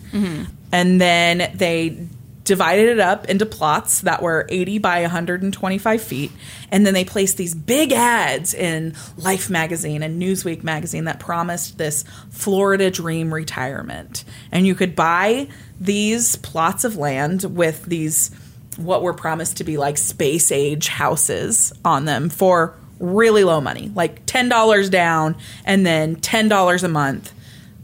Speaker 1: And then they divided it up into plots that were 80 by 125 feet. And then they placed these big ads in Life magazine and Newsweek magazine that promised this Florida dream retirement. And you could buy these plots of land with these what were promised to be like space age houses on them for really low money, like $10 down and then $10 a month.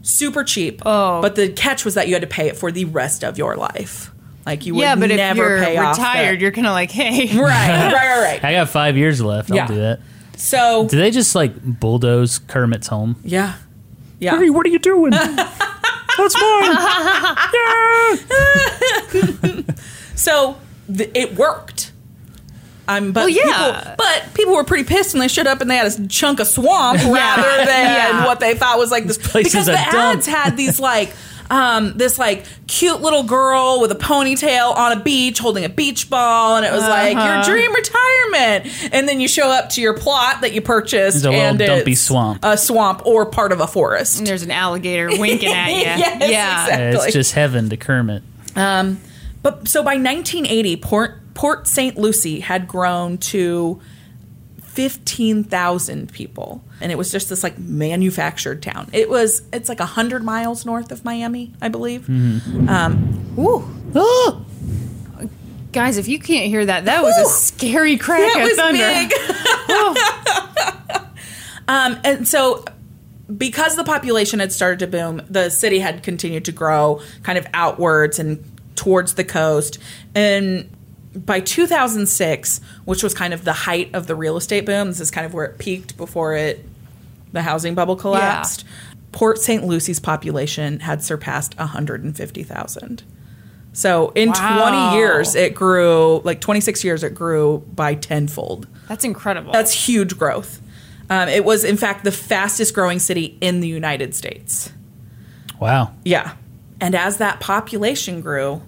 Speaker 1: Super cheap. Oh. But the catch was that you had to pay it for the rest of your life. Like you would
Speaker 2: Yeah, but if
Speaker 1: never
Speaker 2: you're
Speaker 1: pay off.
Speaker 2: retired,
Speaker 1: that-
Speaker 2: you're kind of like, hey.
Speaker 1: right, right, right, right.
Speaker 3: I got five years left. I'll
Speaker 1: Yeah.
Speaker 3: do that.
Speaker 1: So,
Speaker 3: Do they just like bulldoze Kermit's home?
Speaker 1: yeah. Yeah.
Speaker 3: Hey, what are you doing? That's mine.
Speaker 1: So th- it worked. Um, but
Speaker 2: Well, yeah.
Speaker 1: people, but people were pretty pissed when they showed up and they had a chunk of swamp rather than
Speaker 2: Yeah.
Speaker 1: what they thought was like this
Speaker 3: place
Speaker 1: because
Speaker 3: is a
Speaker 1: the
Speaker 3: dump.
Speaker 1: ads had these like um, this like cute little girl with a ponytail on a beach holding a beach ball and it was like
Speaker 3: Uh-huh.
Speaker 1: your dream retirement and then you show up to your plot that you purchased
Speaker 3: It's a little
Speaker 1: and
Speaker 3: dumpy
Speaker 1: it's
Speaker 3: swamp.
Speaker 1: a swamp or part of a forest
Speaker 2: And there's an alligator winking at you.
Speaker 1: Yes,
Speaker 2: yeah.
Speaker 1: exactly.
Speaker 3: it's just heaven to Kermit.
Speaker 1: But so by 1980, Port Port St. Lucie had grown to 15,000 people, and it was just this like manufactured town. It was it's like 100 miles north of Miami, I believe.
Speaker 2: Guys, if you can't hear that, that was a scary crack
Speaker 1: That
Speaker 2: of
Speaker 1: was
Speaker 2: thunder.
Speaker 1: big. um, and so because the population had started to boom, the city had continued to grow kind of outwards and towards the coast. And by 2006, which was kind of the height of the real estate boom, this is kind of where it peaked before it the housing bubble collapsed. Port Port St. Lucie's population had surpassed 150,000. So in 20 years, it grew, like 26 years, it grew by tenfold.
Speaker 2: That's incredible.
Speaker 1: That's huge growth. Um, it was, in fact, the fastest growing city in the United States.
Speaker 3: Wow.
Speaker 1: Yeah. And as that population grew,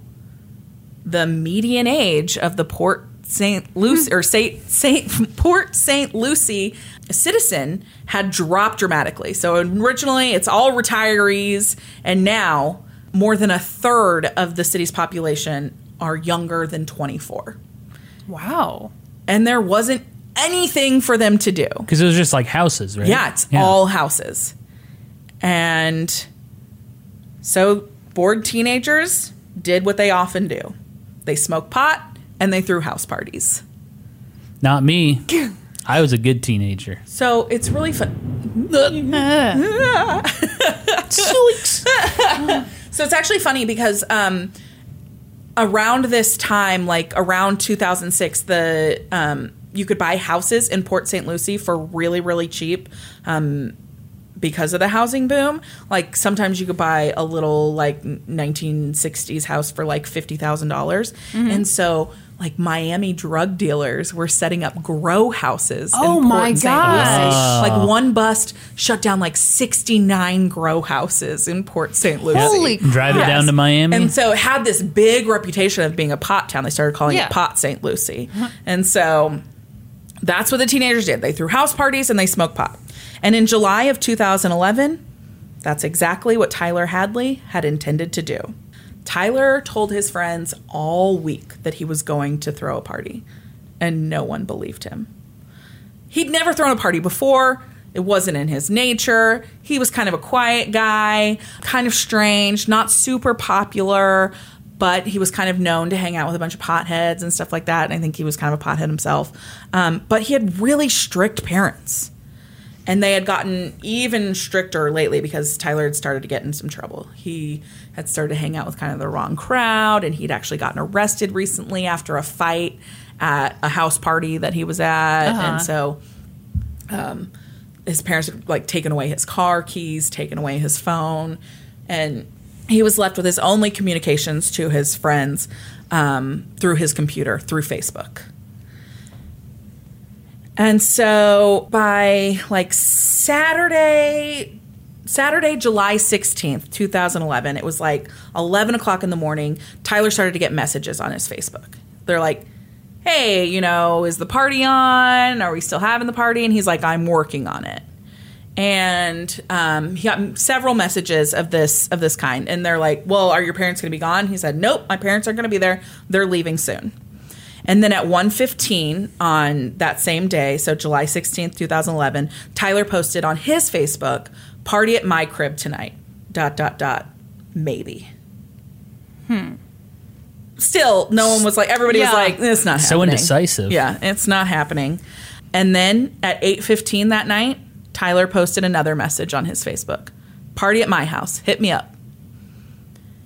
Speaker 1: the median age of the Port St. Lucie or Saint, Saint Port St. Lucie citizen had dropped dramatically. So originally it's all retirees and now more than a third of the city's population are younger than 24.
Speaker 2: wow.
Speaker 1: And there wasn't anything for them to do.
Speaker 3: Because it was just like houses, right?
Speaker 1: Yeah, it's all houses. And so bored teenagers did what they often do they smoked pot and they threw house parties.
Speaker 3: Not me. I was a good teenager.
Speaker 1: So it's really fun. so it's actually funny because um, around this time, like around 2006, the um, you could buy houses in Port St. Lucie for really, really cheap um, because of the housing boom. Like sometimes you could buy a little like 1960s house for like fifty dollars,
Speaker 2: Mm-hmm.
Speaker 1: and so. Like Miami drug dealers were setting up grow houses.
Speaker 2: Oh
Speaker 1: in Port
Speaker 2: my
Speaker 1: St. Lucie.
Speaker 2: gosh.
Speaker 1: Like one bust shut down like sixty nine grow houses in Port St. Lucie.
Speaker 2: Holy
Speaker 3: Drive it
Speaker 1: Yes.
Speaker 3: down to Miami.
Speaker 1: And so it had this big reputation of being a pot town. They started calling
Speaker 2: Yeah. Uh-huh.
Speaker 1: it Pot St. Lucie. And so that's what the teenagers did. They threw house parties and they smoked pot. And in July of 2011, that's exactly what Tyler Hadley had intended to do. Tyler told his friends all week that he was going to throw a party, and no one believed him. He'd never thrown a party before. It wasn't in his nature. He was kind of a quiet guy, kind of strange, not super popular, but he was kind of known to hang out with a bunch of potheads and stuff like that. And I think he was kind of a pothead himself. Um, but he had really strict parents. And they had gotten even stricter lately because Tyler had started to get in some trouble. He had started to hang out with kind of the wrong crowd, and he'd actually gotten arrested recently after a fight at a house party that he was at. And so his parents had like taken away his car keys, taken away his phone, and he was left with his only communications to his friends um, through his computer, through Facebook. And so by like Saturday, Saturday, July 16th, 2011, it was like 11 o'clock in the morning. Tyler started to get messages on his Facebook. They're like, hey, you know, is the party on? Are we still having the party? And he's like, I'm working on it. And um, he got several messages of this of this kind, and they're like, "Well, are your parents going to be gone?" He said, "Nope, my parents aren't going to be there. They're leaving soon." And then at 1:15 on that same day, so July 16th, 2011, Tyler posted on his Facebook, "Party at my crib tonight." dot dot dot maybe. Hmm. Still, no one was like everybody
Speaker 2: Yeah.
Speaker 1: was like it's not
Speaker 3: So
Speaker 1: happening.
Speaker 3: indecisive.
Speaker 1: Yeah, it's not happening. And then at 8:15 that night, Tyler posted another message on his Facebook. Party at my house. Hit me up.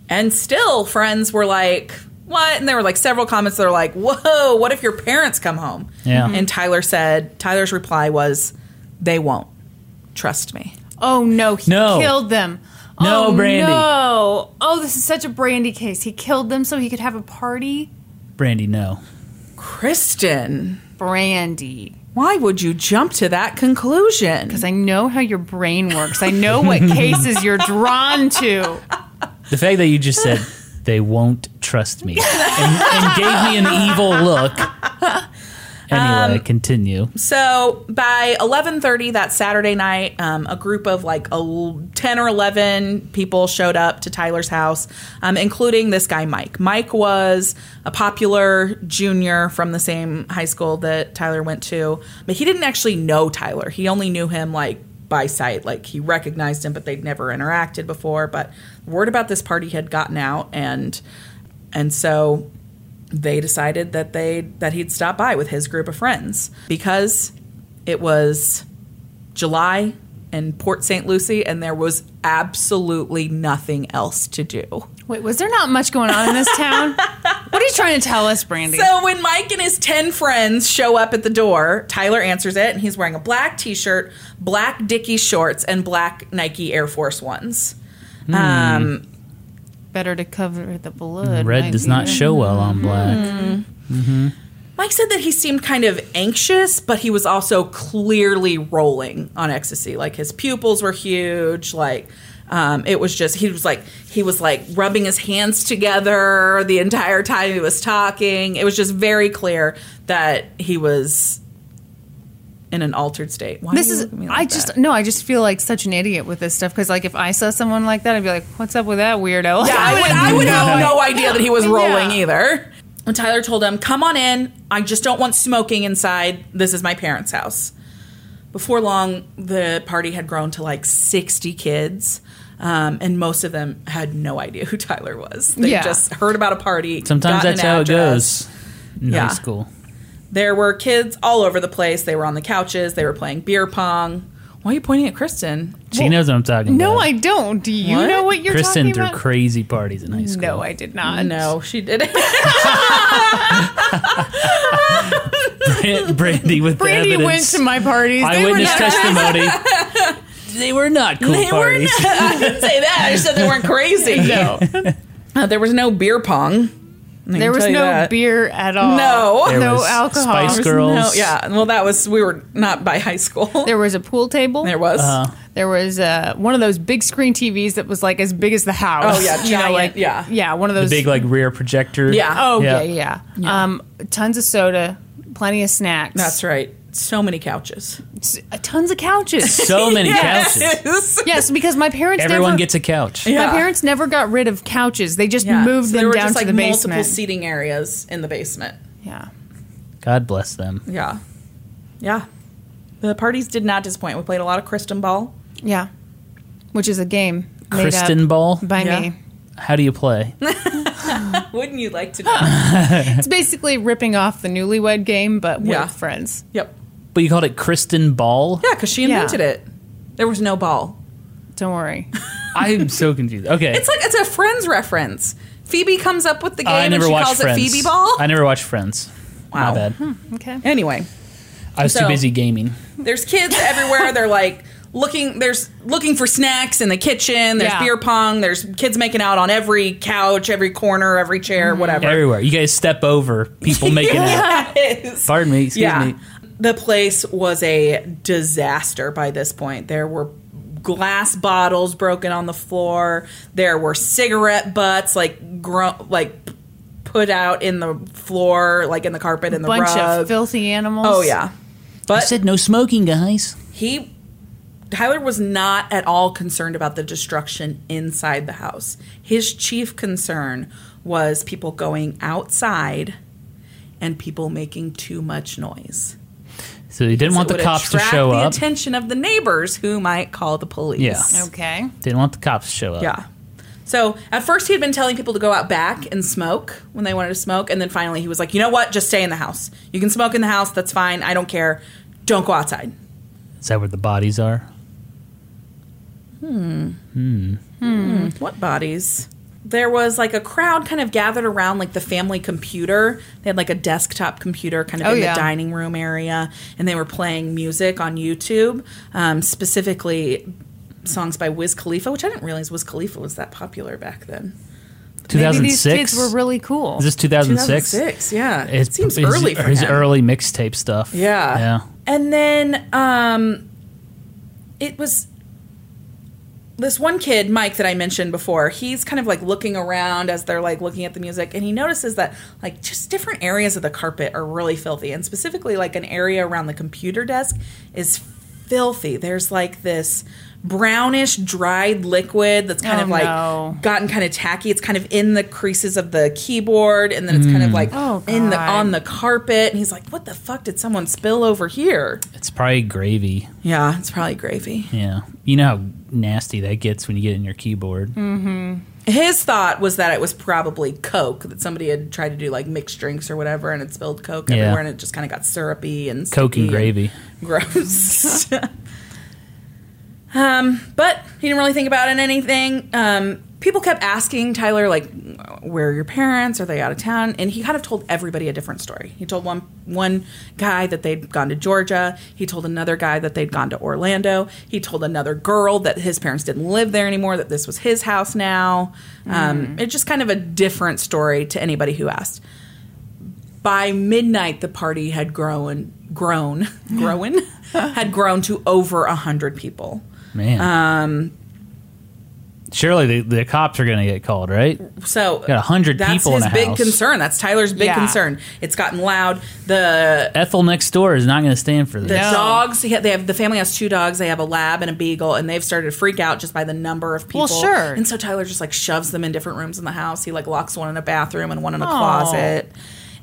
Speaker 1: And still, friends were like, what? And there were like several comments that were like, whoa, what if your parents come home?
Speaker 3: Yeah.
Speaker 1: And Tyler said, Tyler's reply was, they won't. Trust me.
Speaker 2: Oh no, he
Speaker 3: No.
Speaker 2: killed them.
Speaker 3: No,
Speaker 2: oh,
Speaker 3: Brandy.
Speaker 2: No. Oh, this is such a brandy case. He killed them so he could have a party.
Speaker 3: Brandy, no.
Speaker 1: Kristen,
Speaker 2: Brandy.
Speaker 1: why would you jump to that conclusion?
Speaker 2: Because I know how your brain works. I know what cases you're drawn to.
Speaker 3: The fact that you just said they won't trust me and, and gave me an evil look. Anyway,
Speaker 2: Um,
Speaker 3: continue.
Speaker 1: So by 11:30 that Saturday night, um, a group of like el- 10 or 11 people showed up to Tyler's house, um, including this guy Mike. Mike was a popular junior from the same high school that Tyler went to, but he didn't actually know Tyler. He only knew him like by sight, like he recognized him, but they'd never interacted before. But word about this party had gotten out, and and so they decided that they that he'd stop by with his group of friends because it was July in Port St. Lucie and there was absolutely nothing else to do.
Speaker 2: Wait, was there not much going on in this town? what are you trying to tell us, Brandy?
Speaker 1: So when Mike and his 10 friends show up at the door, Tyler answers it and he's wearing a black t-shirt, black Dickie shorts and black Nike Air Force ones. Um
Speaker 2: Better to cover the blood.
Speaker 3: Red
Speaker 2: might
Speaker 3: does
Speaker 2: be
Speaker 3: not
Speaker 2: it.
Speaker 3: show well on
Speaker 2: Hmm.
Speaker 3: black.
Speaker 1: Mike said that he seemed kind of anxious, but he was also clearly rolling on ecstasy. Like his pupils were huge. Like um, it was just he was like he was like rubbing his hands together the entire time he was talking. It was just very clear that he was in an altered state. Why
Speaker 2: This
Speaker 1: do you
Speaker 2: is.
Speaker 1: look at me like
Speaker 2: I
Speaker 1: that?
Speaker 2: just no. I just feel like such an idiot with this stuff because, like, if I saw someone like that, I'd be like, "What's up with that weirdo?"
Speaker 1: Yeah, I would, I would have no idea that he was rolling
Speaker 2: Yeah.
Speaker 1: either. And Tyler told him, Come on in. I just don't want smoking inside. This is my parents' house. Before long, the party had grown to like 60 kids, um, and most of them had no idea who Tyler was. They
Speaker 2: Yeah.
Speaker 1: just heard about a party.
Speaker 3: Sometimes
Speaker 1: gotten
Speaker 3: that's
Speaker 1: an
Speaker 3: how it
Speaker 1: address.
Speaker 3: goes in
Speaker 1: Yeah.
Speaker 3: high school.
Speaker 1: There were kids all over the place. They were on the couches, they were playing beer pong. Why are you pointing at Kristen?
Speaker 3: She knows what I'm talking
Speaker 2: No,
Speaker 3: about.
Speaker 2: I don't. Do you
Speaker 1: What?
Speaker 2: know what you're
Speaker 3: Kristen
Speaker 2: talking
Speaker 3: threw
Speaker 2: about?
Speaker 3: crazy parties in high school.
Speaker 2: no, I did not.
Speaker 1: No, she didn't.
Speaker 3: Brandy with
Speaker 2: Brandy
Speaker 3: the evidence.
Speaker 2: went to my parties. They were
Speaker 3: Eyewitness
Speaker 2: not-
Speaker 3: testimony. they were not cool parties.
Speaker 1: say that. I just said they weren't crazy. No. there was no beer pong. I can
Speaker 2: There was
Speaker 1: tell you
Speaker 2: no
Speaker 1: that.
Speaker 2: beer at all.
Speaker 1: No.
Speaker 3: There
Speaker 2: no
Speaker 3: was
Speaker 2: alcohol.
Speaker 3: Spice
Speaker 2: There was
Speaker 3: Girls.
Speaker 1: No, yeah. Well, that was, we were not by high school. There,
Speaker 2: There was a pool table.
Speaker 1: was.
Speaker 3: Uh-huh.
Speaker 2: There was uh, one of those big screen TVs that was like as big as the house.
Speaker 1: Oh, yeah,
Speaker 2: you know,
Speaker 1: giant,
Speaker 2: like
Speaker 1: yeah.
Speaker 2: yeah, one of those.
Speaker 3: Big like rear projector.
Speaker 1: Yeah.
Speaker 2: oh
Speaker 3: Yeah.
Speaker 2: yeah, yeah. Um, tons of soda, plenty of snacks.
Speaker 1: That's right. So many couches.
Speaker 2: S- tons of couches.
Speaker 3: So many couches.
Speaker 2: yes, because my parents
Speaker 3: Everyone
Speaker 2: never,
Speaker 3: gets a couch.
Speaker 1: Yeah.
Speaker 2: My parents never got rid of couches. They just
Speaker 1: Yeah.
Speaker 2: moved
Speaker 1: So
Speaker 2: them
Speaker 1: there were
Speaker 2: down
Speaker 1: just
Speaker 2: to
Speaker 1: like
Speaker 2: the
Speaker 1: multiple
Speaker 2: basement.
Speaker 1: seating areas in the basement.
Speaker 2: yeah.
Speaker 3: God bless them.
Speaker 1: Yeah. Yeah. The parties did not disappoint. We played a lot of Kristen ball.
Speaker 2: Yeah. Which is a game made
Speaker 3: Kristen
Speaker 2: up
Speaker 3: Ball.
Speaker 2: by
Speaker 1: Yeah.
Speaker 2: me.
Speaker 3: How do you play?
Speaker 1: Wouldn't you like to know?
Speaker 2: It's basically ripping off the newlywed game, but with
Speaker 1: Yeah.
Speaker 2: friends.
Speaker 1: yep.
Speaker 3: But you called it Kristen Ball.
Speaker 1: Yeah, because she
Speaker 2: Yeah.
Speaker 1: invented it. There was no ball.
Speaker 2: Don't worry.
Speaker 3: I'm so confused. Okay.
Speaker 1: It's like it's a Friends reference. Phoebe comes up with the game
Speaker 3: I
Speaker 1: and
Speaker 3: never
Speaker 1: she
Speaker 3: watched
Speaker 1: calls
Speaker 3: Friends.
Speaker 1: it Phoebe Ball.
Speaker 3: I never watched Friends.
Speaker 1: Wow.
Speaker 3: My bad.
Speaker 2: Okay.
Speaker 1: Anyway,
Speaker 3: I was
Speaker 1: So-
Speaker 3: too busy gaming.
Speaker 1: there's kids everywhere. They're like looking. There's looking for snacks in the kitchen. There's
Speaker 2: Yeah.
Speaker 1: beer pong. There's kids making out on every couch, every corner, every chair, whatever.
Speaker 3: Everywhere. You guys step over people making out.
Speaker 1: Yes.
Speaker 3: Pardon me. Excuse
Speaker 1: yeah.
Speaker 3: me.
Speaker 1: The place was a disaster by this point. There were glass bottles broken on the floor. There were cigarette butts like gro- like p- put out in the floor, like in the carpet in the
Speaker 2: Bunch
Speaker 1: rug.
Speaker 2: of filthy animals.
Speaker 1: oh yeah.
Speaker 3: I said no smoking, guys.
Speaker 1: he Tyler was not at all concerned about the destruction inside the house. His chief concern was people going outside and people making too much noise.
Speaker 3: So you didn't want
Speaker 1: It
Speaker 3: the
Speaker 1: would
Speaker 3: cops to
Speaker 1: attract
Speaker 3: show
Speaker 1: the
Speaker 3: up.
Speaker 1: attention of the neighbors who might call the police.
Speaker 3: Yeah.
Speaker 2: Okay.
Speaker 3: Didn't want the cops to show up.
Speaker 1: Yeah. So at first he had been telling people to go out back and smoke when they wanted to smoke, and then finally he was like, "You know what? Just stay in the house. You can smoke in the house. That's fine. I don't care. Don't go outside."
Speaker 3: Is that where the bodies are? Mm.
Speaker 1: What bodies? There was like a crowd kind of gathered around like the family computer. They had like a desktop computer kind of
Speaker 2: Oh,
Speaker 1: in
Speaker 2: yeah.
Speaker 1: the dining room area, and they were playing music on YouTube, um, specifically songs by Wiz Khalifa, which I didn't realize Wiz Khalifa was that popular back then.
Speaker 2: Maybe
Speaker 3: 2006.
Speaker 2: these kids were really cool.
Speaker 3: Is this 2006?
Speaker 1: 2006, yeah.
Speaker 3: It's-
Speaker 1: it seems
Speaker 3: Hmm, his,
Speaker 1: early for
Speaker 3: his
Speaker 1: him.
Speaker 3: early mixtape stuff.
Speaker 1: Yeah.
Speaker 3: Yeah.
Speaker 1: And then um, it was this one kid, Mike, that I mentioned before. He's kind of like looking around as they're like looking at the music, and he notices that like just different areas of the carpet are really filthy, and specifically like an area around the computer desk is filthy. There's like this brownish dried liquid that's kind
Speaker 2: Oh,
Speaker 1: of like
Speaker 2: no.
Speaker 1: gotten kind of tacky. It's kind of in the creases of the keyboard, and then it's kind of like
Speaker 2: Oh,
Speaker 1: in the
Speaker 2: God.
Speaker 1: on the carpet. And he's like, "What the fuck did someone spill over here?"
Speaker 3: It's probably gravy.
Speaker 1: Yeah, it's probably gravy.
Speaker 3: Yeah. You know how nasty that gets when you get in your keyboard.
Speaker 1: Mm-hmm. His thought was that it was probably Coke that somebody had tried to do like mixed drinks or whatever, and it spilled Coke
Speaker 3: Yeah.
Speaker 1: everywhere, and it just kind of got syrupy and
Speaker 3: Coke and
Speaker 1: sticky
Speaker 3: gravy.
Speaker 1: gross. um, but he didn't really think about it anything. Um, people kept asking Tyler, like, where are your parents? Are they out of town? And he kind of told everybody a different story. He told one one guy that they'd gone to Georgia. He told another guy that they'd gone to Orlando. He told another girl that his parents didn't live there anymore. That this was his house now. Um, it's just kind of a different story to anybody who asked. By midnight, the party had grown, grown, grown, had grown to over a hundred people.
Speaker 3: Man. Um, Surely the, the cops are going to get called, right?
Speaker 1: So
Speaker 3: Got 100
Speaker 1: that's
Speaker 3: people in
Speaker 1: his
Speaker 3: a
Speaker 1: big
Speaker 3: house.
Speaker 1: concern. That's Tyler's big
Speaker 2: Yeah.
Speaker 1: concern. It's gotten loud. The
Speaker 3: Ethel next door is not going to stand for this.
Speaker 1: the dogs he- they have the family has two dogs. They have a lab and a beagle, and they've started to freak out just by the number of people.
Speaker 2: Well, sure.
Speaker 1: And so Tyler just like shoves them in different rooms in the house. He like locks one in a bathroom and one in a closet.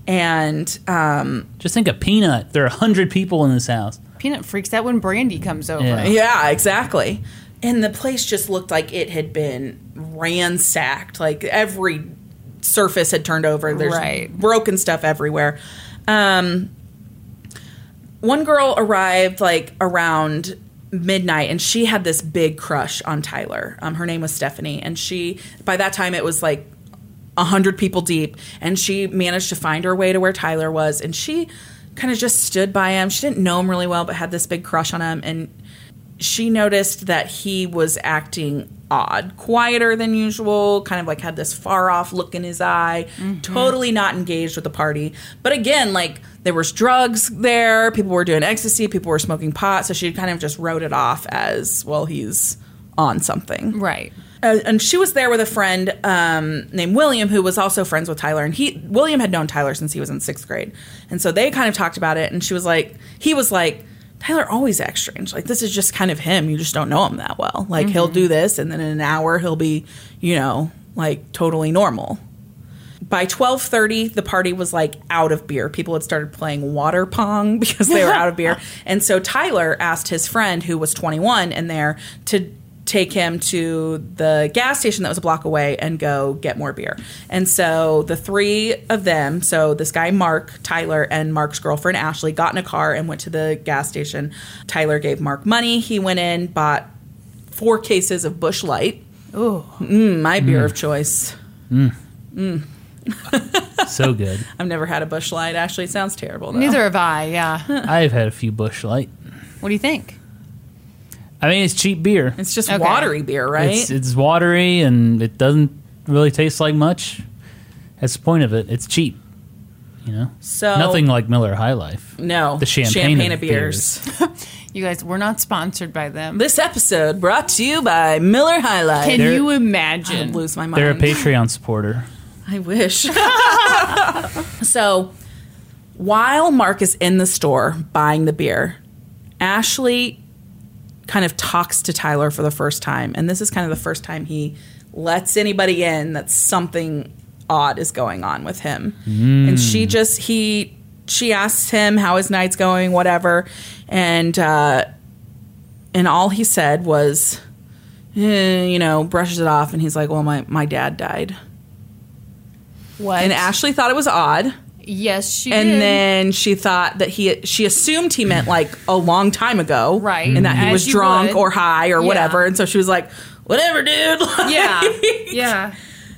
Speaker 1: And um,
Speaker 3: Just think of Peanut. There are 100 people in this house.
Speaker 2: Peanut freaks out when Brandy comes over.
Speaker 3: Yeah.
Speaker 1: yeah, exactly. And the place just looked like it had been ransacked. Like every surface had turned over. There's
Speaker 2: Right.
Speaker 1: broken stuff everywhere. Um, one girl arrived like around midnight and she had this big crush on Tyler. Um, her name was Stephanie. And she, by that time, it was like 100 people deep. And she managed to find her way to where Tyler was. And she kind of just stood by him. She didn't know him really well, but had this big crush on him. And she noticed that he was acting odd, quieter than usual, kind of like had this far off look in his eye, totally not engaged with the party. But again, like there was drugs there, people were doing ecstasy, people were smoking pot, so she kind of just wrote it off as, well, he's on something.
Speaker 2: Right.
Speaker 1: Uh, and she was there with a friend um, named William, who was also friends with Tyler. And he William had known Tyler since he was in sixth grade, and so they kind of talked about it. And she was like, he was like, Tyler always acts strange. Like this is just kind of him. You just don't know him that well. Like he'll do this, and then in an hour he'll be, you know, like totally normal. By twelve thirty, the party was like out of beer. People had started playing water pong because they were out of beer, and so Tyler asked his friend, who was twenty one and there, to take him to the gas station that was a block away and go get more beer. And so the three of them, so this guy Mark, Tyler, and Mark's girlfriend Ashley, got in a car and went to the gas station. Tyler gave Mark money. He went in, bought four cases of Bush Light. Ooh, mm, my beer of choice.
Speaker 3: So good.
Speaker 1: I've never had a bush light. Actually, it sounds terrible. Though.
Speaker 2: Neither have I. Yeah.
Speaker 3: I've had a few Bush Light.
Speaker 2: what do you think?
Speaker 3: I mean, it's cheap beer.
Speaker 1: It's just
Speaker 2: Okay.
Speaker 1: watery beer, right?
Speaker 3: It's, it's watery and it doesn't really taste like much. That's the point of it. It's cheap. You know,
Speaker 1: so
Speaker 3: nothing like Miller High Life.
Speaker 1: No,
Speaker 3: The champagne,
Speaker 1: champagne
Speaker 3: of
Speaker 1: of beers.
Speaker 2: You guys, we're not sponsored by them.
Speaker 1: This episode brought to you by Miller High Life.
Speaker 2: Can
Speaker 3: They're-
Speaker 2: you
Speaker 1: I
Speaker 2: imagine?
Speaker 1: lose my mind.
Speaker 3: They're a Patreon supporter.
Speaker 1: I wish. so while Mark is in the store buying the beer, Ashley kind of talks to Tyler for the first time. And this is kind of the first time he lets anybody in that something odd is going on with him. And she just, he, she asks him how his night's going, whatever. And, uh, and all he said was, eh, you know, brushes it off. And he's like, well, my, my dad died.
Speaker 2: What?
Speaker 1: And Ashley thought it was odd,
Speaker 2: yes, she
Speaker 1: and
Speaker 2: did.
Speaker 1: then she thought that he she assumed he meant like a long time ago,
Speaker 2: Right.
Speaker 1: And that he
Speaker 2: As
Speaker 1: was
Speaker 2: you
Speaker 1: drunk
Speaker 2: would.
Speaker 1: or high or
Speaker 2: Yeah.
Speaker 1: whatever. And so she was like, "Whatever, dude." Like-
Speaker 2: yeah. Yeah.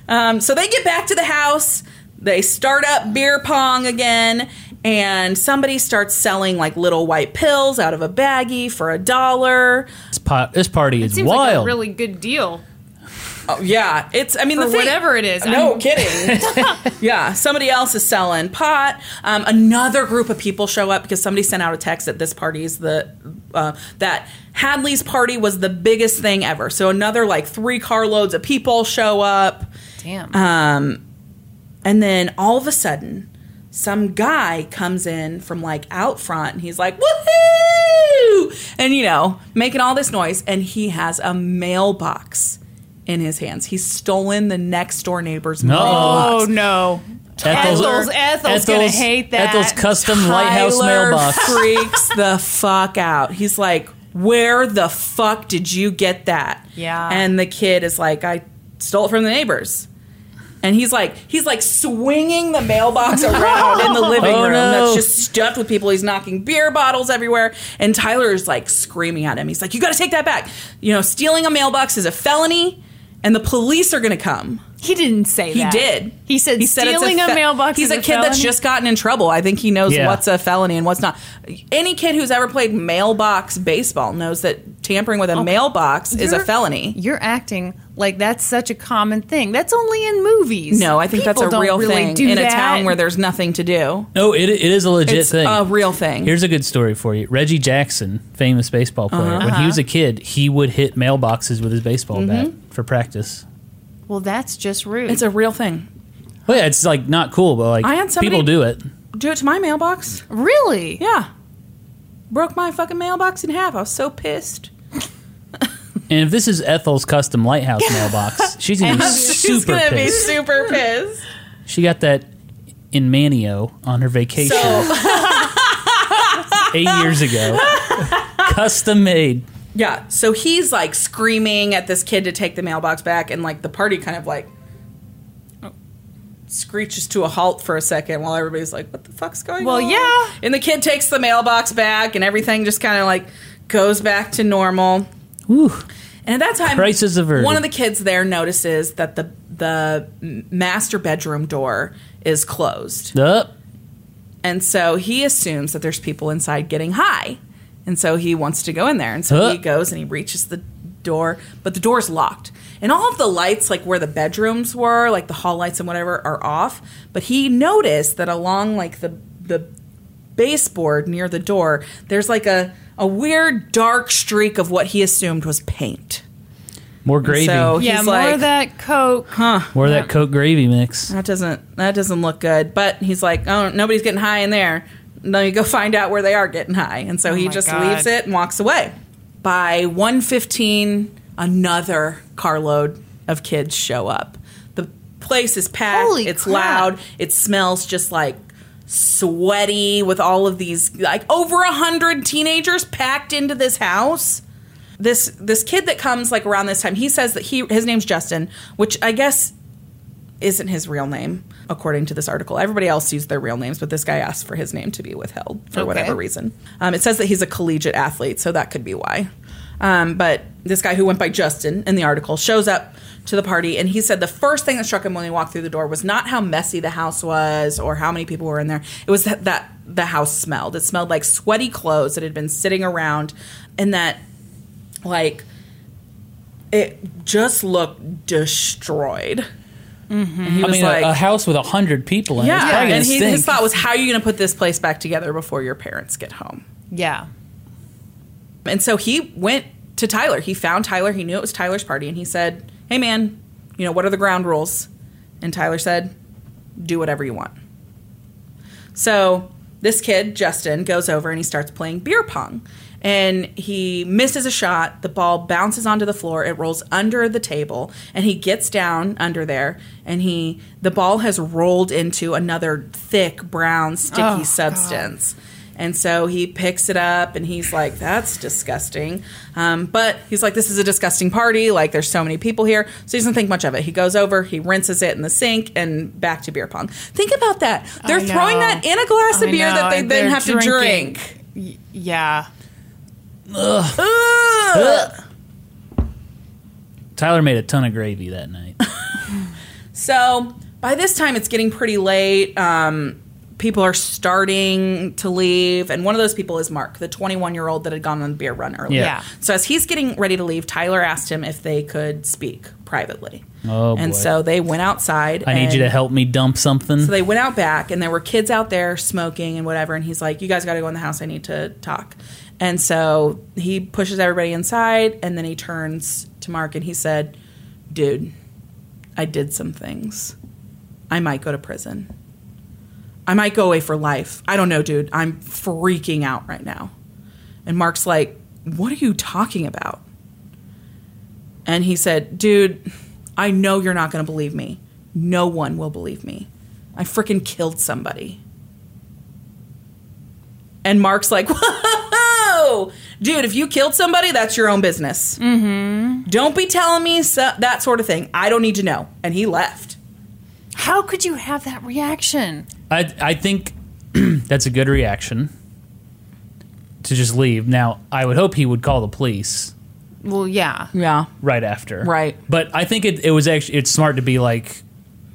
Speaker 1: Um, so they get back to the house. They start up beer pong again, and somebody starts selling like little white pills out of a baggie for a dollar.
Speaker 3: This, po- this party is
Speaker 2: Seems like
Speaker 3: wild.
Speaker 2: a really good deal.
Speaker 1: Oh, yeah, it's. I mean,
Speaker 2: For
Speaker 1: the thing-
Speaker 2: whatever it is.
Speaker 1: No
Speaker 2: I'm-
Speaker 1: kidding. yeah, somebody else is selling pot. Um, another group of people show up because somebody sent out a text that this party is the uh, that Hadley's party was the biggest thing ever. So another like three carloads of people show up,
Speaker 2: Damn.
Speaker 1: and then all of a sudden, some guy comes in from like out front, and he's like, "Woohoo!" and you know, making all this noise, and he has a mailbox. In his hands, he's stolen the next door neighbor's mailbox.
Speaker 2: oh, no. Ethel's, Ethel's gonna hate that.
Speaker 3: Ethel's custom lighthouse
Speaker 1: Tyler
Speaker 3: mailbox.
Speaker 1: freaks the fuck out. He's like, "Where the fuck did you get that?"
Speaker 2: Yeah.
Speaker 1: And the kid is like, "I stole it from the neighbors." And he's like, he's like swinging the mailbox around in the living
Speaker 3: Oh,
Speaker 1: room
Speaker 3: no.
Speaker 1: that's just stuffed with people. He's knocking beer bottles everywhere. And Tyler is like screaming at him. He's like, you got to take that back. You know, stealing a mailbox is a felony and the police are going to come.
Speaker 2: He didn't say
Speaker 1: He
Speaker 2: that.
Speaker 1: did.
Speaker 2: He said
Speaker 1: it's
Speaker 2: stealing a,
Speaker 1: fe-
Speaker 2: mailbox.
Speaker 1: He's
Speaker 2: is
Speaker 1: a kid that's
Speaker 2: felony.
Speaker 1: just gotten in trouble. I think he knows
Speaker 3: Yeah.
Speaker 1: what's a felony and what's not. Any kid who's ever played mailbox baseball knows that tampering with a mailbox is a
Speaker 2: You're-
Speaker 1: felony.
Speaker 2: You're acting like that's such a common thing. That's only in movies.
Speaker 1: No, I think
Speaker 2: People
Speaker 1: that's a
Speaker 2: don't
Speaker 1: real
Speaker 2: really
Speaker 1: thing
Speaker 2: do
Speaker 1: in
Speaker 2: that.
Speaker 1: a town where there's nothing to do.
Speaker 3: No, it, it is a legit
Speaker 1: It's
Speaker 3: thing.
Speaker 1: a real thing.
Speaker 3: Here's a good story for you. Reggie Jackson, famous baseball player, when
Speaker 1: Uh-huh.
Speaker 3: he was a kid, he would hit mailboxes with his baseball bat
Speaker 1: Mm-hmm.
Speaker 3: for practice.
Speaker 2: Well, that's just rude.
Speaker 1: It's a real thing.
Speaker 3: Well, yeah, it's like not cool, but like
Speaker 1: I had somebody-
Speaker 3: people do it.
Speaker 1: Do it to my mailbox.
Speaker 2: really.
Speaker 1: Yeah. Broke my fucking mailbox in half. I was so pissed.
Speaker 3: And if this is Ethel's custom lighthouse mailbox, she's gonna be super
Speaker 1: gonna be
Speaker 3: pissed.
Speaker 1: super pissed.
Speaker 3: She got that in Manio on her vacation eight years ago, custom made.
Speaker 1: Yeah. So he's like screaming at this kid to take the mailbox back, and like the party kind of like screeches to a halt for a second while everybody's like, what the fuck's going
Speaker 2: Well,
Speaker 1: on?
Speaker 2: yeah.
Speaker 1: And the kid takes the mailbox back, and everything just kind of like goes back to normal.
Speaker 3: Whew.
Speaker 1: And at that time,
Speaker 3: Crisis averted.
Speaker 1: one of the kids there notices that the the master bedroom door is closed.
Speaker 3: Up.
Speaker 1: And so he assumes that there's people inside getting high. And so he wants to go in there. And so
Speaker 3: Huh.
Speaker 1: he goes and he reaches the door, but the door's locked. And all of the lights, like where the bedrooms were, like the hall lights and whatever, are off. But he noticed that along like the the baseboard near the door, there's like a, a weird dark streak of what he assumed was paint.
Speaker 3: More gravy.
Speaker 1: So
Speaker 2: Yeah,
Speaker 1: he's
Speaker 2: more
Speaker 1: like,
Speaker 2: of that coke.
Speaker 3: More of that Coke gravy mix.
Speaker 1: that doesn't that doesn't look good. But he's like, oh, nobody's getting high in there. Let me go find out where they are getting high. And so he
Speaker 2: Oh my
Speaker 1: just
Speaker 2: God.
Speaker 1: leaves it and walks away. By one fifteen, another carload of kids show up. The place is packed.
Speaker 2: Holy
Speaker 1: it's
Speaker 2: crap.
Speaker 1: loud. It smells just like sweaty with all of these like over a hundred teenagers packed into this house this this kid that comes like around this time he says that he his name's justin which i guess isn't his real name according to this article everybody else used their real names but this guy asked for his name to be withheld for
Speaker 2: Okay.
Speaker 1: whatever reason um, it says that he's a collegiate athlete so that could be why um, but this guy who went by justin in the article shows up to the party and he said the first thing that struck him when he walked through the door was not how messy the house was or how many people were in there it was that, that the house smelled it smelled like sweaty clothes that had been sitting around and that like it just looked destroyed. And he
Speaker 3: I
Speaker 1: was
Speaker 3: mean, a-
Speaker 1: like,
Speaker 3: a, house with a hundred people in it. It's
Speaker 1: yeah.
Speaker 3: probably
Speaker 1: And
Speaker 3: gonna
Speaker 1: he,
Speaker 3: stink.
Speaker 1: his thought was, how are you going to put this place back together before your parents get home?
Speaker 2: Yeah.
Speaker 1: And so he went to Tyler. He found Tyler. He knew it was Tyler's party, and he said, "Hey, man, you know what are the ground rules?" And Tyler said, "Do whatever you want." So this kid, Justin, goes over and he starts playing beer pong. And he misses a shot. The ball bounces onto the floor. It rolls under the table, and he gets down under there. And he, the ball has rolled into another thick brown sticky substance. And so he picks it up, and he's like, "That's disgusting." Um, but he's like, "This is a disgusting party. Like, there's so many people here." So he doesn't think much of it. He goes over, he rinses it in the sink, and back to beer pong. Think about that. They're
Speaker 2: I
Speaker 1: throwing
Speaker 2: know.
Speaker 1: that in a glass of
Speaker 2: I
Speaker 1: beer
Speaker 2: know,
Speaker 1: that they
Speaker 2: and
Speaker 1: then
Speaker 2: they're
Speaker 1: have to
Speaker 2: drinking.
Speaker 1: drink.
Speaker 2: Yeah.
Speaker 3: Tyler made a ton of gravy that night.
Speaker 1: So by this time, it's getting pretty late. Um, people are starting to leave, and one of those people is Mark, the 21 year old that had gone on the beer run earlier.
Speaker 3: Yeah.
Speaker 1: So as he's getting ready to leave, Tyler asked him if they could speak privately.
Speaker 3: Oh,
Speaker 1: and
Speaker 3: boy.
Speaker 1: so they went outside.
Speaker 3: I need
Speaker 1: and-
Speaker 3: you to help me dump something.
Speaker 1: So they went out back, and there were kids out there smoking and whatever. And he's like, "You guys got to go in the house. I need to talk." And so he pushes everybody inside, and then he turns to Mark and he said, "Dude, I did some things. I might go to prison. I might go away for life. I don't know, dude. I'm freaking out right now." And Mark's like, "What are you talking about?" And he said, Dude, I know you're not going to believe me. No one will believe me. I freaking killed somebody. And Mark's like, Whoa, dude, if you killed somebody, that's your own business. Mm-hmm. Don't be telling me so- that sort of thing. I don't need to know. And he left.
Speaker 2: How could you have that reaction?
Speaker 3: I I think that's a good reaction to just leave. Now I would hope he would call the police
Speaker 2: Well, yeah.
Speaker 4: Yeah.
Speaker 3: right after.
Speaker 4: Right.
Speaker 3: But I think it, it was actually it's smart to be like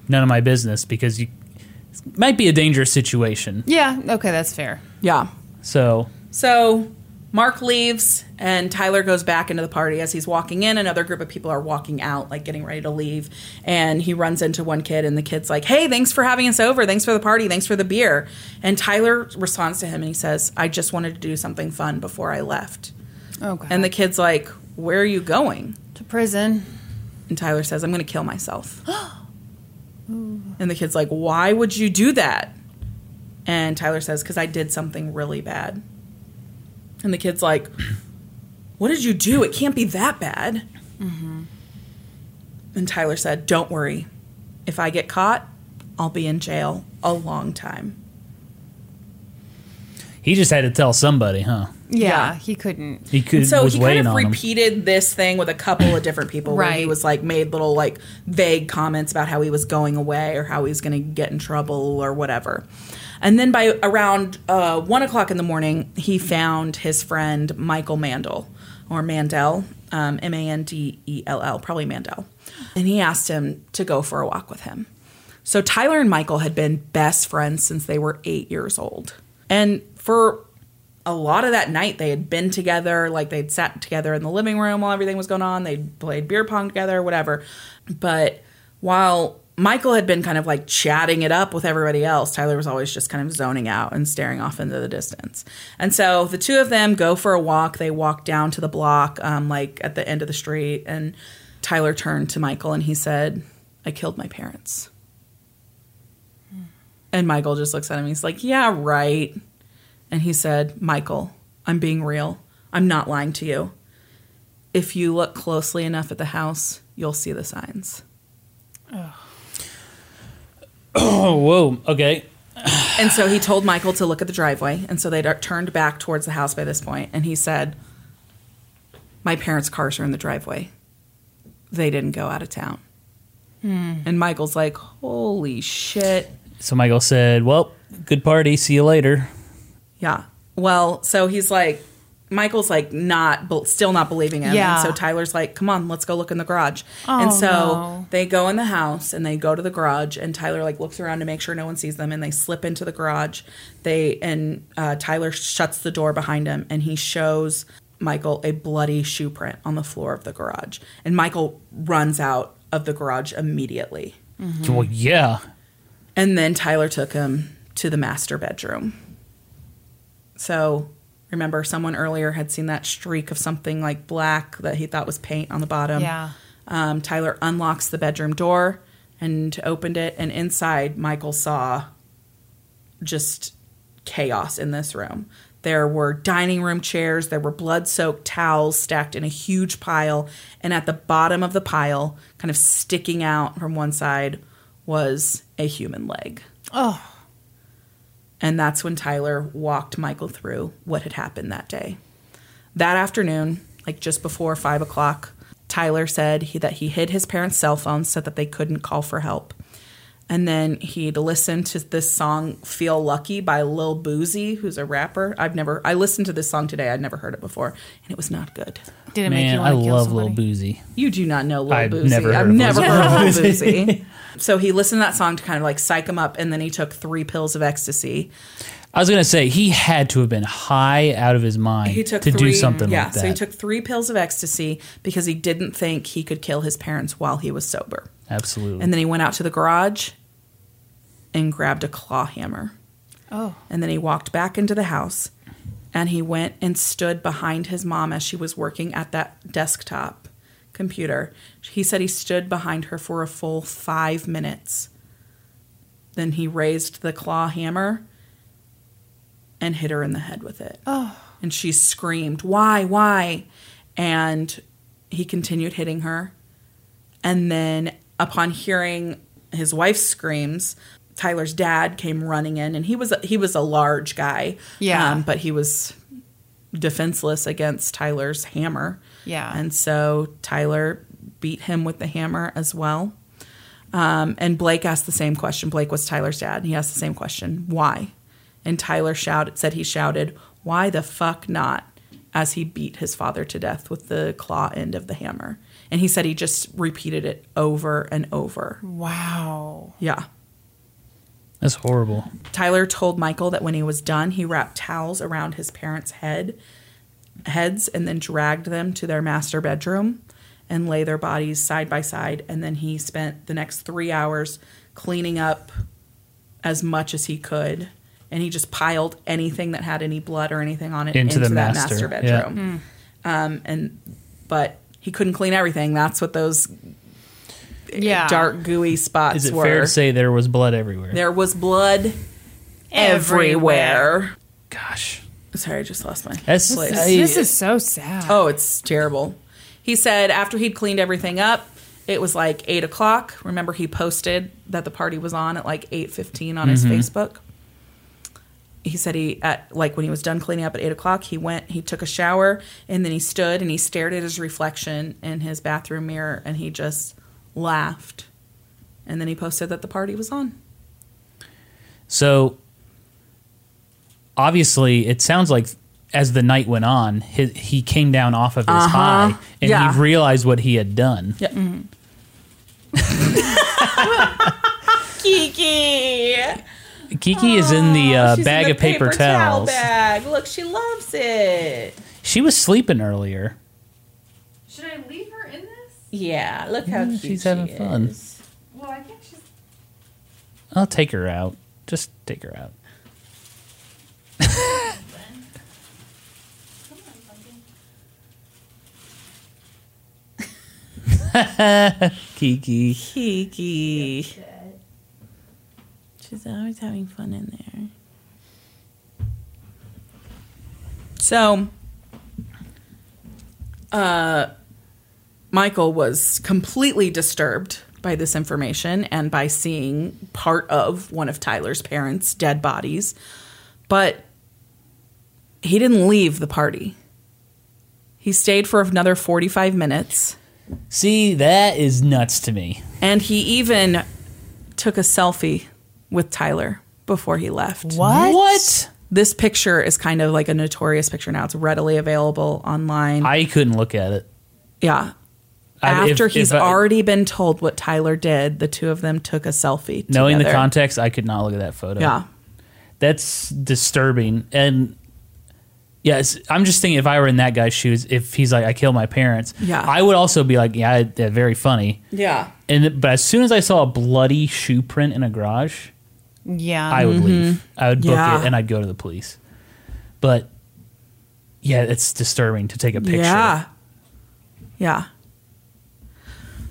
Speaker 3: none of my business because you it might be a dangerous situation.
Speaker 2: Yeah. Okay, that's fair.
Speaker 4: Yeah.
Speaker 3: So
Speaker 1: So Mark leaves and Tyler goes back into the party as he's walking in. Another group of people are walking out, like getting ready to leave. And he runs into one kid, and the kid's like, Hey, thanks for having us over. Thanks for the party. Thanks for the beer. And Tyler responds to him and he says, I just wanted to do something fun before I left.
Speaker 2: Okay.
Speaker 1: And the kid's like, Where are you going?
Speaker 2: to prison.
Speaker 1: And Tyler says, I'm going to kill myself. and the kid's like, Why would you do that? And Tyler says, Because I did something really bad. And the kid's like, What did you do? It can't be that bad. And Tyler said, Don't worry. If I get caught, I'll be in jail a long time.
Speaker 3: he just had to tell somebody, huh?
Speaker 2: Yeah, he couldn't.
Speaker 3: He could
Speaker 1: So
Speaker 3: was
Speaker 1: he
Speaker 3: waiting
Speaker 1: kind of
Speaker 3: on him.
Speaker 1: repeated this thing with a couple of different people where he
Speaker 2: Right.
Speaker 1: was like made little like vague comments about how he was going away or how he was going to get in trouble or whatever. And then by around uh, one o'clock in the morning, he found his friend Michael Mandel or Mandel, um, M A N D E L L, probably Mandel. And he asked him to go for a walk with him. So Tyler and Michael had been best friends since they were eight years old. And for a lot of that night they had been together like they'd sat together in the living room while everything was going on they'd played beer pong together whatever but while michael had been kind of like chatting it up with everybody else tyler was always just kind of zoning out and staring off into the distance and so the two of them go for a walk they walk down to the block um, like at the end of the street and tyler turned to michael and he said i killed my parents and michael just looks at him he's like yeah right and he said, Michael, I'm being real. I'm not lying to you. If you look closely enough at the house, you'll see the signs.
Speaker 3: oh, whoa. Okay.
Speaker 1: And so he told Michael to look at the driveway. And so they'd turned back towards the house by this point, And he said, My parents' cars are in the driveway. They didn't go out of town. And Michael's like, Holy shit.
Speaker 3: So Michael said, "Well, good party. See you later."
Speaker 1: Yeah. Well, so he's like, Michael's like not, bel- still not believing him.
Speaker 2: Yeah. Oh,
Speaker 1: And so Tyler's like, come on, let's go look in the garage. and so
Speaker 2: no.
Speaker 1: they go in the house and they go to the garage and Tyler like looks around to make sure no one sees them and they slip into the garage. They, and uh, Tyler shuts the door behind him and he shows Michael a bloody shoe print on the floor of the garage. And Michael runs out of the garage immediately.
Speaker 3: Well, yeah.
Speaker 1: And then Tyler took him to the master bedroom. So remember, someone earlier had seen that streak of something like black that he thought was paint on the bottom.
Speaker 2: Yeah.
Speaker 1: Um, Tyler unlocks the bedroom door and opened it, and inside, Michael saw just chaos in this room. There were dining room chairs, there were blood soaked towels stacked in a huge pile, and at the bottom of the pile, kind of sticking out from one side, was a human leg.
Speaker 2: Oh,
Speaker 1: And that's when Tyler walked Michael through what had happened that day. That afternoon, like just before five o'clock, Tyler said he, that he hid his parents' cell phones so that they couldn't call for help. And then he'd listened to this song Feel Lucky by Lil Boozy, who's a rapper. I've never, I listened to this song today. I'd never heard it before, and it was not good.
Speaker 2: did it make
Speaker 3: Man,
Speaker 2: you
Speaker 3: I
Speaker 2: want to kill
Speaker 3: love
Speaker 2: somebody?
Speaker 3: Lil Boozy.
Speaker 1: You do not know Lil
Speaker 3: I've
Speaker 1: Boozy.
Speaker 3: never heard
Speaker 1: I've
Speaker 3: of
Speaker 1: never
Speaker 3: Lil
Speaker 1: heard of Lil Boozy. so he listened to that song to kind of like psych him up, and then he took three pills of ecstasy.
Speaker 3: I was gonna say he had to have been high out of his mind
Speaker 1: he took
Speaker 3: to
Speaker 1: three,
Speaker 3: do something
Speaker 1: yeah,
Speaker 3: like that.
Speaker 1: so he took three pills of ecstasy because he didn't think he could kill his parents while he was sober.
Speaker 3: Absolutely.
Speaker 1: And then he went out to the garage and grabbed a claw hammer.
Speaker 2: Oh.
Speaker 1: And then he walked back into the house and he went and stood behind his mom as she was working at that desktop computer. He said he stood behind her for a full five minutes. Then he raised the claw hammer and hit her in the head with it. Oh. And she screamed, Why, why? And he continued hitting her. And then, upon hearing his wife's screams, Tyler's dad came running in, and he was he was a large guy, Um,
Speaker 2: Yeah.
Speaker 1: but he was defenseless against Tyler's hammer,
Speaker 2: Yeah.
Speaker 1: and so Tyler beat him with the hammer as well. Um, and Blake asked the same question. Blake was Tyler's dad, and he asked the same question: Why? And Tyler shouted, said he shouted, "Why the fuck not?" as he beat his father to death with the claw end of the hammer. And he said he just repeated it over and over.
Speaker 2: Wow.
Speaker 1: Yeah.
Speaker 3: That's horrible.
Speaker 1: Tyler told Michael that when he was done, he wrapped towels around his parents' head heads and then dragged them to their master bedroom and lay their bodies side by side and then he spent the next 3 hours cleaning up as much as he could and he just piled anything that had any blood or anything on it
Speaker 3: Into
Speaker 1: into,
Speaker 3: the
Speaker 1: that
Speaker 3: master,
Speaker 1: master,
Speaker 3: yeah.
Speaker 1: bedroom. Um and but he couldn't clean everything. That's what those
Speaker 2: Yeah.
Speaker 1: dark gooey spots
Speaker 3: Is it
Speaker 1: were.
Speaker 3: fair to say there was blood everywhere?
Speaker 1: there was blood
Speaker 2: Everywhere.
Speaker 1: everywhere.
Speaker 3: Gosh.
Speaker 1: Sorry, I just lost my
Speaker 3: That's-
Speaker 1: place.
Speaker 2: This is so sad.
Speaker 1: oh, it's terrible. He said after he'd cleaned everything up, it was like eight o'clock. Remember, he posted that the party was on at like eight fifteen on
Speaker 2: Mm-hmm.
Speaker 1: his Facebook. He said he at like when he was done cleaning up at eight o'clock, he went, he took a shower, and then he stood and he stared at his reflection in his bathroom mirror, and he just laughed. And then he posted that the party was on.
Speaker 3: So obviously, it sounds like as the night went on, his, he came down off of his high and
Speaker 1: Uh-huh. Yeah.
Speaker 3: he realized what he had done.
Speaker 1: Yeah. Mm-hmm. Kiki.
Speaker 3: Kiki is in the uh, bag of paper, towels.
Speaker 1: bag. Look, she loves it.
Speaker 3: She was sleeping earlier.
Speaker 2: Should I leave her in this?
Speaker 1: Yeah, look how cute
Speaker 3: She's having
Speaker 1: she
Speaker 3: fun.
Speaker 1: is.
Speaker 2: Well, I think she's.
Speaker 3: I'll take her out. Just take her out. Kiki.
Speaker 1: Kiki. She's always having fun in there. So, uh, Michael was completely disturbed by this information and by seeing part of one of Tyler's parents' dead bodies, but he didn't leave the party. He stayed for another 45 minutes.
Speaker 3: See, that is nuts to me.
Speaker 1: And he even took a selfie with Tyler before he left.
Speaker 3: What? What?
Speaker 1: This picture is kind of like a notorious picture now. It's readily available online.
Speaker 3: I couldn't look at it.
Speaker 1: yeah.
Speaker 3: I- if-
Speaker 1: After he's
Speaker 3: if uh, I-
Speaker 1: already been told what Tyler did, the two of them took a selfie.
Speaker 3: Knowing the
Speaker 1: together.
Speaker 3: context, I could not look at that photo.
Speaker 1: Yeah.
Speaker 3: That's disturbing. And yes, I'm just thinking if I were in that guy's shoes, if he's like, I killed my parents,
Speaker 1: Yeah.
Speaker 3: I would also be like, yeah, I- yeah, very funny.
Speaker 1: Yeah.
Speaker 3: And but as soon as I saw a bloody shoe print in a garage,
Speaker 2: Yeah.
Speaker 3: I would leave. I would book
Speaker 1: Yeah.
Speaker 3: it and I'd go to the police. But yeah, it's disturbing to take a picture.
Speaker 1: Yeah. Yeah.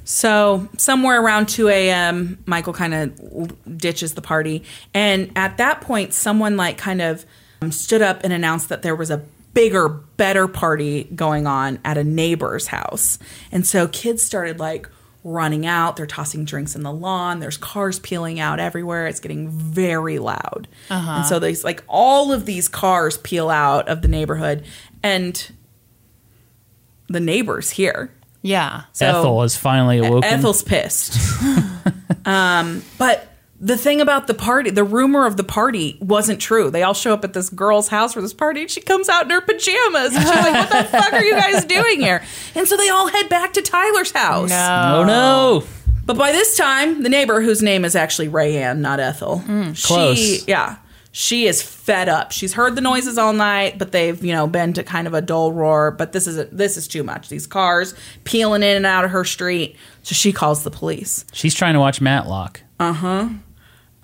Speaker 1: So somewhere around 2 a.m., Michael kind of ditches the party. And at that point, someone like kind of um, stood up and announced that there was a bigger, better party going on at a neighbor's house. And so kids started like running out. They're tossing drinks in the lawn. There's cars peeling out everywhere. It's getting very loud. And so there's like all of these cars peel out of the neighborhood. And the neighbors here.
Speaker 2: yeah.
Speaker 1: So
Speaker 3: Ethel has finally awoken.
Speaker 1: Ethel's pissed. um, but the thing about the party, the rumor of the party wasn't true. They all show up at this girl's house for this party, and she comes out in her pajamas. And she's like, "What the fuck are you guys doing here?" And so they all head back to Tyler's house.
Speaker 3: oh no.
Speaker 1: But by this time, the neighbor, whose name is actually Rayanne, not Ethel, she
Speaker 3: Close.
Speaker 1: yeah, she is fed up. She's heard the noises all night, but they've you know been to kind of a dull roar. But this is this is too much. These cars peeling in and out of her street, so she calls the police.
Speaker 3: She's trying to watch Matlock.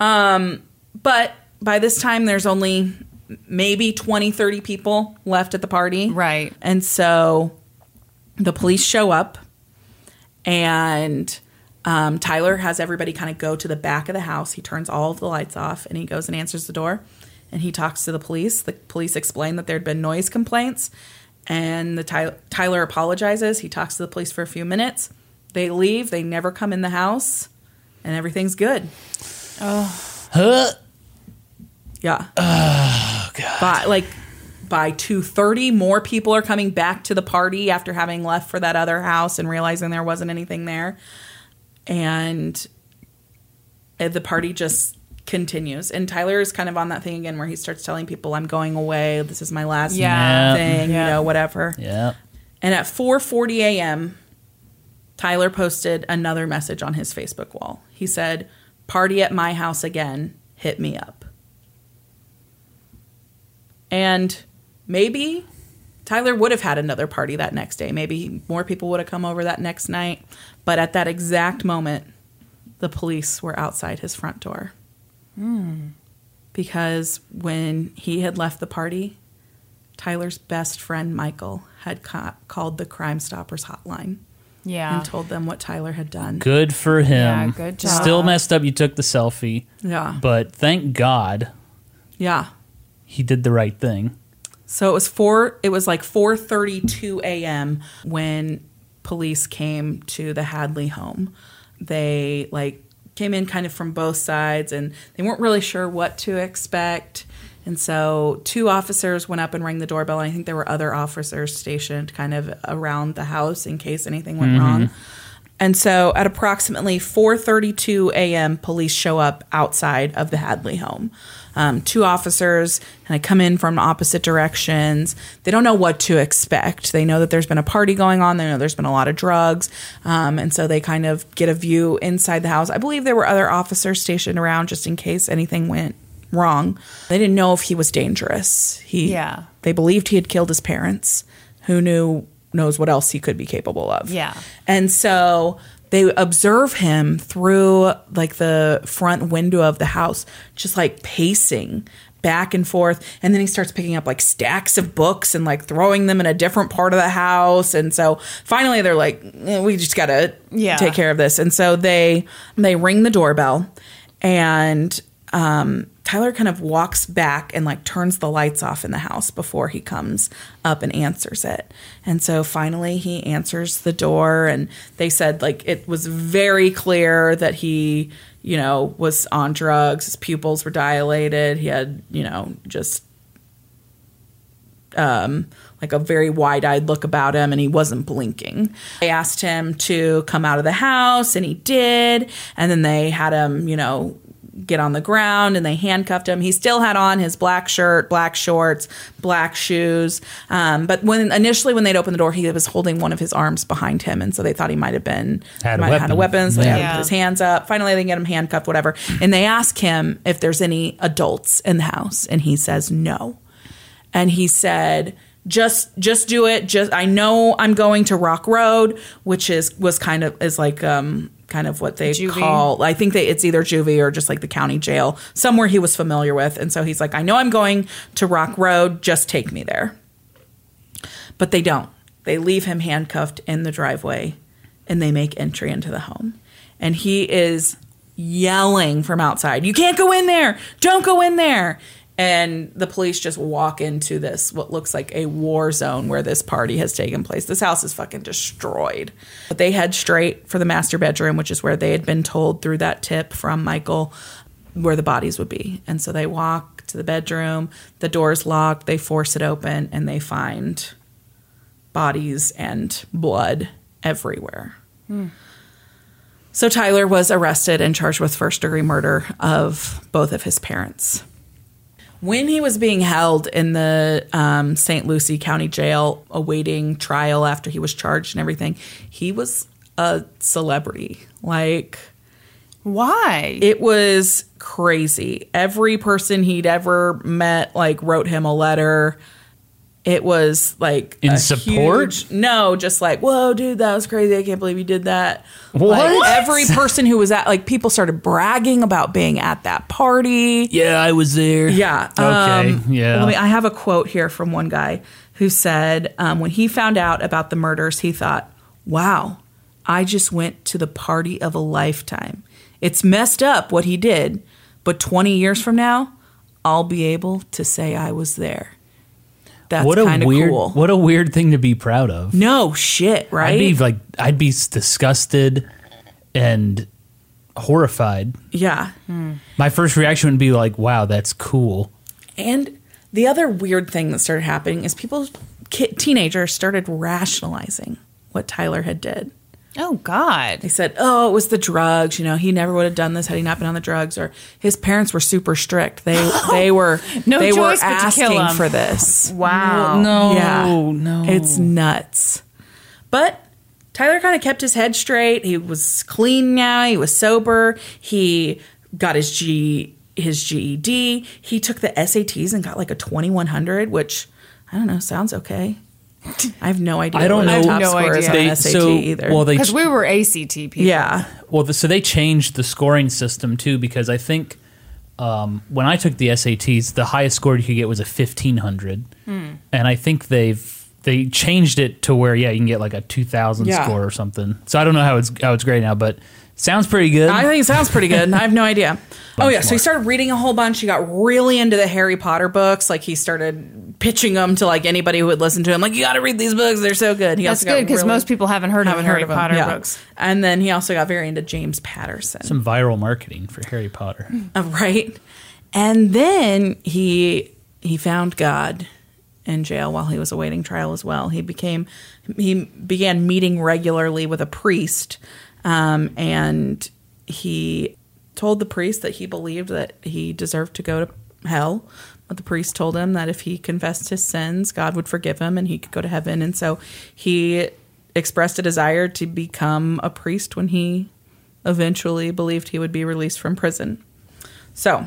Speaker 1: But by this time, there's only maybe 20, 30 people left at the party.
Speaker 2: Right.
Speaker 1: And so the police show up, and um, Tyler has everybody kind of go to the back of the house. He turns all of the lights off and he goes and answers the door and he talks to the police. The police explain that there'd been noise complaints, and the Ty- Tyler apologizes. He talks to the police for a few minutes. They leave, they never come in the house, and everything's good.
Speaker 3: Huh.
Speaker 1: Yeah. Oh god. By like by 2:30 more people are coming back to the party after having left for that other house and realizing there wasn't anything there. And uh, the eh, party just continues. And Tyler is kind of on that thing again where he starts telling people, I'm going away. This is my last
Speaker 3: Yeah.
Speaker 1: thing,
Speaker 2: Yeah.
Speaker 1: you know, whatever.
Speaker 3: Yeah.
Speaker 1: And at 4:40 a.m., Tyler posted another message on his Facebook wall. He said, "Party at my house again. Hit me up." And maybe Tyler would have had another party that next day. Maybe more people would have come over that next night, but at that exact moment, the police were outside his front door. Because when he had left the party, Tyler's best friend Michael had ca- called the Crime Stoppers hotline
Speaker 2: Yeah.
Speaker 1: and told them what Tyler had done.
Speaker 3: Good for him.
Speaker 2: Yeah, good job.
Speaker 3: Still messed up. You took the selfie,
Speaker 1: Yeah.
Speaker 3: but thank God
Speaker 1: yeah.
Speaker 3: he did the right thing.
Speaker 1: So it was four. It was like four thirty-two a.m. when police came to the Hadley home. They like came in kind of from both sides, and they weren't really sure what to expect. And so two officers went up and rang the doorbell. And I think there were other officers stationed kind of around the house in case anything went wrong. And so at approximately 4:32 a.m., police show up outside of the Hadley home. Um, two officers kind of come in from opposite directions. They don't know what to expect. They know that there's been a party going on. They know there's been a lot of drugs, um, and so they kind of get a view inside the house. I believe there were other officers stationed around just in case anything went wrong. They didn't know if he was dangerous. He,
Speaker 2: Yeah.
Speaker 1: They believed he had killed his parents. Who knew knows what else he could be capable of.
Speaker 2: Yeah.
Speaker 1: And so they observe him through like the front window of the house, just like pacing back and forth. And then he starts picking up like stacks of books and like throwing them in a different part of the house. And so finally they're like, "Eh, we just gotta
Speaker 2: Yeah.
Speaker 1: take care of this. And so they they ring the doorbell and um Tyler kind of walks back and like turns the lights off in the house before he comes up and answers it. And so finally he answers the door and they said like it was very clear that he, you know, was on drugs, his pupils were dilated, he had, you know, just like a very wide eyed look about him and he wasn't blinking. They asked him to come out of the house and he did. And then they had him, you know, get on the ground and they handcuffed him. He still had on his black shirt, black shorts, black shoes. Um, but when initially when they'd opened the door, he was holding one of his arms behind him. And so they thought he might have been,
Speaker 3: Had a
Speaker 1: might have had a
Speaker 3: weapon.
Speaker 1: weapon. So they
Speaker 3: Yeah.
Speaker 1: had him put his hands up. Finally, they get him handcuffed, whatever. And they ask him if there's any adults in the house. And he says no and he said just just do it just i know i'm going to rock road which is was kind of is like um kind of what they call i think they it's either juvie or just like the county jail somewhere he was familiar with and so he's like i know i'm going to rock road just take me there but they don't they leave him handcuffed in the driveway and they make entry into the home and he is yelling from outside you can't go in there don't go in there and the police just walk into this what looks like a war zone where this party has taken place this house is fucking destroyed but they head straight for the master bedroom which is where they had been told through that tip from michael where the bodies would be and so they walk to the bedroom the door's locked they force it open and they find bodies and blood everywhere. So Tyler was arrested and charged with first degree murder of both of his parents. When he was being held in the um, St. Lucie County Jail, awaiting trial after he was charged and everything, he was a celebrity. Like,
Speaker 2: Why?
Speaker 1: it was crazy. Every person he'd ever met, like, wrote him a letter. It was like
Speaker 3: In
Speaker 1: a
Speaker 3: support?
Speaker 1: huge- no, just like, whoa, dude, that was crazy. I can't believe you did that. Like,
Speaker 3: What?
Speaker 1: every person who was at, like, people started bragging about being at that party.
Speaker 3: Yeah, I was there.
Speaker 1: Yeah.
Speaker 3: Okay.
Speaker 1: um,
Speaker 3: yeah.
Speaker 1: Let me, I have a quote here from one guy who said um, when he found out about the murders, he thought, wow, I just went to the party of a lifetime. It's messed up what he did, but 20 years from now, I'll be able to say I was there. That's
Speaker 3: what a
Speaker 1: kind of
Speaker 3: weird.
Speaker 1: cool.
Speaker 3: What a weird thing to be proud of.
Speaker 1: no shit, right?
Speaker 3: I'd be like, I'd be disgusted and horrified.
Speaker 1: yeah.
Speaker 3: My first reaction would be like, "Wow, that's cool."
Speaker 1: And the other weird thing that started happening is people, ki- teenagers, started rationalizing what Tyler had did.
Speaker 2: Oh God.
Speaker 1: They said, "Oh, it was the drugs. You know, he never would have done this had he not been on the drugs." Or his parents were super strict. They they were
Speaker 2: Oh, No
Speaker 1: they were
Speaker 2: choice but to kill
Speaker 1: asking
Speaker 2: him.
Speaker 1: for this.
Speaker 2: Wow.
Speaker 3: No,
Speaker 1: yeah,
Speaker 3: no.
Speaker 1: it's nuts. But Tyler kind of kept his head straight. He was clean now. He was sober. He got his G his GED. He took the SATs and got like a twenty one hundred, which I don't know. Sounds okay. I have no idea.
Speaker 3: I
Speaker 1: what
Speaker 3: don't know.
Speaker 1: the
Speaker 2: I
Speaker 1: top
Speaker 2: have no
Speaker 1: score is
Speaker 2: idea.
Speaker 1: on
Speaker 3: They,
Speaker 1: an SAT
Speaker 3: so
Speaker 1: either.
Speaker 3: well they
Speaker 2: Because we were ACT people.
Speaker 1: yeah.
Speaker 3: Well, the, so they changed the scoring system too because I think um, when I took the SATs, the highest score you could get was a fifteen hundred,
Speaker 1: Hmm.
Speaker 3: and I think they've they changed it to where yeah you can get like a two thousand
Speaker 1: Yeah.
Speaker 3: score or something. So I don't know how it's how it's graded now, but sounds pretty good.
Speaker 1: I think it sounds pretty good. I have no idea. Oh yeah, so he
Speaker 3: more.
Speaker 1: started reading a whole bunch. He got really into the Harry Potter books. Like he started pitching them to like anybody who would listen to him. Like you got to read these books; they're so good. He
Speaker 2: That's
Speaker 1: also got
Speaker 2: good because
Speaker 1: really-
Speaker 2: most people haven't heard
Speaker 1: haven't
Speaker 2: of Harry
Speaker 1: heard of him.
Speaker 2: Potter
Speaker 1: Yeah.
Speaker 2: books.
Speaker 1: And then he also got very into James Patterson,
Speaker 3: some viral marketing for Harry Potter.
Speaker 1: Uh, right? And then he he found God in jail while he was awaiting trial as well. He became he began meeting regularly with a priest, um, and he told the priest that he believed that he deserved to go to hell. But the priest told him that if he confessed his sins, God would forgive him and he could go to heaven. And so he expressed a desire to become a priest when he eventually believed he would be released from prison. So,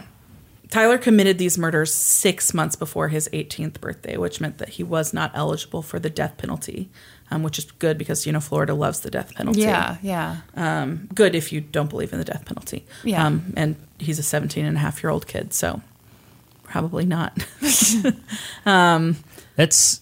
Speaker 1: Tyler committed these murders six months before his 18th birthday, which meant that he was not eligible for the death penalty, um, which is good because, you know, Florida loves the death penalty.
Speaker 2: Yeah. Yeah.
Speaker 1: Good if you don't believe in the death penalty.
Speaker 2: Yeah.
Speaker 1: Um, and he's a 17 and a half year old kid, so probably not.
Speaker 3: That's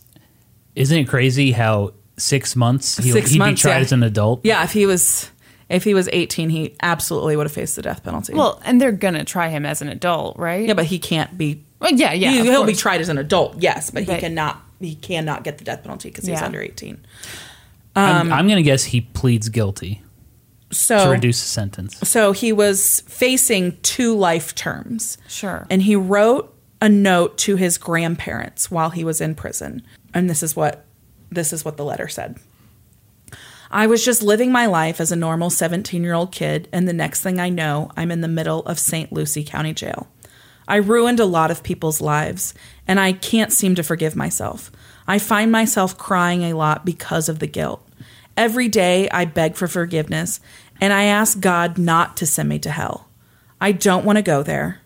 Speaker 3: isn't it crazy how six months he,
Speaker 1: Six
Speaker 3: would be
Speaker 1: months,
Speaker 3: tried
Speaker 1: yeah.
Speaker 3: as an adult.
Speaker 1: yeah, if he was. If he was 18, he absolutely would have faced the death penalty.
Speaker 2: Well, and they're gonna try him as an adult, right?
Speaker 1: yeah, but he can't be
Speaker 2: Well, yeah. Yeah.
Speaker 1: he,
Speaker 2: of
Speaker 1: will be
Speaker 2: course.
Speaker 1: tried as an adult, yes, but he
Speaker 2: But-
Speaker 1: cannot he cannot get the death penalty because he's
Speaker 2: Yeah.
Speaker 1: under eighteen. um,
Speaker 3: I'm, I'm gonna guess he pleads guilty to
Speaker 1: So
Speaker 3: reduce the sentence.
Speaker 1: so he was facing two life terms.
Speaker 2: Sure.
Speaker 1: And he wrote a note to his grandparents while he was in prison. And this is what this is what the letter said. I was just living my life as a normal 17 year old kid, and the next thing I know, I'm in the middle of St. Lucie County Jail. I ruined a lot of people's lives, and I can't seem to forgive myself. I find myself crying a lot because of the guilt. Every day, I beg for forgiveness, and I ask God not to send me to hell. I don't want to go there.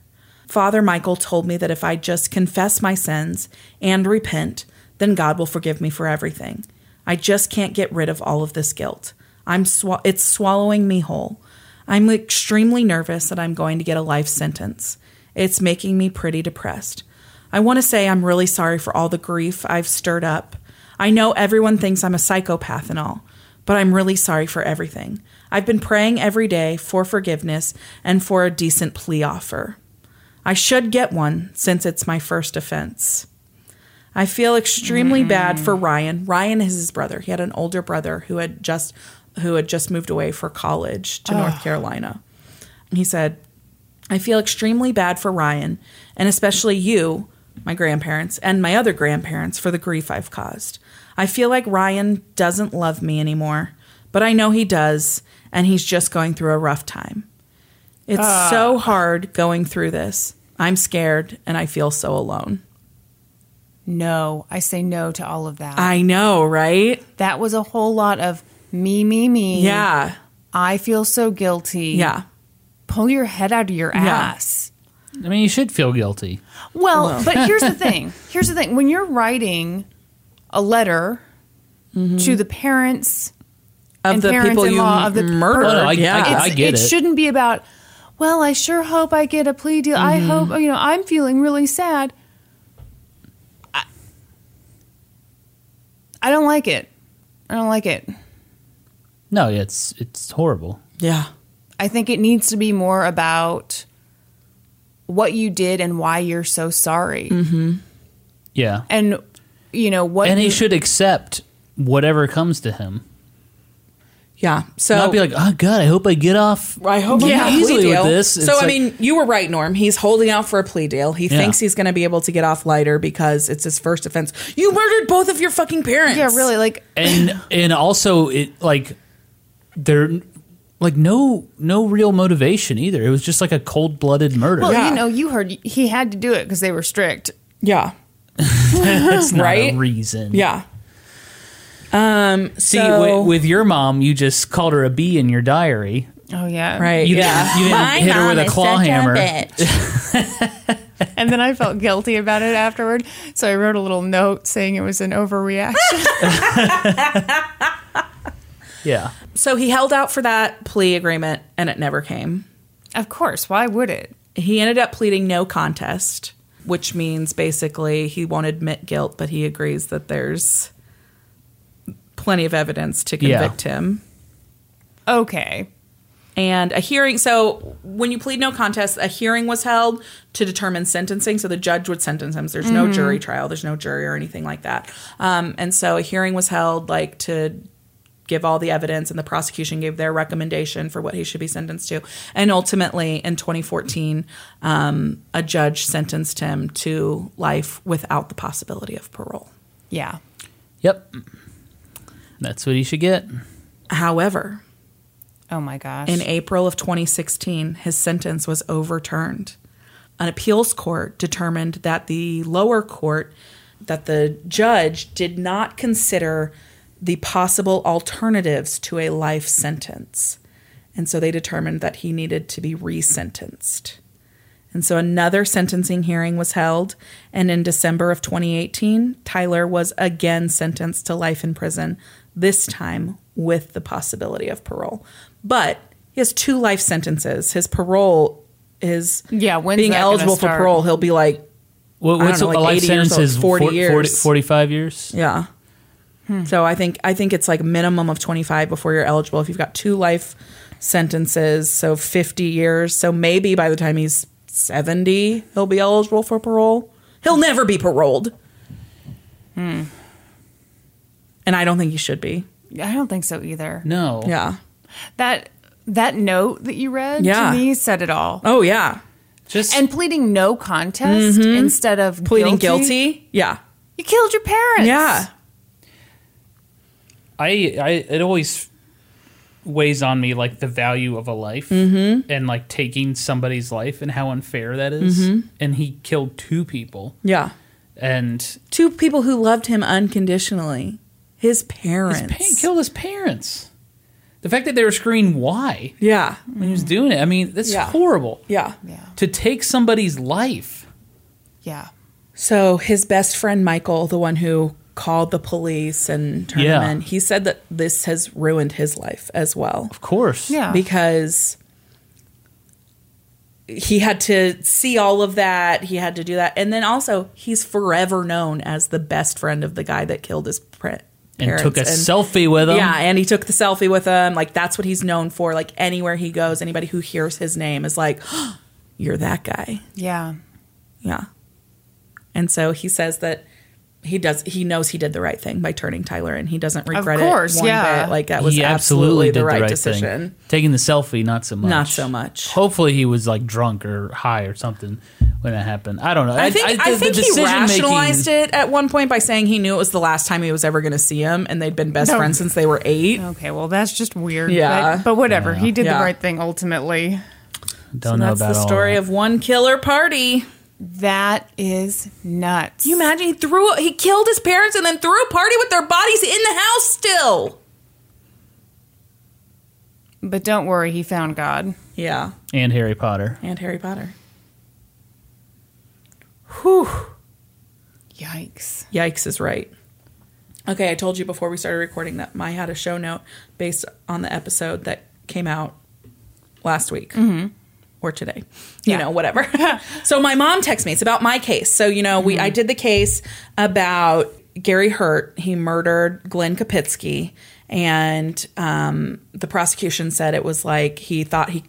Speaker 1: Father Michael told me that if I just confess my sins and repent, then God will forgive me for everything. I just can't get rid of all of this guilt. I'm swa- it's swallowing me whole. I'm extremely nervous that I'm going to get a life sentence. It's making me pretty depressed. I want to say I'm really sorry for all the grief I've stirred up. I know everyone thinks I'm a psychopath and all, but I'm really sorry for everything. I've been praying every day for forgiveness and for a decent plea offer. I should get one since it's my first offense. I feel extremely bad for Ryan. Ryan is his brother. He had an older brother who had just who had just moved away for college to North Carolina. He said, "I feel extremely bad for Ryan and especially you, my grandparents and my other grandparents for the grief I've caused. I feel like Ryan doesn't love me anymore, but I know he does and he's just going through a rough time. It's
Speaker 2: Ah.
Speaker 1: so hard going through this. I'm scared and I feel so alone."
Speaker 2: No, I say no to all of that.
Speaker 1: I know, right?
Speaker 2: that was a whole lot of me, me, me.
Speaker 1: Yeah.
Speaker 2: I feel so guilty.
Speaker 1: Yeah.
Speaker 2: Pull your head out of your ass.
Speaker 3: I mean, you should feel guilty.
Speaker 2: Well, but here's the thing. Here's the thing. When you're writing a letter
Speaker 1: Mm-hmm.
Speaker 2: to the parents
Speaker 1: Of
Speaker 2: and
Speaker 1: the people you
Speaker 2: parents-in-law of the
Speaker 1: murdered.
Speaker 3: Oh, no, I-
Speaker 1: yeah.
Speaker 3: I-
Speaker 2: it's- it
Speaker 3: get it.
Speaker 2: shouldn't be about. Well, I sure hope I get a plea deal. I
Speaker 1: Mm-hmm.
Speaker 2: hope you know I'm feeling really sad. I, I don't like it. I don't like it.
Speaker 3: No, it's it's horrible.
Speaker 1: yeah.
Speaker 2: I think it needs to be more about what you did and why you're so sorry,
Speaker 1: Mm-hmm.
Speaker 3: Yeah,
Speaker 2: and you know what.
Speaker 3: and he
Speaker 2: you-
Speaker 3: should accept whatever comes to him.
Speaker 1: Yeah. So
Speaker 3: Not be like, oh god, I hope I get off.
Speaker 1: I hope I'm
Speaker 3: yeah,
Speaker 1: not a plea
Speaker 3: easily with
Speaker 1: deal.
Speaker 3: this. It's
Speaker 1: So I
Speaker 3: like-
Speaker 1: mean, you were right, Norm. He's holding out for a plea deal. He
Speaker 3: Yeah.
Speaker 1: thinks he's going to be able to get off lighter because it's his first offense. You murdered both of your fucking parents.
Speaker 2: yeah, really, like
Speaker 3: and and also it like there like no no real motivation either. It was just like a cold blooded murder.
Speaker 2: Well,
Speaker 1: Yeah.
Speaker 2: you know, you heard he had to do it because they were strict.
Speaker 1: Yeah.
Speaker 3: That's not
Speaker 1: right?
Speaker 3: a reason.
Speaker 1: Yeah. Um.
Speaker 3: See,
Speaker 1: so,
Speaker 3: wi- with, your mom, you just called her a bee in your diary.
Speaker 2: Oh yeah,
Speaker 1: right.
Speaker 3: You
Speaker 1: yeah.
Speaker 3: didn't, you didn't hit her with a claw hammer.
Speaker 2: And then I felt guilty about it afterward, so I wrote a little note saying it was an overreaction.
Speaker 3: Yeah.
Speaker 1: So he held out for that plea agreement, and it never came.
Speaker 2: of course, why would it?
Speaker 1: He ended up pleading no contest, which means basically he won't admit guilt, but he agrees that there's plenty of evidence to
Speaker 3: Yeah.
Speaker 1: convict him.
Speaker 2: Okay,
Speaker 1: and a hearing so when you plead no contest a hearing was held to determine sentencing so the judge would sentence him there's no jury trial there's no jury or anything like that um, and so a hearing was held like to give all the evidence and the prosecution gave their recommendation for what he should be sentenced to and ultimately in 2014 um, a judge sentenced him to life without the possibility of parole
Speaker 2: yeah,
Speaker 3: Yep. That's what you should get.
Speaker 1: however
Speaker 2: oh my gosh,
Speaker 1: In April of 2016, his sentence was overturned. An appeals court determined that the lower court, that the judge did not consider the possible alternatives to a life sentence. And so they determined that he needed to be resentenced. And so another sentencing hearing was held. And in December of 2018, Tyler was again sentenced to life in prison, this time with the possibility of parole. But he has two life sentences. His parole is
Speaker 2: Yeah, when's
Speaker 1: being
Speaker 2: that gonna
Speaker 1: eligible for
Speaker 2: start?
Speaker 1: parole. He'll be like,
Speaker 3: What,
Speaker 1: don't
Speaker 3: what's
Speaker 1: know,
Speaker 3: a
Speaker 1: like
Speaker 3: life
Speaker 1: 80 years
Speaker 3: sentence?
Speaker 1: old,
Speaker 3: Is
Speaker 1: 40
Speaker 3: 40
Speaker 1: years.
Speaker 3: 45 years?
Speaker 1: yeah.
Speaker 3: Hmm.
Speaker 1: So I think I think it's like minimum of 25 before you're eligible. If you've got two life sentences, so 50 years. So maybe by the time he's 70, he'll be eligible for parole. He'll never be paroled.
Speaker 3: Hmm.
Speaker 1: And I don't think he should be.
Speaker 2: I don't think so either.
Speaker 3: No.
Speaker 1: Yeah.
Speaker 2: That that note that you read
Speaker 1: Yeah.
Speaker 2: to me said it all.
Speaker 1: Oh yeah.
Speaker 3: Just
Speaker 2: And pleading no contest instead of
Speaker 1: Pleading guilty? Yeah.
Speaker 2: You killed your parents.
Speaker 1: Yeah.
Speaker 3: I, I it always weighs on me like the value of a life
Speaker 1: Mm-hmm.
Speaker 3: and like taking somebody's life and how unfair that is.
Speaker 1: Mm-hmm.
Speaker 3: And he killed two people
Speaker 1: Yeah.
Speaker 3: and
Speaker 1: Two people who loved him unconditionally. His parents.
Speaker 3: his pa- killed his parents. The fact that they were screaming why
Speaker 1: yeah.
Speaker 3: when he was doing it, I mean, that's
Speaker 1: Mm. Yeah.
Speaker 3: horrible.
Speaker 1: Yeah.
Speaker 3: To take somebody's life.
Speaker 2: Yeah.
Speaker 1: So his best friend Michael, the one who called the police and turned
Speaker 3: Yeah.
Speaker 1: him in, he said that this has ruined his life as well
Speaker 3: Of course.
Speaker 2: Yeah.
Speaker 1: because he had to see all of that. He had to do that, and then also he's forever known as the best friend of the guy that killed his parent.
Speaker 3: And took a selfie with him.
Speaker 1: Yeah, and he took the selfie with him. Like that's what he's known for. Like anywhere he goes, anybody who hears his name is like, "You're that guy."
Speaker 2: Yeah.
Speaker 1: Yeah. And so he says that he does he knows he did the right thing by turning Tyler and he doesn't regret
Speaker 2: course,
Speaker 1: it one
Speaker 2: yeah.
Speaker 1: bit. Like that was
Speaker 3: he
Speaker 1: absolutely,
Speaker 3: absolutely,
Speaker 1: the,
Speaker 3: did
Speaker 1: right
Speaker 3: the right
Speaker 1: decision.
Speaker 3: thing. Taking the selfie, not so much.
Speaker 1: Not so much.
Speaker 3: Hopefully, he was like drunk or high or something when that happened. I don't know.
Speaker 1: I think I,
Speaker 3: the- the
Speaker 1: think he
Speaker 3: decision-making-
Speaker 1: rationalized it at one point by saying he knew it was the last time he was ever going to see him and they'd been best
Speaker 2: No.
Speaker 1: friends since they were 8.
Speaker 2: Okay. Well, that's just weird.
Speaker 1: Yeah.
Speaker 2: But, but whatever. He did
Speaker 1: Yeah.
Speaker 2: the right thing ultimately.
Speaker 3: Don't know
Speaker 1: That's
Speaker 3: about
Speaker 1: the
Speaker 3: all
Speaker 1: story
Speaker 3: that.
Speaker 1: of one killer party.
Speaker 2: That is nuts.
Speaker 1: You imagine he threw he killed his parents and then threw a party with their bodies in the house still.
Speaker 2: But don't worry, he found God.
Speaker 1: Yeah.
Speaker 3: and Harry Potter.
Speaker 1: And Harry Potter.
Speaker 2: Yikes.
Speaker 1: Yikes is right. Okay, I told you before we started recording that I had a show note based on the episode that came out last week or today. You know, whatever. so my mom texts me. It's about my case. So, you know, we I did the case about Gary Hurt. He murdered Glenn Kapitsky. And um, the prosecution said it was like he thought he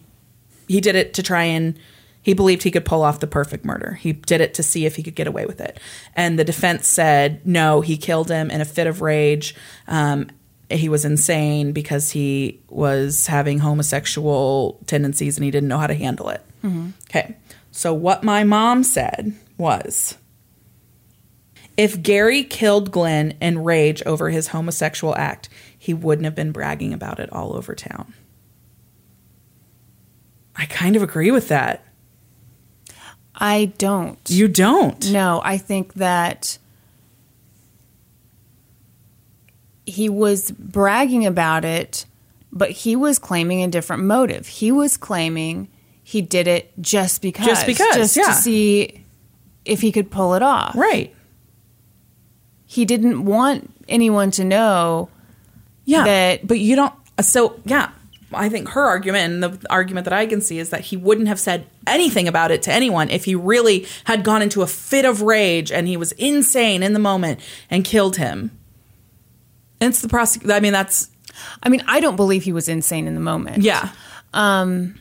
Speaker 1: he did it to try and he believed he could pull off the perfect murder. He did it to see if he could get away with it. And the defense said, no, he killed him in a fit of rage. Um, he was insane because he was having homosexual tendencies and he didn't know how to handle it. Okay. So, what my mom said was if Gary killed Glenn in rage over his homosexual act, he wouldn't have been bragging about it all over town. I kind of agree with that.
Speaker 2: I don't.
Speaker 1: You don't.
Speaker 2: No, I think that he was bragging about it, but he was claiming a different motive. He was claiming he did it just because,
Speaker 1: Just because,
Speaker 2: just
Speaker 1: yeah.
Speaker 2: to see if he could pull it off.
Speaker 1: Right.
Speaker 2: He didn't want anyone to know.
Speaker 1: Yeah.
Speaker 2: that-
Speaker 1: but you don't. So, yeah, I think her argument and the argument that I can see is that he wouldn't have said anything about it to anyone if he really had gone into a fit of rage and he was insane in the moment and killed him. And it's the prosecutor. I mean, that's,
Speaker 2: I mean, I don't believe he was insane in the moment.
Speaker 1: yeah. Um,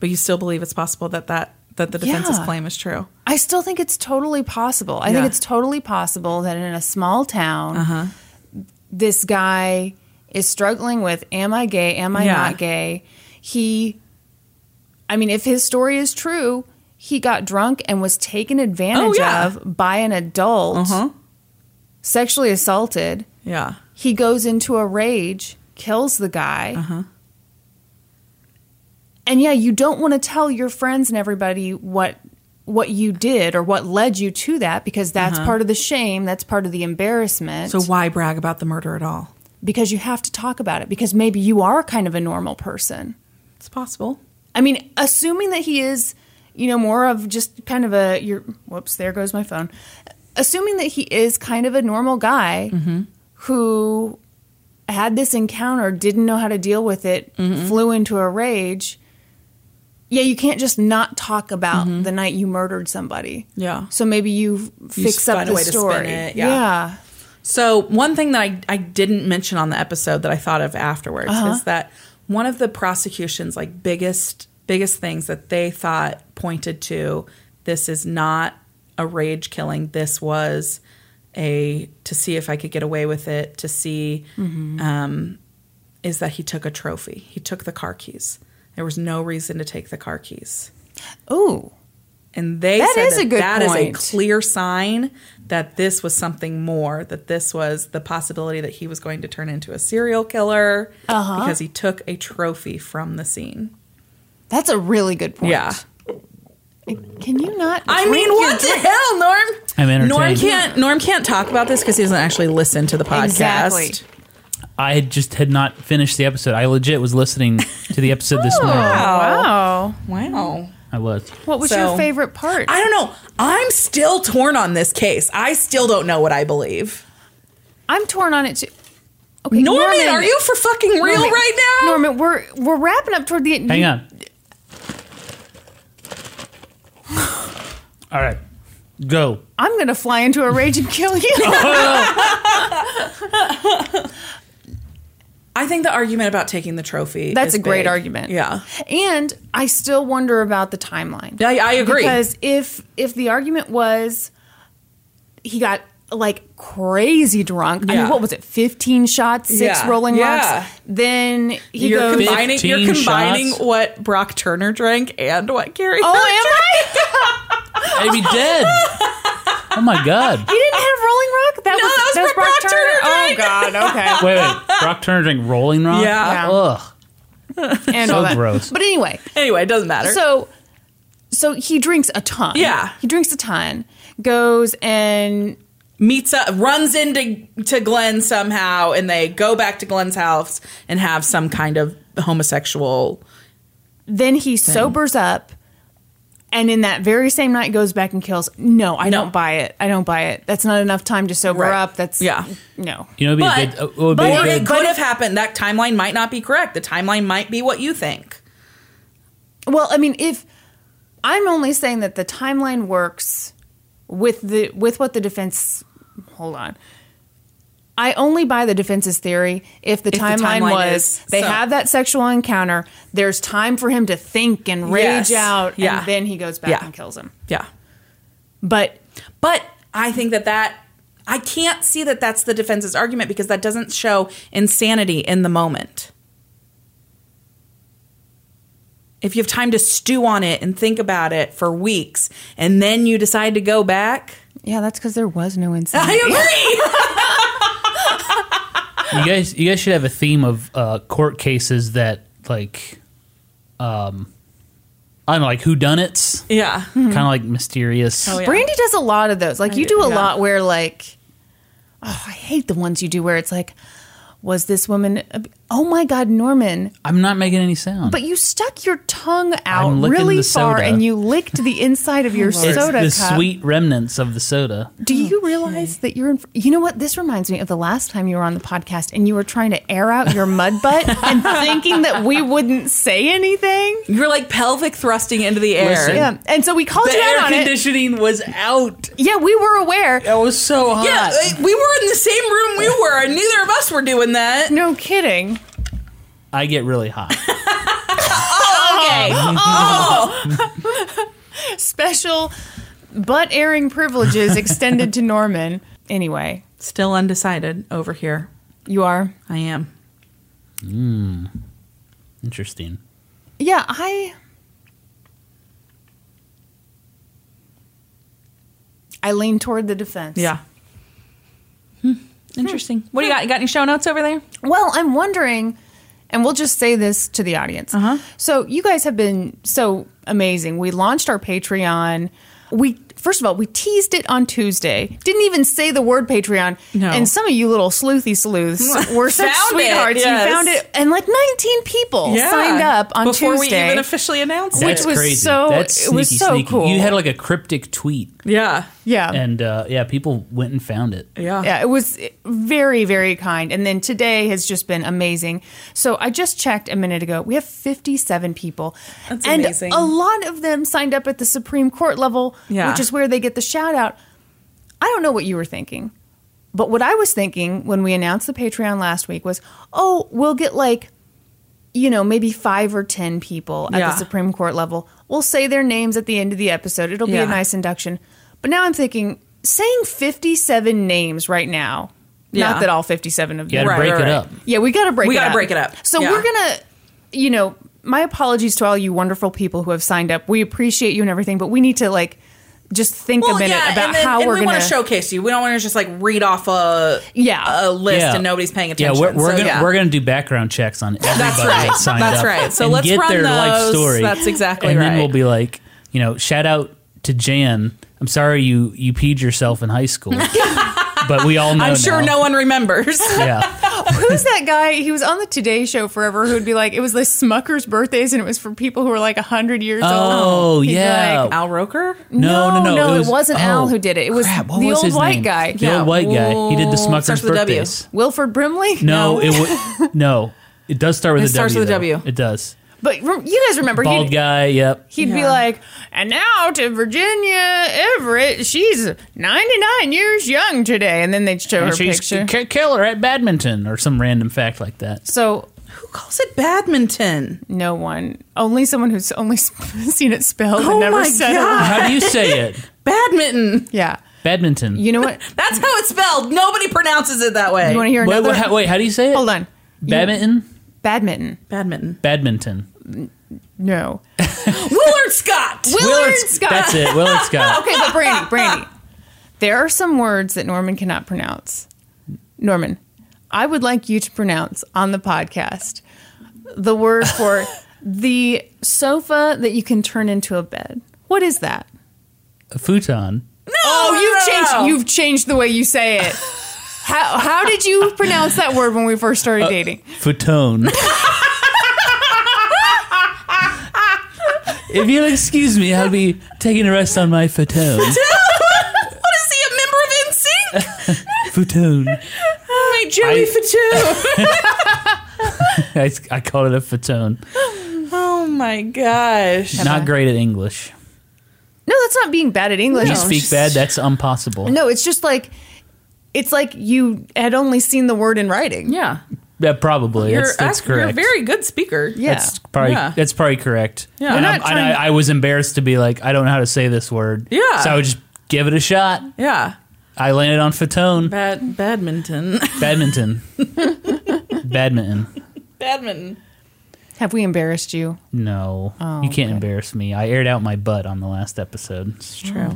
Speaker 1: But you still believe it's possible that that, that the defense's
Speaker 2: Yeah.
Speaker 1: claim is true.
Speaker 2: I still think it's totally possible. I
Speaker 1: Yeah. Uh-huh.
Speaker 2: think it's totally possible that in a small town, this guy is struggling with am I gay? Am I
Speaker 1: Yeah.
Speaker 2: not gay? He, I mean, if his story is true, he got drunk and was taken advantage
Speaker 1: Oh, yeah. Uh-huh.
Speaker 2: of by an adult, sexually assaulted.
Speaker 1: Yeah.
Speaker 2: He goes into a rage, kills the guy.
Speaker 1: Uh-huh.
Speaker 2: And yeah, you don't want to tell your friends and everybody what what you did or what led you to that because that's part of the shame, that's part of the embarrassment.
Speaker 1: So why brag about the murder at all?
Speaker 2: because you have to talk about it because maybe you are kind of a normal person.
Speaker 1: It's possible.
Speaker 2: I mean, assuming that he is, you know, more of just kind of a your whoops, there goes my phone. Assuming that he is kind of a normal guy
Speaker 1: Mm-hmm.
Speaker 2: who had this encounter, didn't know how to deal with it,
Speaker 1: Mm-hmm.
Speaker 2: flew into a rage. Yeah, you can't just not talk about the night you murdered somebody.
Speaker 1: Mm-hmm. Yeah.
Speaker 2: So maybe you f- fix up
Speaker 1: find a
Speaker 2: the
Speaker 1: way to spin
Speaker 2: story.
Speaker 1: it, yeah. So one thing that I, I didn't mention on the episode that I thought of afterwards
Speaker 2: Uh-huh.
Speaker 1: is that one of the prosecution's like biggest biggest things that they thought pointed to this is not a rage killing. This was a to see if I could get away with it, to see
Speaker 2: Mm-hmm.
Speaker 1: um, is that he took a trophy. He took the car keys. There was no reason to take the car keys.
Speaker 2: Ooh.
Speaker 1: And they
Speaker 2: That
Speaker 1: said
Speaker 2: is
Speaker 1: that
Speaker 2: a good
Speaker 1: that is
Speaker 2: point.
Speaker 1: a clear sign that this was something more, that this was the possibility that he was going to turn into a serial killer because he took a trophy from the scene.
Speaker 2: That's a really good point.
Speaker 1: Yeah.
Speaker 2: Can you not?
Speaker 1: I mean,
Speaker 2: drink your
Speaker 1: what the hell, Norm?
Speaker 3: I'm entertained.
Speaker 1: Norm can't Norm can't talk about this because he doesn't actually listen to the podcast.
Speaker 2: Exactly.
Speaker 3: I had just had not finished the episode. I legit was listening to the episode
Speaker 1: Oh.
Speaker 3: this morning.
Speaker 2: Wow.
Speaker 1: Wow.
Speaker 3: I was.
Speaker 2: What was
Speaker 1: So-
Speaker 2: your favorite part?
Speaker 1: I don't know. I'm still torn on this case. I still don't know what I believe.
Speaker 2: I'm torn on it too. Okay,
Speaker 1: Norman, are you for fucking real
Speaker 2: Norman-
Speaker 1: right now?
Speaker 2: Norman, we're we're wrapping up toward the end.
Speaker 3: Hang on. All right, go.
Speaker 2: I'm gonna fly into a rage and kill you.
Speaker 1: I think the argument about taking the trophy
Speaker 2: That's
Speaker 1: is
Speaker 2: a great
Speaker 1: big.
Speaker 2: argument.
Speaker 1: Yeah.
Speaker 2: and I still wonder about the timeline.
Speaker 1: I, I agree.
Speaker 2: Because if if the argument was he got like crazy drunk, I
Speaker 1: Yeah.
Speaker 2: mean, what was it? 15 shots, six
Speaker 1: Yeah.
Speaker 2: rolling
Speaker 1: Yeah.
Speaker 2: rocks. Then he
Speaker 1: you're
Speaker 2: goes.
Speaker 1: combining, you're
Speaker 3: 15
Speaker 1: combining
Speaker 3: shots.
Speaker 1: what Brock Turner drank and what Gary.
Speaker 2: Oh, am I?
Speaker 3: I'd be dead. Oh my god.
Speaker 2: He didn't have Rolling Rock. That
Speaker 1: No,
Speaker 2: was
Speaker 1: that was
Speaker 2: that was
Speaker 1: Brock Turner
Speaker 2: Oh
Speaker 1: drink.
Speaker 2: God. Okay.
Speaker 3: Wait, wait. Brock Turner drank Rolling Rock.
Speaker 1: Yeah.
Speaker 2: Yeah.
Speaker 3: Ugh.
Speaker 2: and
Speaker 3: So
Speaker 2: all that.
Speaker 3: gross.
Speaker 2: But anyway,
Speaker 1: anyway, it doesn't matter.
Speaker 2: so so he drinks a ton.
Speaker 1: Yeah.
Speaker 2: he drinks a ton. Goes and
Speaker 1: Meets up, runs into to Glenn somehow, and they go back to Glenn's house and have some kind of homosexual.
Speaker 2: then he sobers up, and in that very same night goes back and kills. No, I
Speaker 1: No.
Speaker 2: don't buy it. I don't buy it. That's not enough time to sober
Speaker 1: Right.
Speaker 2: up. That's
Speaker 1: Yeah.
Speaker 2: No.
Speaker 3: You know, what would be
Speaker 1: But-
Speaker 3: a good. uh, what would be a
Speaker 1: Or
Speaker 3: good-
Speaker 1: it could have happened. That timeline might not be correct. The timeline might be what you think.
Speaker 2: Well, I mean, if I'm only saying that the timeline works with the with what the defense. Hold on. I only buy the defense's theory if the,
Speaker 1: the
Speaker 2: timeline,
Speaker 1: timeline
Speaker 2: was
Speaker 1: is-
Speaker 2: they
Speaker 1: so-
Speaker 2: have that sexual encounter. There's time for him to think and rage
Speaker 1: Yes.
Speaker 2: out,
Speaker 1: Yeah.
Speaker 2: and then he goes back
Speaker 1: Yeah.
Speaker 2: and kills him.
Speaker 1: Yeah.
Speaker 2: But
Speaker 1: But I think that that I can't see that that's the defense's argument because that doesn't show insanity in the moment. If you have time to stew on it and think about it for weeks and then you decide to go back,
Speaker 2: yeah, that's because there was no
Speaker 1: I
Speaker 2: insanity.
Speaker 1: agree.
Speaker 3: You guys, you guys should have a theme of uh, court cases that like, um, I don't know, like whodunits,
Speaker 1: Yeah.
Speaker 2: Mm-hmm.
Speaker 3: kind of like mysterious.
Speaker 1: Oh, yeah.
Speaker 2: Brandy does a lot of those. Like you do a lot where like oh, I hate the ones you do where it's like was this woman ab- Oh my god, Norman.
Speaker 3: I'm not making any sound.
Speaker 2: But you stuck your tongue out
Speaker 3: licking
Speaker 2: really
Speaker 3: the
Speaker 2: far
Speaker 3: soda.
Speaker 2: and you licked the inside of your
Speaker 3: it's
Speaker 2: soda
Speaker 3: the
Speaker 2: cup.
Speaker 3: sweet remnants of the soda.
Speaker 2: Do you realize that you're in? fr- You know what? This reminds me of the last time you were on the podcast and you were trying to air out your mud butt and thinking that we wouldn't say anything.
Speaker 1: You're like pelvic thrusting into the air.
Speaker 3: Listen.
Speaker 2: Yeah, and so we called
Speaker 3: The
Speaker 2: you
Speaker 3: air
Speaker 2: out on it.
Speaker 3: conditioning was out.
Speaker 2: Yeah, we were aware.
Speaker 3: It was so hot.
Speaker 1: Yeah, like, we were in the same room we were, and neither of us were doing that.
Speaker 2: No kidding.
Speaker 3: I get really hot.
Speaker 2: Special butt airing privileges extended to Norman. Anyway,
Speaker 1: Still undecided over here.
Speaker 2: you are.
Speaker 1: I am.
Speaker 3: Interesting.
Speaker 2: Yeah, I. I lean toward the defense.
Speaker 1: Hmm. Interesting. What do you got? You got any show notes over there?
Speaker 2: Well, I'm wondering, and we'll just say this to the audience. Uh-huh. So you guys have been so amazing. We launched our Patreon. We first of all we teased it on Tuesday. Didn't even say the word Patreon.
Speaker 1: No.
Speaker 2: And some of you little sleuthy sleuths were such
Speaker 1: Found it,
Speaker 2: sweethearts.
Speaker 1: yes.
Speaker 2: You found it, and like 19 people signed up on
Speaker 1: Before
Speaker 2: Tuesday.
Speaker 1: we even officially announced
Speaker 2: Which
Speaker 1: it.
Speaker 3: That's
Speaker 2: was
Speaker 3: crazy.
Speaker 2: so-
Speaker 3: That's
Speaker 2: it was
Speaker 3: sneaky,
Speaker 2: so
Speaker 3: sneaky.
Speaker 2: cool.
Speaker 3: You had like a cryptic tweet,
Speaker 1: Yeah.
Speaker 2: yeah.
Speaker 3: and uh, yeah, people went and found it.
Speaker 1: Yeah.
Speaker 2: Yeah, it was very, very kind. And then today has just been amazing. So I just checked a minute ago. We have 57 people. That's and
Speaker 1: amazing.
Speaker 2: a lot of them signed up at the Supreme Court level,
Speaker 1: Yeah.
Speaker 2: which is where they get the shout out. I don't know what you were thinking, but what I was thinking when we announced the Patreon last week was, oh, we'll get like, you know, maybe five or 10 people at
Speaker 1: Yeah.
Speaker 2: the Supreme Court level. We'll say their names at the end of the episode. It'll be
Speaker 1: Yeah.
Speaker 2: a nice induction. But now I'm thinking, saying 57 names right now,
Speaker 1: Yeah.
Speaker 2: not that all 57 of them.
Speaker 3: You had to
Speaker 1: Right,
Speaker 3: break
Speaker 1: right,
Speaker 3: it
Speaker 1: right.
Speaker 3: up.
Speaker 2: Yeah, we got to break
Speaker 1: We
Speaker 2: it
Speaker 1: gotta
Speaker 2: up.
Speaker 1: break it up.
Speaker 2: So
Speaker 1: Yeah.
Speaker 2: we're going to, you know, my apologies to all you wonderful people who have signed up. We appreciate you and everything, but we need to like just think a minute about
Speaker 1: and then-
Speaker 2: how
Speaker 1: and
Speaker 2: we're
Speaker 1: we
Speaker 2: going
Speaker 1: want to showcase you. We don't want to just like read off a
Speaker 2: Yeah.
Speaker 1: a list and nobody's paying attention.
Speaker 3: Yeah, we're, we're
Speaker 1: So,
Speaker 3: gonna
Speaker 1: yeah.
Speaker 3: we're gonna do background checks on everybody
Speaker 1: That's
Speaker 3: that's
Speaker 1: right.
Speaker 3: that signed
Speaker 1: That's
Speaker 3: up
Speaker 1: right. So
Speaker 3: and
Speaker 1: let's
Speaker 3: get
Speaker 1: run
Speaker 3: their life
Speaker 1: those.
Speaker 3: story.
Speaker 1: That's exactly
Speaker 3: and
Speaker 1: right.
Speaker 3: then we'll be like, you know, shout out to Jan. I'm sorry you you peed yourself in high school, but we all know.
Speaker 1: I'm sure no one remembers.
Speaker 3: Yeah,
Speaker 2: Who's that guy? He was on the Today Show forever. Who'd be like, it was the Smucker's birthdays, and it was for people who were like hundred years
Speaker 3: Oh,
Speaker 2: old. He'd be
Speaker 3: yeah.
Speaker 2: like,
Speaker 1: Al Roker?
Speaker 3: no, no, no.
Speaker 2: no, it wasn't Al who did it. It was
Speaker 3: crap, what
Speaker 2: the
Speaker 3: was
Speaker 2: old
Speaker 3: his
Speaker 2: white
Speaker 3: name?
Speaker 2: guy.
Speaker 3: The
Speaker 2: Yeah.
Speaker 3: old white guy. He did the
Speaker 1: starts
Speaker 3: Smucker's
Speaker 1: with a W.
Speaker 3: birthdays.
Speaker 2: Wilford Brimley.
Speaker 3: No, it would no. It does start with
Speaker 1: It
Speaker 3: a
Speaker 1: starts
Speaker 3: W,
Speaker 1: with a
Speaker 3: though.
Speaker 1: W.
Speaker 3: It does.
Speaker 2: but rem- you guys remember
Speaker 3: Bald
Speaker 2: he'd,
Speaker 3: guy. Yep.
Speaker 2: he'd be
Speaker 1: Yeah.
Speaker 2: like, and now to Virginia Everett. She's ninety nine years young today, and then they'd show her
Speaker 3: And she's
Speaker 2: picture.
Speaker 3: k- killer at badminton or some random fact like that.
Speaker 2: so
Speaker 1: Who calls it badminton?
Speaker 2: no one, only someone who's only seen it spelled and never
Speaker 1: Oh my
Speaker 2: said
Speaker 1: God.
Speaker 2: it.
Speaker 3: How do you say it?
Speaker 1: Badminton.
Speaker 2: Yeah,
Speaker 3: Badminton.
Speaker 2: you know what?
Speaker 1: That's how it's spelled. Nobody pronounces it that way.
Speaker 2: You want to hear
Speaker 3: wait,
Speaker 2: another?
Speaker 3: wait, how, wait, how do you say it?
Speaker 2: Hold on.
Speaker 3: Badminton?
Speaker 2: Badminton.
Speaker 1: badminton.
Speaker 3: Badminton.
Speaker 2: No.
Speaker 1: Willard Scott.
Speaker 2: Willard
Speaker 3: Willard-
Speaker 2: Scott.
Speaker 3: That's it. Willard Scott.
Speaker 2: Okay, but Brandy, Brandy. There are some words that Norman cannot pronounce. Norman, I would like you to pronounce on the podcast the word for the sofa that you can turn into a bed. What is that?
Speaker 3: A futon.
Speaker 2: Oh, you've
Speaker 1: no,
Speaker 2: changed
Speaker 1: no.
Speaker 2: you've changed the way you say it. How how did you pronounce that word when we first started
Speaker 1: Uh,
Speaker 2: dating?
Speaker 3: Futone. if you'll excuse me, I'll be taking a rest on my futone.
Speaker 1: what is he, a member of NSYNC?
Speaker 3: Futone.
Speaker 1: My Joey
Speaker 3: I-
Speaker 1: Fatu.
Speaker 3: I, I call it a futone.
Speaker 1: oh my gosh.
Speaker 3: Not great at English.
Speaker 2: No, that's not being bad at English.
Speaker 3: You speak
Speaker 1: just-
Speaker 3: bad, that's impossible.
Speaker 2: No, it's just like it's like you had only seen the word in writing.
Speaker 1: Yeah.
Speaker 3: Yeah, probably. that's, that's
Speaker 1: act- you're a
Speaker 3: correct.
Speaker 1: very good speaker.
Speaker 2: Yeah.
Speaker 3: That's probably
Speaker 1: Yeah.
Speaker 3: that's probably correct.
Speaker 1: Yeah.
Speaker 3: and,
Speaker 1: We're
Speaker 3: I'm-
Speaker 1: not
Speaker 3: and
Speaker 1: trying to-
Speaker 3: I, I was embarrassed to be like, I don't know how to say this word.
Speaker 1: Yeah.
Speaker 3: so I would just give it a shot.
Speaker 1: Yeah.
Speaker 3: I landed on fatone,
Speaker 1: Bad badminton.
Speaker 3: badminton, badminton.
Speaker 1: badminton.
Speaker 8: Have we embarrassed you?
Speaker 3: No,
Speaker 1: Oh,
Speaker 3: you can't embarrass me. I aired out my butt on the last episode.
Speaker 1: True.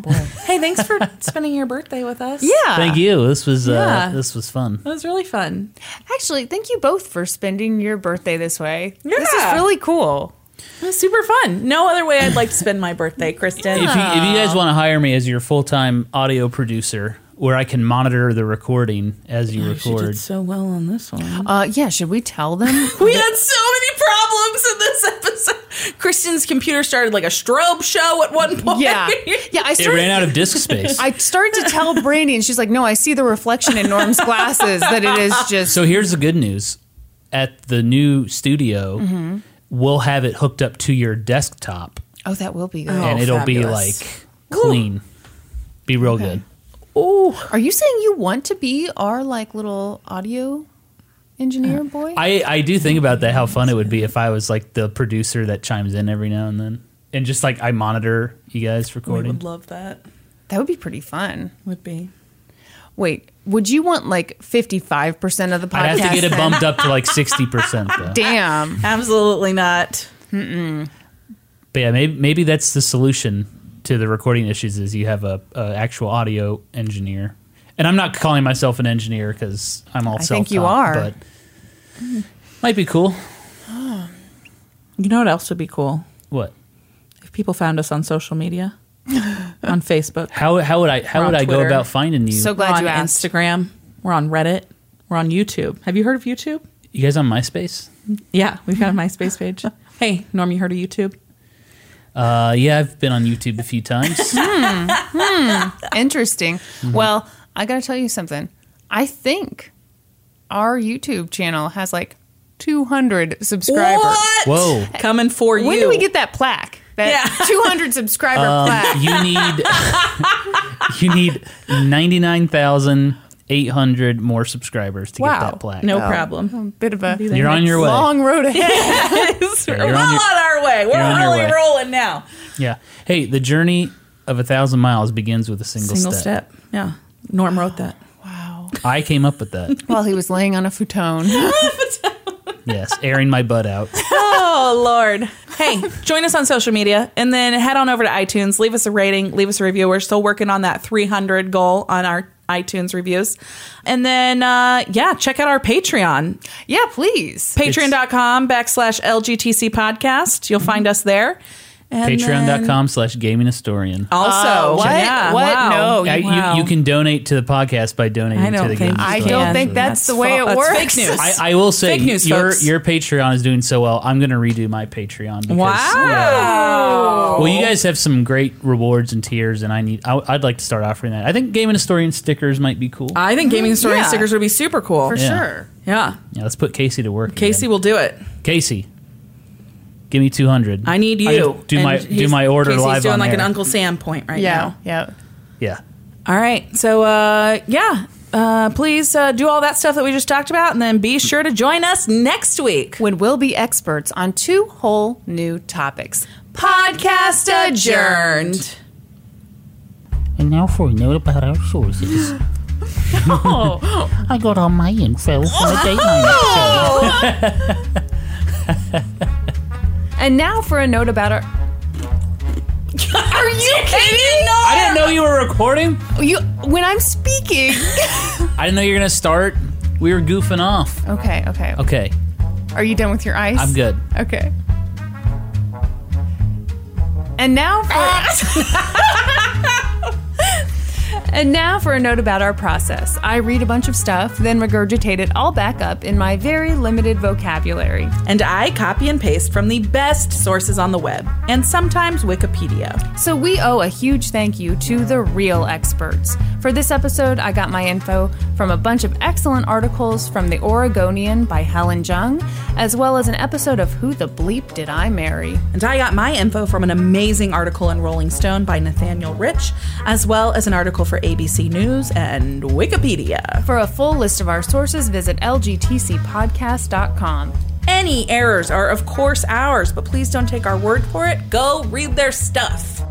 Speaker 1: hey, thanks for spending your birthday with us.
Speaker 8: Yeah.
Speaker 3: Thank you. This was
Speaker 1: Yeah.
Speaker 3: uh, this was fun.
Speaker 1: That was really fun.
Speaker 8: Actually, thank you both for spending your birthday this way. This is
Speaker 1: Yeah.
Speaker 8: really cool.
Speaker 1: It was super fun. No other way I'd like to spend my birthday, Kristen.
Speaker 3: If you, if you guys want to hire me as your full time audio producer, where I can monitor the recording as you record,
Speaker 1: so well on this one.
Speaker 8: Uh, yeah, should we tell them?
Speaker 1: We had so many problems in this episode. Kristen's computer started like a strobe show at one point.
Speaker 8: yeah. Yeah, I
Speaker 3: it
Speaker 8: started
Speaker 3: ran out of disk space.
Speaker 8: I started to tell Brandy, and she's like, "No, I see the reflection in Norm's glasses. That it is just
Speaker 3: so here's the good news: at the new studio,
Speaker 1: Mm-hmm.
Speaker 3: we'll have it hooked up to your desktop,
Speaker 8: oh, that will be good."
Speaker 3: and it'll be
Speaker 1: fabulous.
Speaker 3: like clean, be real good.
Speaker 8: Are you saying you want to be our like little audio engineer boy?
Speaker 3: I, I do think about that how fun it would be if I was like the producer that chimes in every now and then and just like I monitor you guys
Speaker 1: We
Speaker 3: recording.
Speaker 1: would love that.
Speaker 8: that would be pretty fun.
Speaker 1: Would be.
Speaker 8: Wait, would you want like fifty five percent of the podcast?
Speaker 3: I'd have to get it
Speaker 8: then?
Speaker 3: bumped up to like 60% though.
Speaker 8: Damn.
Speaker 1: Absolutely not.
Speaker 3: But yeah, maybe maybe that's the solution to the recording issues is you have a, a actual audio engineer. And I'm not calling myself an engineer cuz I'm all
Speaker 8: I
Speaker 3: self
Speaker 8: think you are.
Speaker 3: but might be cool.
Speaker 1: You know what else would be cool?
Speaker 3: What?
Speaker 1: If people found us on social media, on Facebook,
Speaker 3: How how would I
Speaker 1: We're
Speaker 3: how would
Speaker 1: on
Speaker 3: I go
Speaker 1: Twitter.
Speaker 3: about finding you?
Speaker 8: So
Speaker 1: we're
Speaker 8: glad
Speaker 1: on
Speaker 8: you asked.
Speaker 1: Instagram, we're on Reddit, we're on YouTube. Have you heard of YouTube?
Speaker 3: you guys on MySpace?
Speaker 1: Yeah, we've got a MySpace page. hey, Norm, you heard of YouTube?
Speaker 3: Uh, yeah, I've been on YouTube a few times.
Speaker 8: Interesting.
Speaker 3: Mm-hmm.
Speaker 8: Well, I got to tell you something. I think our YouTube channel has like 200 subscribers.
Speaker 3: Whoa.
Speaker 1: Coming for you.
Speaker 8: When do we get that plaque? That 200 subscriber
Speaker 3: Um,
Speaker 8: plaque.
Speaker 3: you need you need ninety nine thousand eight hundred more subscribers to
Speaker 8: Wow.
Speaker 3: get that plaque.
Speaker 1: No problem.
Speaker 8: Bit of a
Speaker 3: You're on your way.
Speaker 8: long road ahead.
Speaker 1: we're
Speaker 3: you're on
Speaker 1: well on,
Speaker 3: your-
Speaker 1: our way. We're
Speaker 3: you're on your
Speaker 1: really
Speaker 3: way.
Speaker 1: rolling now.
Speaker 3: Yeah. Hey, the journey of a thousand miles begins with a single,
Speaker 1: Single step. Yeah. Norm wrote that.
Speaker 8: wow.
Speaker 3: I came up with that.
Speaker 8: While he was laying on a futon.
Speaker 3: yes, airing my butt out.
Speaker 1: Oh Lord. Hey, join us on social media and then head on over to iTunes. Leave us a rating, leave us a review. We're still working on that 300 goal on our iTunes reviews. And then, uh, yeah, check out our Patreon.
Speaker 8: yeah, please.
Speaker 1: Patreon.com backslash LGTC podcast.
Speaker 3: Mm-hmm.
Speaker 1: You'll find us there. And then
Speaker 3: Patreon.com slash gaming historian.
Speaker 1: Also,
Speaker 8: Uh, what?
Speaker 1: Yeah,
Speaker 8: What?
Speaker 1: Oh, wow.
Speaker 8: No, you-
Speaker 3: I- you, you can donate to the podcast by donating
Speaker 1: I don't
Speaker 3: to the
Speaker 1: think
Speaker 3: gaming
Speaker 1: you
Speaker 8: I
Speaker 3: historian.
Speaker 8: don't
Speaker 1: Yeah.
Speaker 8: think that's, the way
Speaker 1: fal-
Speaker 8: it
Speaker 1: that's
Speaker 8: works.
Speaker 1: fake news.
Speaker 3: I, I will say
Speaker 1: Fake news,
Speaker 3: your
Speaker 1: folks.
Speaker 3: your Patreon is doing so well. I'm going to redo my Patreon. Because,
Speaker 1: Wow.
Speaker 3: Well, you guys have some great rewards and tiers, and I need. I, I'd like to start offering that. I think Game and Historian stickers might be cool.
Speaker 1: I think gaming story
Speaker 8: Mm-hmm. Yeah.
Speaker 1: stickers would be super cool.
Speaker 8: For
Speaker 3: Yeah.
Speaker 8: sure.
Speaker 1: Yeah.
Speaker 3: yeah, let's put Casey to work.
Speaker 1: Casey
Speaker 3: again.
Speaker 1: will do it.
Speaker 3: Casey, give me two hundred.
Speaker 1: I need you.
Speaker 3: do
Speaker 1: And
Speaker 3: my do
Speaker 1: he's-
Speaker 3: my order
Speaker 1: Casey's
Speaker 3: live
Speaker 1: doing
Speaker 3: on
Speaker 1: like an
Speaker 3: air.
Speaker 1: Uncle Sam point right now.
Speaker 8: Yeah. Yeah.
Speaker 3: Yeah,
Speaker 1: All right. So, uh, yeah, uh, please uh, do all that stuff that we just talked about, and then be sure to join us next week.
Speaker 8: When we'll be experts on two whole new topics.
Speaker 1: Podcast adjourned.
Speaker 9: And now for a note about our sources.
Speaker 1: Oh.
Speaker 9: I got all my info from the Dateline episode.
Speaker 8: And now for a note about our.
Speaker 1: Are you kidding? No.
Speaker 3: I didn't know you were recording.
Speaker 8: You, when I'm speaking.
Speaker 3: I didn't know you were going to start. We were goofing off.
Speaker 8: okay, okay.
Speaker 3: Okay,
Speaker 8: Are you done with your ice?
Speaker 3: I'm good.
Speaker 8: Okay. And now for. And now for a note about our process. I read a bunch of stuff, then regurgitate it all back up in my very limited vocabulary.
Speaker 1: And I copy and paste from the best sources on the web, and sometimes Wikipedia.
Speaker 8: So we owe a huge thank you to the real experts. For this episode, I got my info from a bunch of excellent articles from The Oregonian by Helen Jung, as well as an episode of Who the Bleep Did I Marry?
Speaker 1: And I got my info from an amazing article in Rolling Stone by Nathaniel Rich, as well as an article for ABC News and Wikipedia.
Speaker 8: For a full list of our sources, visit lgtcpodcast.com.
Speaker 1: Any errors are, of course, ours, but please don't take our word for it. Go read their stuff.